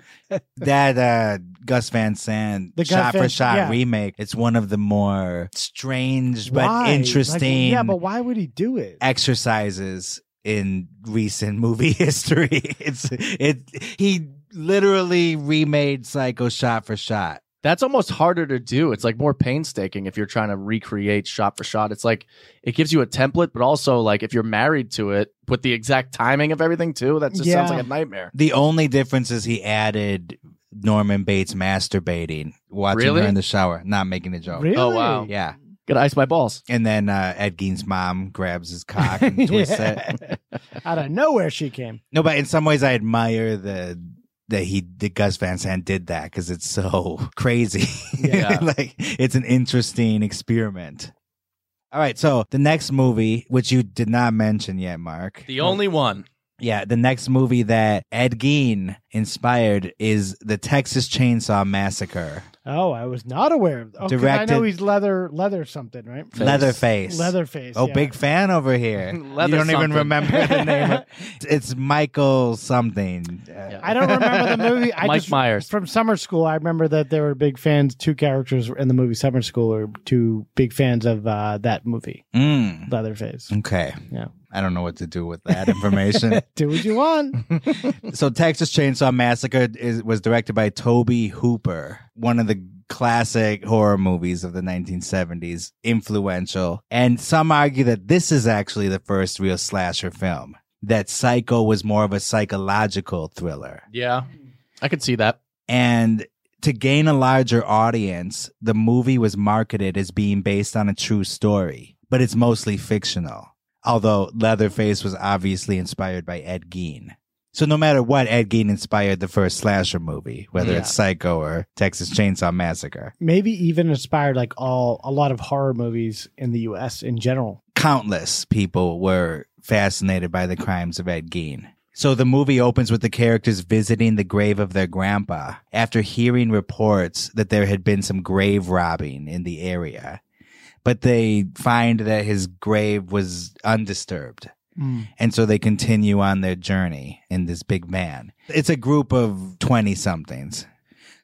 Speaker 1: That uh, Gus Van Sant
Speaker 9: The Gus
Speaker 1: shot for
Speaker 9: Van-
Speaker 1: shot
Speaker 9: yeah.
Speaker 1: remake. It's one of the more strange but
Speaker 9: Why? Like,
Speaker 1: interesting
Speaker 9: yeah, but why would he do it?
Speaker 1: exercises in recent movie history. It's it he literally remade Psycho shot for shot.
Speaker 10: That's almost harder to do. It's like more painstaking if you're trying to recreate shot for shot. It's like it gives you a template, but also like if you're married to it with the exact timing of everything too, that just sounds
Speaker 1: Yeah.
Speaker 10: like a nightmare.
Speaker 1: The only difference is he added Norman Bates masturbating, watching
Speaker 10: Really?
Speaker 1: her in the shower, not making a joke.
Speaker 10: Really? Oh, wow.
Speaker 1: Yeah.
Speaker 10: Gotta ice my balls.
Speaker 1: And then uh, Ed Gein's mom grabs his cock and twists
Speaker 9: Yeah.
Speaker 1: it.
Speaker 9: Out of nowhere she came.
Speaker 1: No, but in some ways, I admire the that he the Gus Van Sant did that because it's so crazy.
Speaker 10: Yeah.
Speaker 1: like it's an interesting experiment. All right, so the next movie, which you did not mention yet, Mark.
Speaker 10: The only one.
Speaker 1: Yeah, the next movie that Ed Gein inspired is the Texas Chainsaw Massacre.
Speaker 9: Oh, I was not aware of that. Oh, 'cause I know
Speaker 1: Directed-
Speaker 9: he's leather, leather something, right?
Speaker 1: Leatherface.
Speaker 9: Leatherface.
Speaker 1: Oh,
Speaker 9: yeah.
Speaker 1: big fan over here.
Speaker 9: Leather
Speaker 1: you don't even
Speaker 9: something.
Speaker 1: remember the name. Of, it's Michael something. Uh,
Speaker 9: I don't remember the movie. I
Speaker 1: Mike
Speaker 9: just,
Speaker 1: Myers.
Speaker 9: from summer school. I remember that there were big fans. Two characters in the movie Summer School are two big fans of uh, that movie,
Speaker 1: Mm.
Speaker 9: Leatherface.
Speaker 1: Okay.
Speaker 9: Yeah.
Speaker 1: I don't know what to do with that information.
Speaker 9: Do what you want.
Speaker 1: so Texas Chainsaw Massacre is, was directed by Toby Hooper, one of the classic horror movies of the 1970s, influential. And some argue that this is actually the first real slasher film. That Psycho was more of a psychological thriller.
Speaker 10: Yeah. I could see that.
Speaker 1: And to gain a larger audience, the movie was marketed as being based on a true story, but it's mostly fictional. Although Leatherface was obviously inspired by Ed Gein. So no matter what, Ed Gein inspired the first slasher movie, whether
Speaker 9: Yeah.
Speaker 1: it's Psycho or Texas Chainsaw Massacre.
Speaker 9: Maybe even inspired like all a lot of horror movies in the U.S. in general.
Speaker 1: countless people were fascinated by the crimes of Ed Gein. So the movie opens with the characters visiting the grave of their grandpa after hearing reports that there had been some grave robbing in the area. But they find that his grave was undisturbed. And so they continue on their journey in this big van. It's a group of 20 somethings.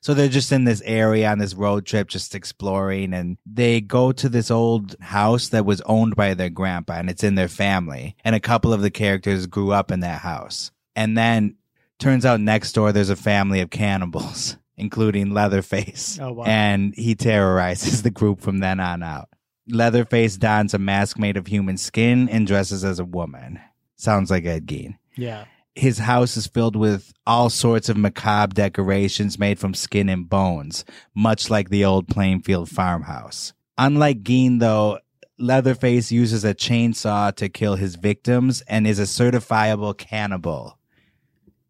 Speaker 1: So they're just in this area on this road trip, just exploring. And they go to this old house that was owned by their grandpa and it's in their family. And a couple of the characters grew up in that house. And then turns out next door, there's a family of cannibals, including Leatherface.
Speaker 9: Oh, wow.
Speaker 1: And he terrorizes the group from then on out. Leatherface dons a mask made of human skin and dresses as a woman. Sounds like Ed Gein.
Speaker 9: Yeah.
Speaker 1: His house is filled with all sorts of macabre decorations made from skin and bones, much like the old Plainfield farmhouse. Unlike Gein, though, Leatherface uses a chainsaw to kill his victims and is a certifiable cannibal,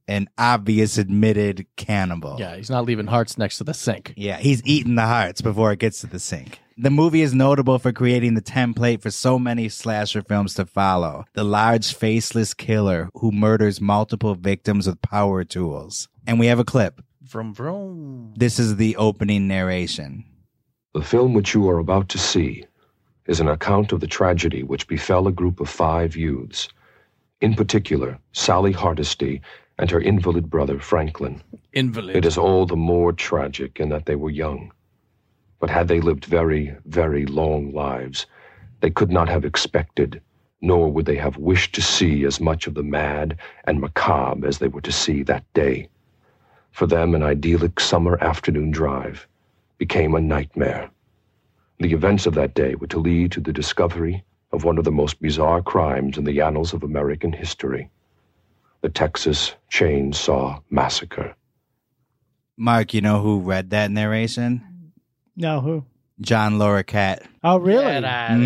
Speaker 1: an obvious admitted cannibal.
Speaker 10: Yeah, he's not leaving hearts next to the sink.
Speaker 1: Yeah, he's eating the hearts before it gets to the sink. The movie is notable for creating the template for so many slasher films to follow the large faceless killer who murders multiple victims with power tools. And we have a clip.
Speaker 10: Vroom vroom.
Speaker 1: This is the opening narration.
Speaker 2: The film which you are about to see is an account of the tragedy which befell a group of five youths, in particular, Sally Hardesty and her invalid brother Franklin.
Speaker 10: Invalid.
Speaker 2: It is all the more tragic in that they were young. But had they lived very, very long lives, they could not have expected, nor would they have wished to see as much of the mad and macabre as they were to see that day. For them, an idyllic summer afternoon drive became a nightmare. The events of that day were to lead to the discovery of one of the most bizarre crimes in the annals of American history the Texas Chainsaw Massacre.
Speaker 1: Mark, you know who read that narration?
Speaker 9: No, who?
Speaker 1: John Loricat.
Speaker 9: Oh, really?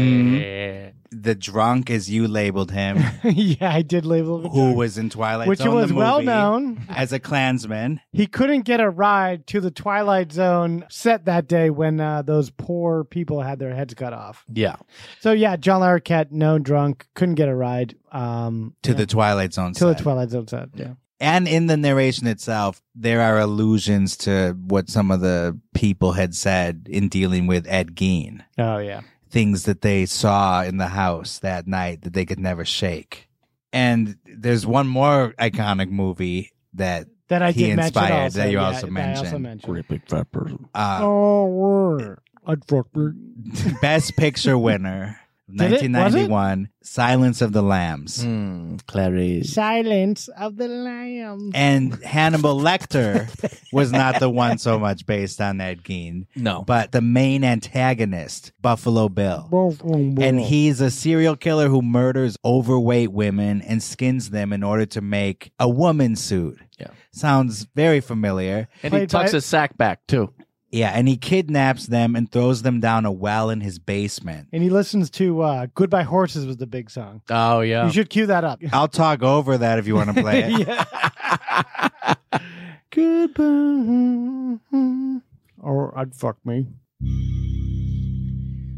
Speaker 1: Mhm. The drunk, as you labeled him,
Speaker 9: yeah, I did label him.
Speaker 1: who was in Twilight
Speaker 9: Which
Speaker 1: Zone,
Speaker 9: was
Speaker 1: the movie,
Speaker 9: well known.
Speaker 1: as a Klansman.
Speaker 9: He couldn't get a ride to the Twilight Zone set that day when uh, those poor people had their heads cut off.
Speaker 10: Yeah.
Speaker 9: So yeah, John Larroquette, known drunk, couldn't get a ride um,
Speaker 1: To the Twilight Zone.
Speaker 9: to the
Speaker 1: set.
Speaker 9: Twilight Zone set. Yeah.
Speaker 1: And in the narration itself, there are allusions to what some of the people had said in dealing with Ed Gein.
Speaker 9: Oh yeah.
Speaker 1: Things that they saw in the house that night that they could never shake. And there's one more iconic movie that
Speaker 9: That I
Speaker 1: he
Speaker 9: did mention
Speaker 1: inspired
Speaker 9: also,
Speaker 1: that you
Speaker 9: yeah,
Speaker 1: also
Speaker 9: that I also
Speaker 1: mentioned.
Speaker 9: mentioned.
Speaker 1: Uh,
Speaker 9: oh, word. I'd fuck her.
Speaker 1: Best Picture winner,
Speaker 9: Did it? Was it?
Speaker 1: 1991, Silence of the Lambs.
Speaker 16: Clarice.
Speaker 9: Silence of the Lambs.
Speaker 1: And Hannibal Lecter was not the one so much based on Ed Gein.
Speaker 10: No.
Speaker 1: But the main antagonist, Buffalo Bill.
Speaker 9: Oh,
Speaker 1: And he's a serial killer who murders overweight women and skins them in order to make a woman suit.
Speaker 10: Yeah.
Speaker 1: Sounds very familiar.
Speaker 10: And he tucks his sack back too.
Speaker 1: Yeah, and he kidnaps them and throws them down a well in his basement.
Speaker 9: And he listens to uh, Goodbye Horses was the big song.
Speaker 10: Oh yeah.
Speaker 9: You should cue that up.
Speaker 1: I'll talk over that if you want to play it.
Speaker 9: Goodbye. Or I'd fuck me.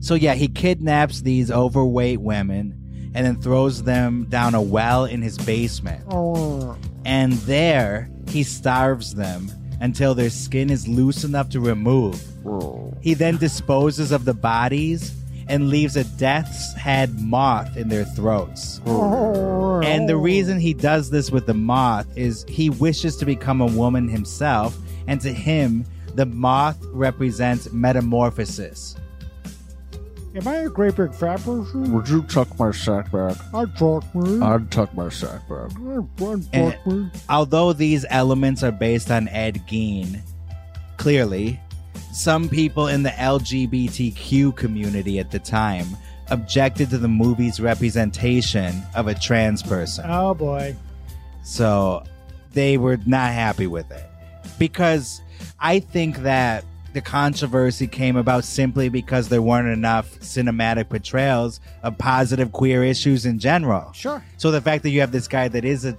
Speaker 1: So yeah, he kidnaps these overweight women and then throws them down a well in his basement.
Speaker 9: Oh.
Speaker 1: And there, he starves them until their skin is loose enough to remove. He then disposes of the bodies and leaves a death's head moth in their throats. And the reason he does this with the moth is he wishes to become a woman himself, and to him, the moth represents metamorphosis.
Speaker 9: Am I a great big fat person?
Speaker 10: Would you tuck my sack back?
Speaker 9: I'd fuck me.
Speaker 10: I'd tuck my sack back.
Speaker 9: I'd- I'd
Speaker 1: And-
Speaker 9: fuck me.
Speaker 1: although these elements are based on Ed Gein, clearly, some people in the LGBTQ community at the time objected to the movie's representation of a trans person.
Speaker 9: Oh boy.
Speaker 1: So they were not happy with it. Because I think that the controversy came about simply because there weren't enough cinematic portrayals of positive queer issues in general.
Speaker 9: Sure.
Speaker 1: So the fact that you have this guy that is a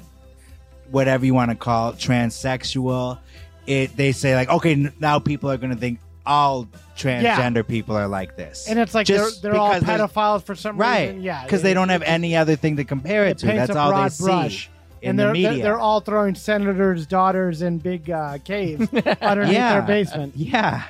Speaker 1: whatever you want to call it, transsexual, it they say like, okay, n- now people are going to think all transgender people are like this,
Speaker 9: And it's like
Speaker 1: Just
Speaker 9: they're, they're all
Speaker 1: because there's-
Speaker 9: pedophiles for some
Speaker 1: right?
Speaker 9: reason. Yeah.
Speaker 1: because they don't have any other thing to compare it,
Speaker 9: it
Speaker 1: to.
Speaker 9: paints
Speaker 1: That's
Speaker 9: a
Speaker 1: all they
Speaker 9: broad
Speaker 1: see
Speaker 9: brush.
Speaker 1: in
Speaker 9: and
Speaker 1: the
Speaker 9: they're,
Speaker 1: media.
Speaker 9: they're they're all throwing senators' daughters in big uh, caves underneath their basement.
Speaker 1: Yeah.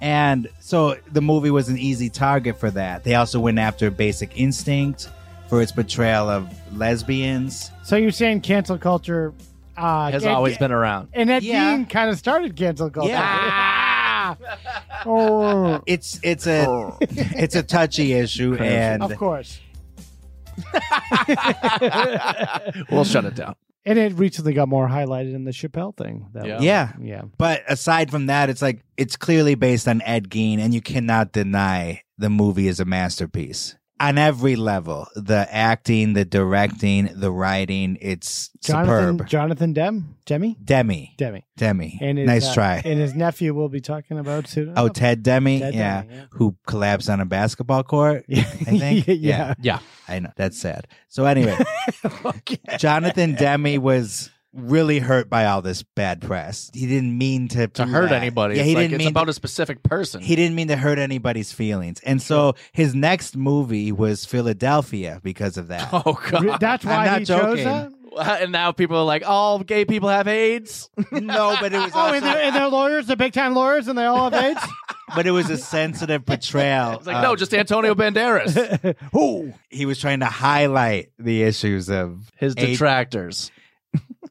Speaker 1: And so the movie was an easy target for that. They also went after Basic Instinct for its portrayal of lesbians.
Speaker 9: So you're saying cancel culture uh,
Speaker 10: Has
Speaker 9: Ed-
Speaker 10: always been around.
Speaker 9: and Ed
Speaker 1: Yeah.
Speaker 9: Gein kind of started cancel culture.
Speaker 1: Yeah.
Speaker 9: oh,
Speaker 1: It's it's a it's a touchy issue and
Speaker 9: of course.
Speaker 10: We'll shut it down.
Speaker 9: And it recently got more highlighted in the Chappelle thing. That
Speaker 10: Yeah.
Speaker 9: was-
Speaker 1: yeah.
Speaker 9: yeah.
Speaker 1: But aside from that, it's like it's clearly based on Ed Gein and you cannot deny the movie is a masterpiece. On every level, the acting, the directing, the writing, it's
Speaker 9: Jonathan
Speaker 1: superb.
Speaker 9: Jonathan Dem Demi
Speaker 1: Demi.
Speaker 9: Demi
Speaker 1: Demi.
Speaker 9: and his,
Speaker 1: nice
Speaker 9: uh,
Speaker 1: try.
Speaker 9: And his nephew we'll be talking about soon.
Speaker 1: Oh,
Speaker 9: enough.
Speaker 1: Ted Demi,
Speaker 9: Ted
Speaker 1: yeah,
Speaker 9: Demme, yeah.
Speaker 1: who collapsed on a basketball court. I think.
Speaker 9: Yeah.
Speaker 10: Yeah.
Speaker 1: I know that's sad. So anyway, Jonathan Demi was really hurt by all this bad press. He didn't mean to
Speaker 10: to
Speaker 1: do
Speaker 10: hurt
Speaker 1: that.
Speaker 10: anybody.
Speaker 1: Yeah,
Speaker 10: it's
Speaker 1: he
Speaker 10: like,
Speaker 1: didn't
Speaker 10: it's
Speaker 1: mean
Speaker 10: about a specific person.
Speaker 1: he didn't mean to hurt anybody's feelings. And so his next movie was Philadelphia because of that.
Speaker 10: Oh
Speaker 9: Re-
Speaker 10: God!
Speaker 9: that's why
Speaker 1: not
Speaker 9: he
Speaker 1: joking.
Speaker 9: chose that.
Speaker 10: And now people are like, "All gay people have AIDS."
Speaker 1: no, but it was.
Speaker 9: Oh, and they're, and they're lawyers, they're big time lawyers, and they all have AIDS.
Speaker 1: But it was a sensitive portrayal.
Speaker 10: It's like, no, just Antonio Banderas.
Speaker 1: who he was trying to highlight the issues of
Speaker 10: his detractors.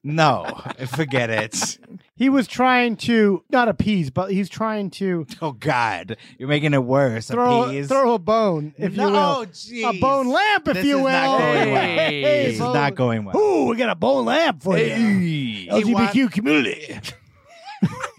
Speaker 1: no, forget it.
Speaker 9: he was trying to not appease, but he's trying to
Speaker 1: Oh God, you're making it worse.
Speaker 9: throw
Speaker 1: Appease.
Speaker 9: throw a bone, if
Speaker 1: No, oh,
Speaker 9: you will,
Speaker 1: jeez.
Speaker 9: a bone lamp, if
Speaker 1: This
Speaker 9: you
Speaker 1: is
Speaker 9: will.
Speaker 1: not going well.
Speaker 9: Hey,
Speaker 1: This is
Speaker 9: bone-
Speaker 1: not going well.
Speaker 9: Ooh, we got a bone lamp for
Speaker 10: you,
Speaker 9: LGBTQ community.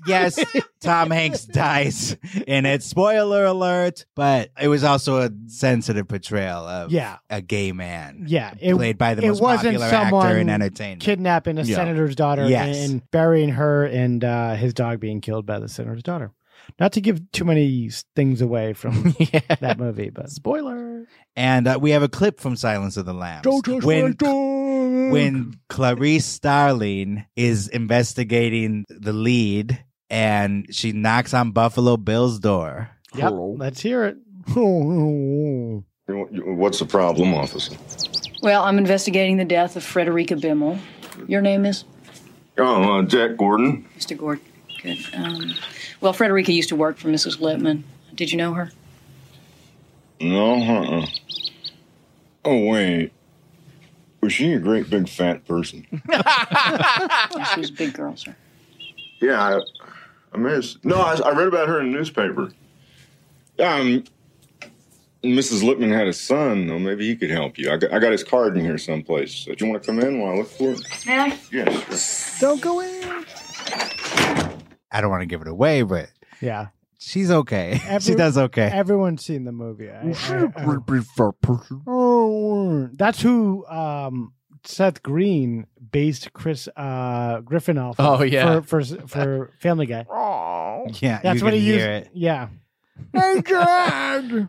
Speaker 1: yes, Tom Hanks dies in it. Spoiler alert! But it was also a sensitive portrayal of
Speaker 9: Yeah.
Speaker 1: a gay man.
Speaker 9: Yeah, it,
Speaker 1: Played by the
Speaker 9: it
Speaker 1: most
Speaker 9: wasn't
Speaker 1: popular actor
Speaker 9: someone
Speaker 1: in entertainment.
Speaker 9: kidnapping a
Speaker 1: Yeah.
Speaker 9: senator's daughter
Speaker 1: Yes.
Speaker 9: and burying her, and uh, his dog being killed by the senator's daughter. Not to give too many s- things away from that movie, but
Speaker 10: Spoiler.
Speaker 1: And uh, we have a clip from Silence of the Lambs when
Speaker 9: Mm.
Speaker 1: when Clarice Starling is investigating the lead, and she knocks on Buffalo Bill's door.
Speaker 9: Yep, let's hear it. Oh,
Speaker 5: What's the problem, officer?
Speaker 11: Well, I'm investigating the death of Frederica Bimmel. Your name is?
Speaker 5: Oh, uh, Jack Gordon.
Speaker 11: Mr. Gord. Good. Um, well, Frederica used to work for Mrs. Lippman. Did you know her?
Speaker 5: No, uh-uh. Oh, wait. Was she a great big fat person?
Speaker 11: Yeah, she was a big girl, sir.
Speaker 5: Yeah, I, I miss. No, I, I read about her in the newspaper. Um, Mrs. Lippman had a son, though. Maybe he could help you. I got, I got his card in here someplace. Do you want to come in while I look for it?
Speaker 11: May
Speaker 5: Yes.
Speaker 9: Don't go in.
Speaker 1: I don't want to give it away, but
Speaker 9: Yeah.
Speaker 1: she's okay. she
Speaker 9: Every-
Speaker 1: does okay.
Speaker 9: Everyone's seen the movie. I- I- I-
Speaker 1: person.
Speaker 9: Oh, that's who um, Seth Green based Chris uh, Griffin off. of
Speaker 10: Oh, yeah. Oh.
Speaker 9: for for, for Family Guy.
Speaker 1: Yeah,
Speaker 9: that's
Speaker 1: you
Speaker 9: what
Speaker 1: can
Speaker 9: he used.
Speaker 1: hear it.
Speaker 9: Yeah. Hey, Gerard.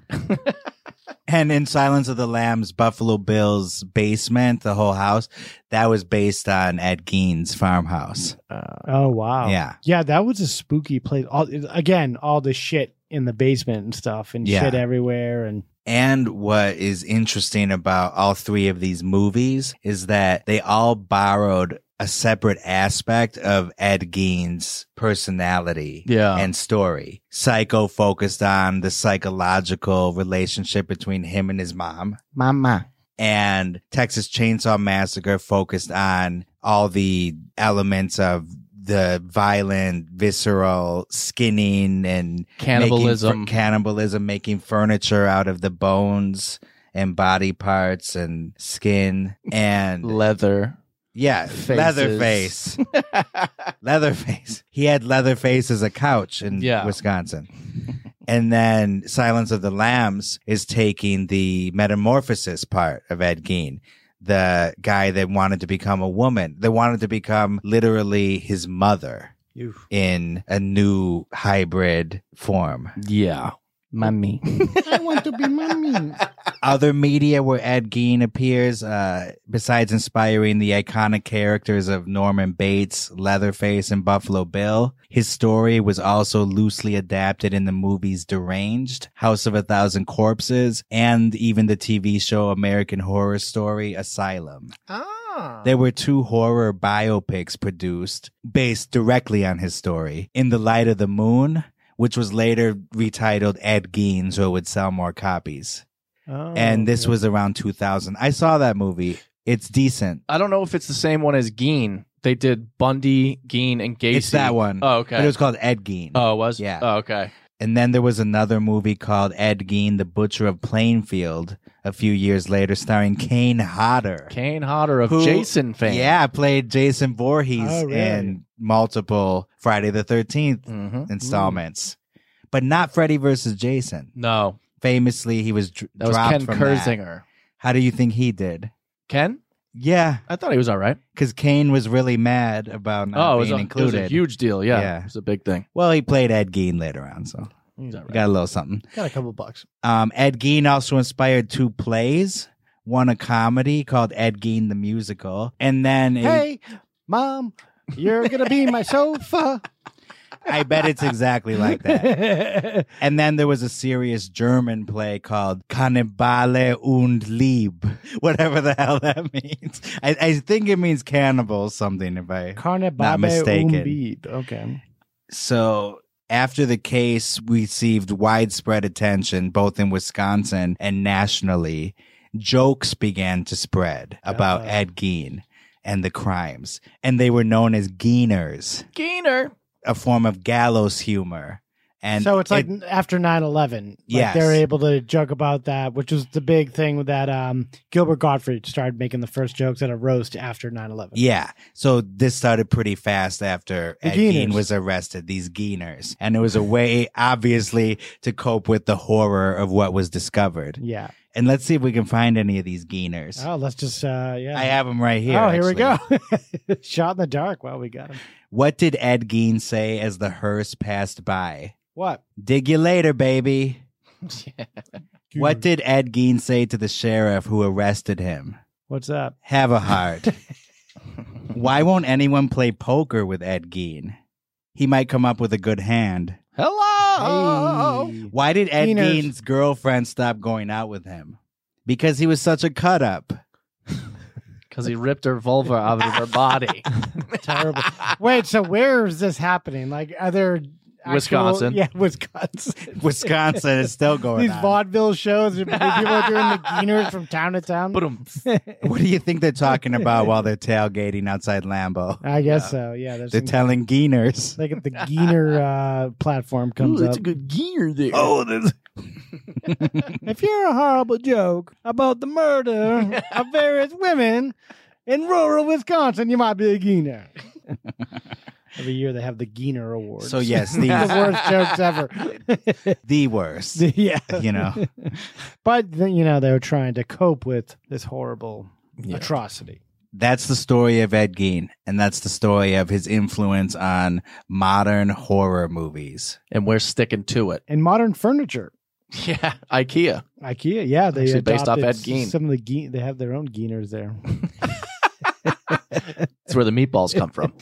Speaker 1: And in Silence of the Lambs, Buffalo Bill's basement, the whole house, that was based on Ed Gein's farmhouse.
Speaker 9: oh wow.
Speaker 1: Yeah.
Speaker 9: Yeah, that was a spooky place. All again, all the shit in the basement and stuff, and
Speaker 1: Yeah.
Speaker 9: shit everywhere, and
Speaker 1: And what is interesting about all three of these movies is that they all borrowed a separate aspect of Ed Gein's personality
Speaker 10: Yeah.
Speaker 1: and story. Psycho focused on the psychological relationship between him and his mom.
Speaker 9: Mama.
Speaker 1: and Texas Chainsaw Massacre focused on all the elements of the violent, visceral skinning and
Speaker 10: Cannibalism.
Speaker 1: making fur- cannibalism, making furniture out of the bones and body parts and skin and
Speaker 10: Leather.
Speaker 1: yeah,
Speaker 10: Faces.
Speaker 1: Leatherface. Leatherface. He had Leatherface as a couch in
Speaker 10: Yeah.
Speaker 1: Wisconsin. And then Silence of the Lambs is taking the metamorphosis part of Ed Gein, the guy that wanted to become a woman, that wanted to become literally his mother
Speaker 9: you.
Speaker 1: in a new hybrid form.
Speaker 10: Yeah. Mummy.
Speaker 9: I want to be mommy.
Speaker 1: Other media where Ed Gein appears, uh, besides inspiring the iconic characters of Norman Bates, Leatherface, and Buffalo Bill, his story was also loosely adapted in the movies Deranged, House of a Thousand Corpses, and even the TV show American Horror Story Asylum.
Speaker 9: Ah.
Speaker 1: There were two horror biopics produced based directly on his story In the Light of the Moon, which was later retitled Ed Gein so it would sell more copies.
Speaker 9: Oh,
Speaker 1: and this
Speaker 9: okay.
Speaker 1: was around 2000. I saw that movie. It's decent.
Speaker 10: I don't know if it's the same one as Gene. They did Bundy, Gene, and Gacy.
Speaker 1: It's that one.
Speaker 10: Oh, okay.
Speaker 1: But it was called Ed Gein.
Speaker 10: oh, it was.
Speaker 1: Yeah.
Speaker 10: Oh, okay.
Speaker 1: And then there was another movie called Ed Gein, The Butcher of Plainfield, a few years later, starring Kane Hodder.
Speaker 10: Kane Hodder of
Speaker 1: who-
Speaker 10: Jason fame.
Speaker 1: Yeah, played Jason Voorhees
Speaker 9: Oh, really?
Speaker 1: in multiple Friday the 13th
Speaker 10: Mhm.
Speaker 1: installments, but not Freddy versus Jason.
Speaker 10: No,
Speaker 1: Famously, he was dr-
Speaker 10: that was
Speaker 1: dropped
Speaker 10: Ken
Speaker 1: from that.
Speaker 10: Kurzinger.
Speaker 1: How do you think he did?
Speaker 10: Ken?
Speaker 1: Yeah,
Speaker 10: I thought he was all right.
Speaker 1: because Kane was really mad about not
Speaker 10: oh, it was,
Speaker 1: being
Speaker 10: a, it was
Speaker 1: included.
Speaker 10: a huge deal. Yeah.
Speaker 1: Yeah.
Speaker 10: It was a big thing.
Speaker 1: well, he played Ed Gein later on, so
Speaker 10: He's all right.
Speaker 1: got a little something.
Speaker 9: Got a couple bucks.
Speaker 1: Um, Ed Gein also inspired two plays. One a comedy called Ed Gein the Musical, and then a-
Speaker 9: Hey, Mom, you're going to be my sofa.
Speaker 1: I bet it's exactly like that. and then there was a serious German play called Cannibale und Lieb, whatever the hell that means. I, I think it means cannibal something, if I
Speaker 9: Cannibale
Speaker 1: not
Speaker 9: und
Speaker 1: mistaken.
Speaker 9: Lieb. Okay.
Speaker 1: So after the case received widespread attention both in Wisconsin and nationally, jokes began to spread
Speaker 9: Uh-huh.
Speaker 1: about Ed Gein and the crimes, and they were known as Geiners,
Speaker 10: Gainer.
Speaker 1: a form of gallows humor. And
Speaker 9: so it's like
Speaker 1: it-
Speaker 9: after 9-11 like
Speaker 1: Yes.
Speaker 9: they're able to joke about that which was the big thing that um, gilbert gottfried started making the first jokes at a roast after 9-11
Speaker 1: yeah. So this started pretty fast after
Speaker 9: The
Speaker 1: Ed Gein
Speaker 9: Geiners.
Speaker 1: was arrested, these Geiners. And it was a way, obviously, to cope with the horror of what was discovered.
Speaker 9: yeah
Speaker 1: And let's see if we can find any of these Geiners.
Speaker 9: oh let's just uh, yeah
Speaker 1: I have them right here.
Speaker 9: oh here
Speaker 1: actually.
Speaker 9: we go shot in the dark well we got him
Speaker 1: What did Ed Gein say as the hearse passed by?
Speaker 9: what
Speaker 1: Dig you later, baby. What
Speaker 9: Dude.
Speaker 1: did Ed Gein say to the sheriff who arrested him?
Speaker 9: what's up
Speaker 1: Have a heart. Why won't anyone play poker with Ed Gein? He might come up with a good hand.
Speaker 10: Hello.
Speaker 1: Why did Ed
Speaker 10: Geiners.
Speaker 1: Gein's girlfriend stop going out with him? Because he was such a cut up.
Speaker 10: Because he ripped her vulva out of her body.
Speaker 9: terrible wait so where is this happening like are there actual-
Speaker 10: Wisconsin.
Speaker 9: yeah wisconsin
Speaker 1: Wisconsin is still going
Speaker 9: these
Speaker 1: on.
Speaker 9: vaudeville shows people are doing the Geiners from town to town
Speaker 1: what do you think they're talking about while they're tailgating outside Lambo?
Speaker 9: i guess so yeah there's
Speaker 1: They're
Speaker 9: some-
Speaker 1: telling Geiners.
Speaker 9: like if the Geener uh, platform comes
Speaker 1: Ooh,
Speaker 9: up.
Speaker 1: it's a
Speaker 9: good
Speaker 10: Geener there.
Speaker 1: Oh, there's.
Speaker 9: if you're a horrible joke about the murder of various women in rural Wisconsin, you might be a Geener. Every year they have the Geener Awards.
Speaker 1: So, yes,
Speaker 9: the
Speaker 1: these-
Speaker 9: worst jokes ever.
Speaker 1: the worst.
Speaker 9: yeah,
Speaker 1: You know.
Speaker 9: But then, you know they were trying to cope with this horrible atrocity.
Speaker 1: That's the story of Ed Gein, and that's the story of his influence on modern horror movies.
Speaker 10: And we're sticking to it.
Speaker 9: And modern furniture,
Speaker 10: Yeah. IKEA.
Speaker 9: IKEA, yeah, they
Speaker 10: Actually based off
Speaker 9: adopted
Speaker 10: Ed Gein.
Speaker 9: Some of the Geen, they have their own Geeners there.
Speaker 10: That's where the meatballs come from.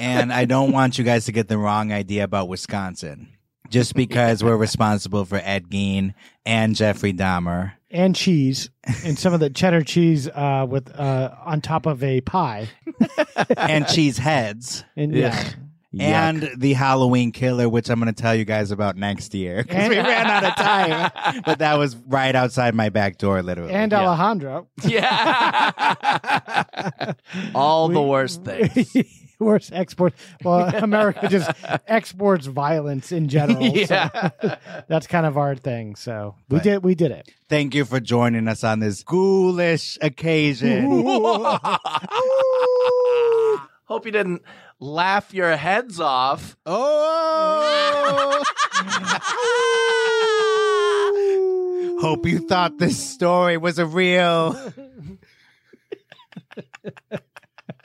Speaker 1: and I don't want you guys to get the wrong idea about Wisconsin. Just because we're responsible for Ed Gein and Jeffrey Dahmer.
Speaker 9: and cheese and some of the cheddar cheese uh, with uh, on top of a pie
Speaker 1: and cheese heads.
Speaker 9: And yeah.
Speaker 1: And the Halloween killer, which I'm going to tell you guys about next year. 'Cause we ran out of time. But that was right outside my back door, literally.
Speaker 9: and Alejandro.
Speaker 10: All the worst things.
Speaker 9: Worst export. Well, America just exports violence in general.
Speaker 10: Yeah.
Speaker 9: So that's kind of our thing. So we
Speaker 1: Right.
Speaker 9: did we did it.
Speaker 1: Thank you for joining us on this ghoulish occasion.
Speaker 10: Hope you didn't laugh your heads off.
Speaker 1: Oh. Hope you thought this story was a real.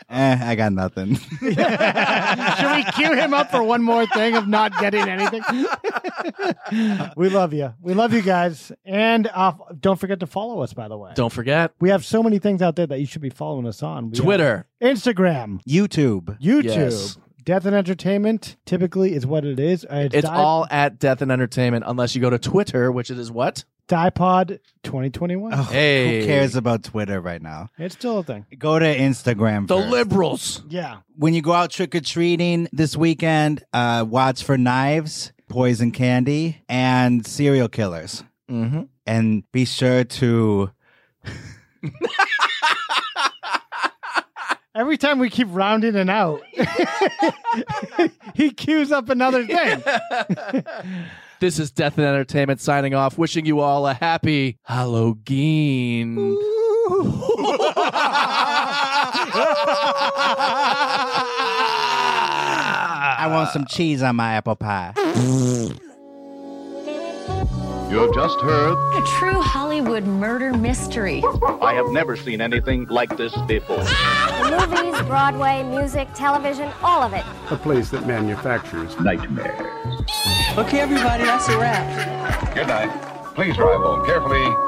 Speaker 1: eh, I got nothing.
Speaker 9: Should we cue him up for one more thing of not getting anything? we love you. We love you guys. And uh, don't forget to follow us, by the way.
Speaker 10: Don't forget
Speaker 9: We have so many things out there that you should be following us on. We have
Speaker 10: Twitter.
Speaker 9: Instagram,
Speaker 1: YouTube.
Speaker 9: YouTube.
Speaker 10: Yes.
Speaker 9: Death and Entertainment typically is what it is. Uh, It's,
Speaker 10: It's
Speaker 9: Di-
Speaker 10: all at Death and Entertainment, unless you go to Twitter, which it is what?
Speaker 9: Dipod 2021.
Speaker 10: Hey.
Speaker 1: Who cares about Twitter right now?
Speaker 9: It's still a thing.
Speaker 1: Go to Instagram.
Speaker 10: The
Speaker 1: first.
Speaker 10: liberals.
Speaker 9: Yeah.
Speaker 1: when you go out trick or treating this weekend, uh, watch for knives, poison candy, and serial killers.
Speaker 10: Mm-hmm.
Speaker 1: And be sure to
Speaker 9: Every time we keep rounding and out, he cues up another thing.
Speaker 10: This is Death and Entertainment signing off, wishing you all a happy Halloween.
Speaker 1: I want some cheese on my apple pie.
Speaker 13: You have just heard.
Speaker 14: A true Hollywood murder mystery.
Speaker 13: I have never seen anything like this before.
Speaker 15: Movies, Broadway, music, television, all of it.
Speaker 13: A place that manufactures nightmares.
Speaker 12: Okay, everybody, that's a wrap.
Speaker 13: Good night. Please drive home carefully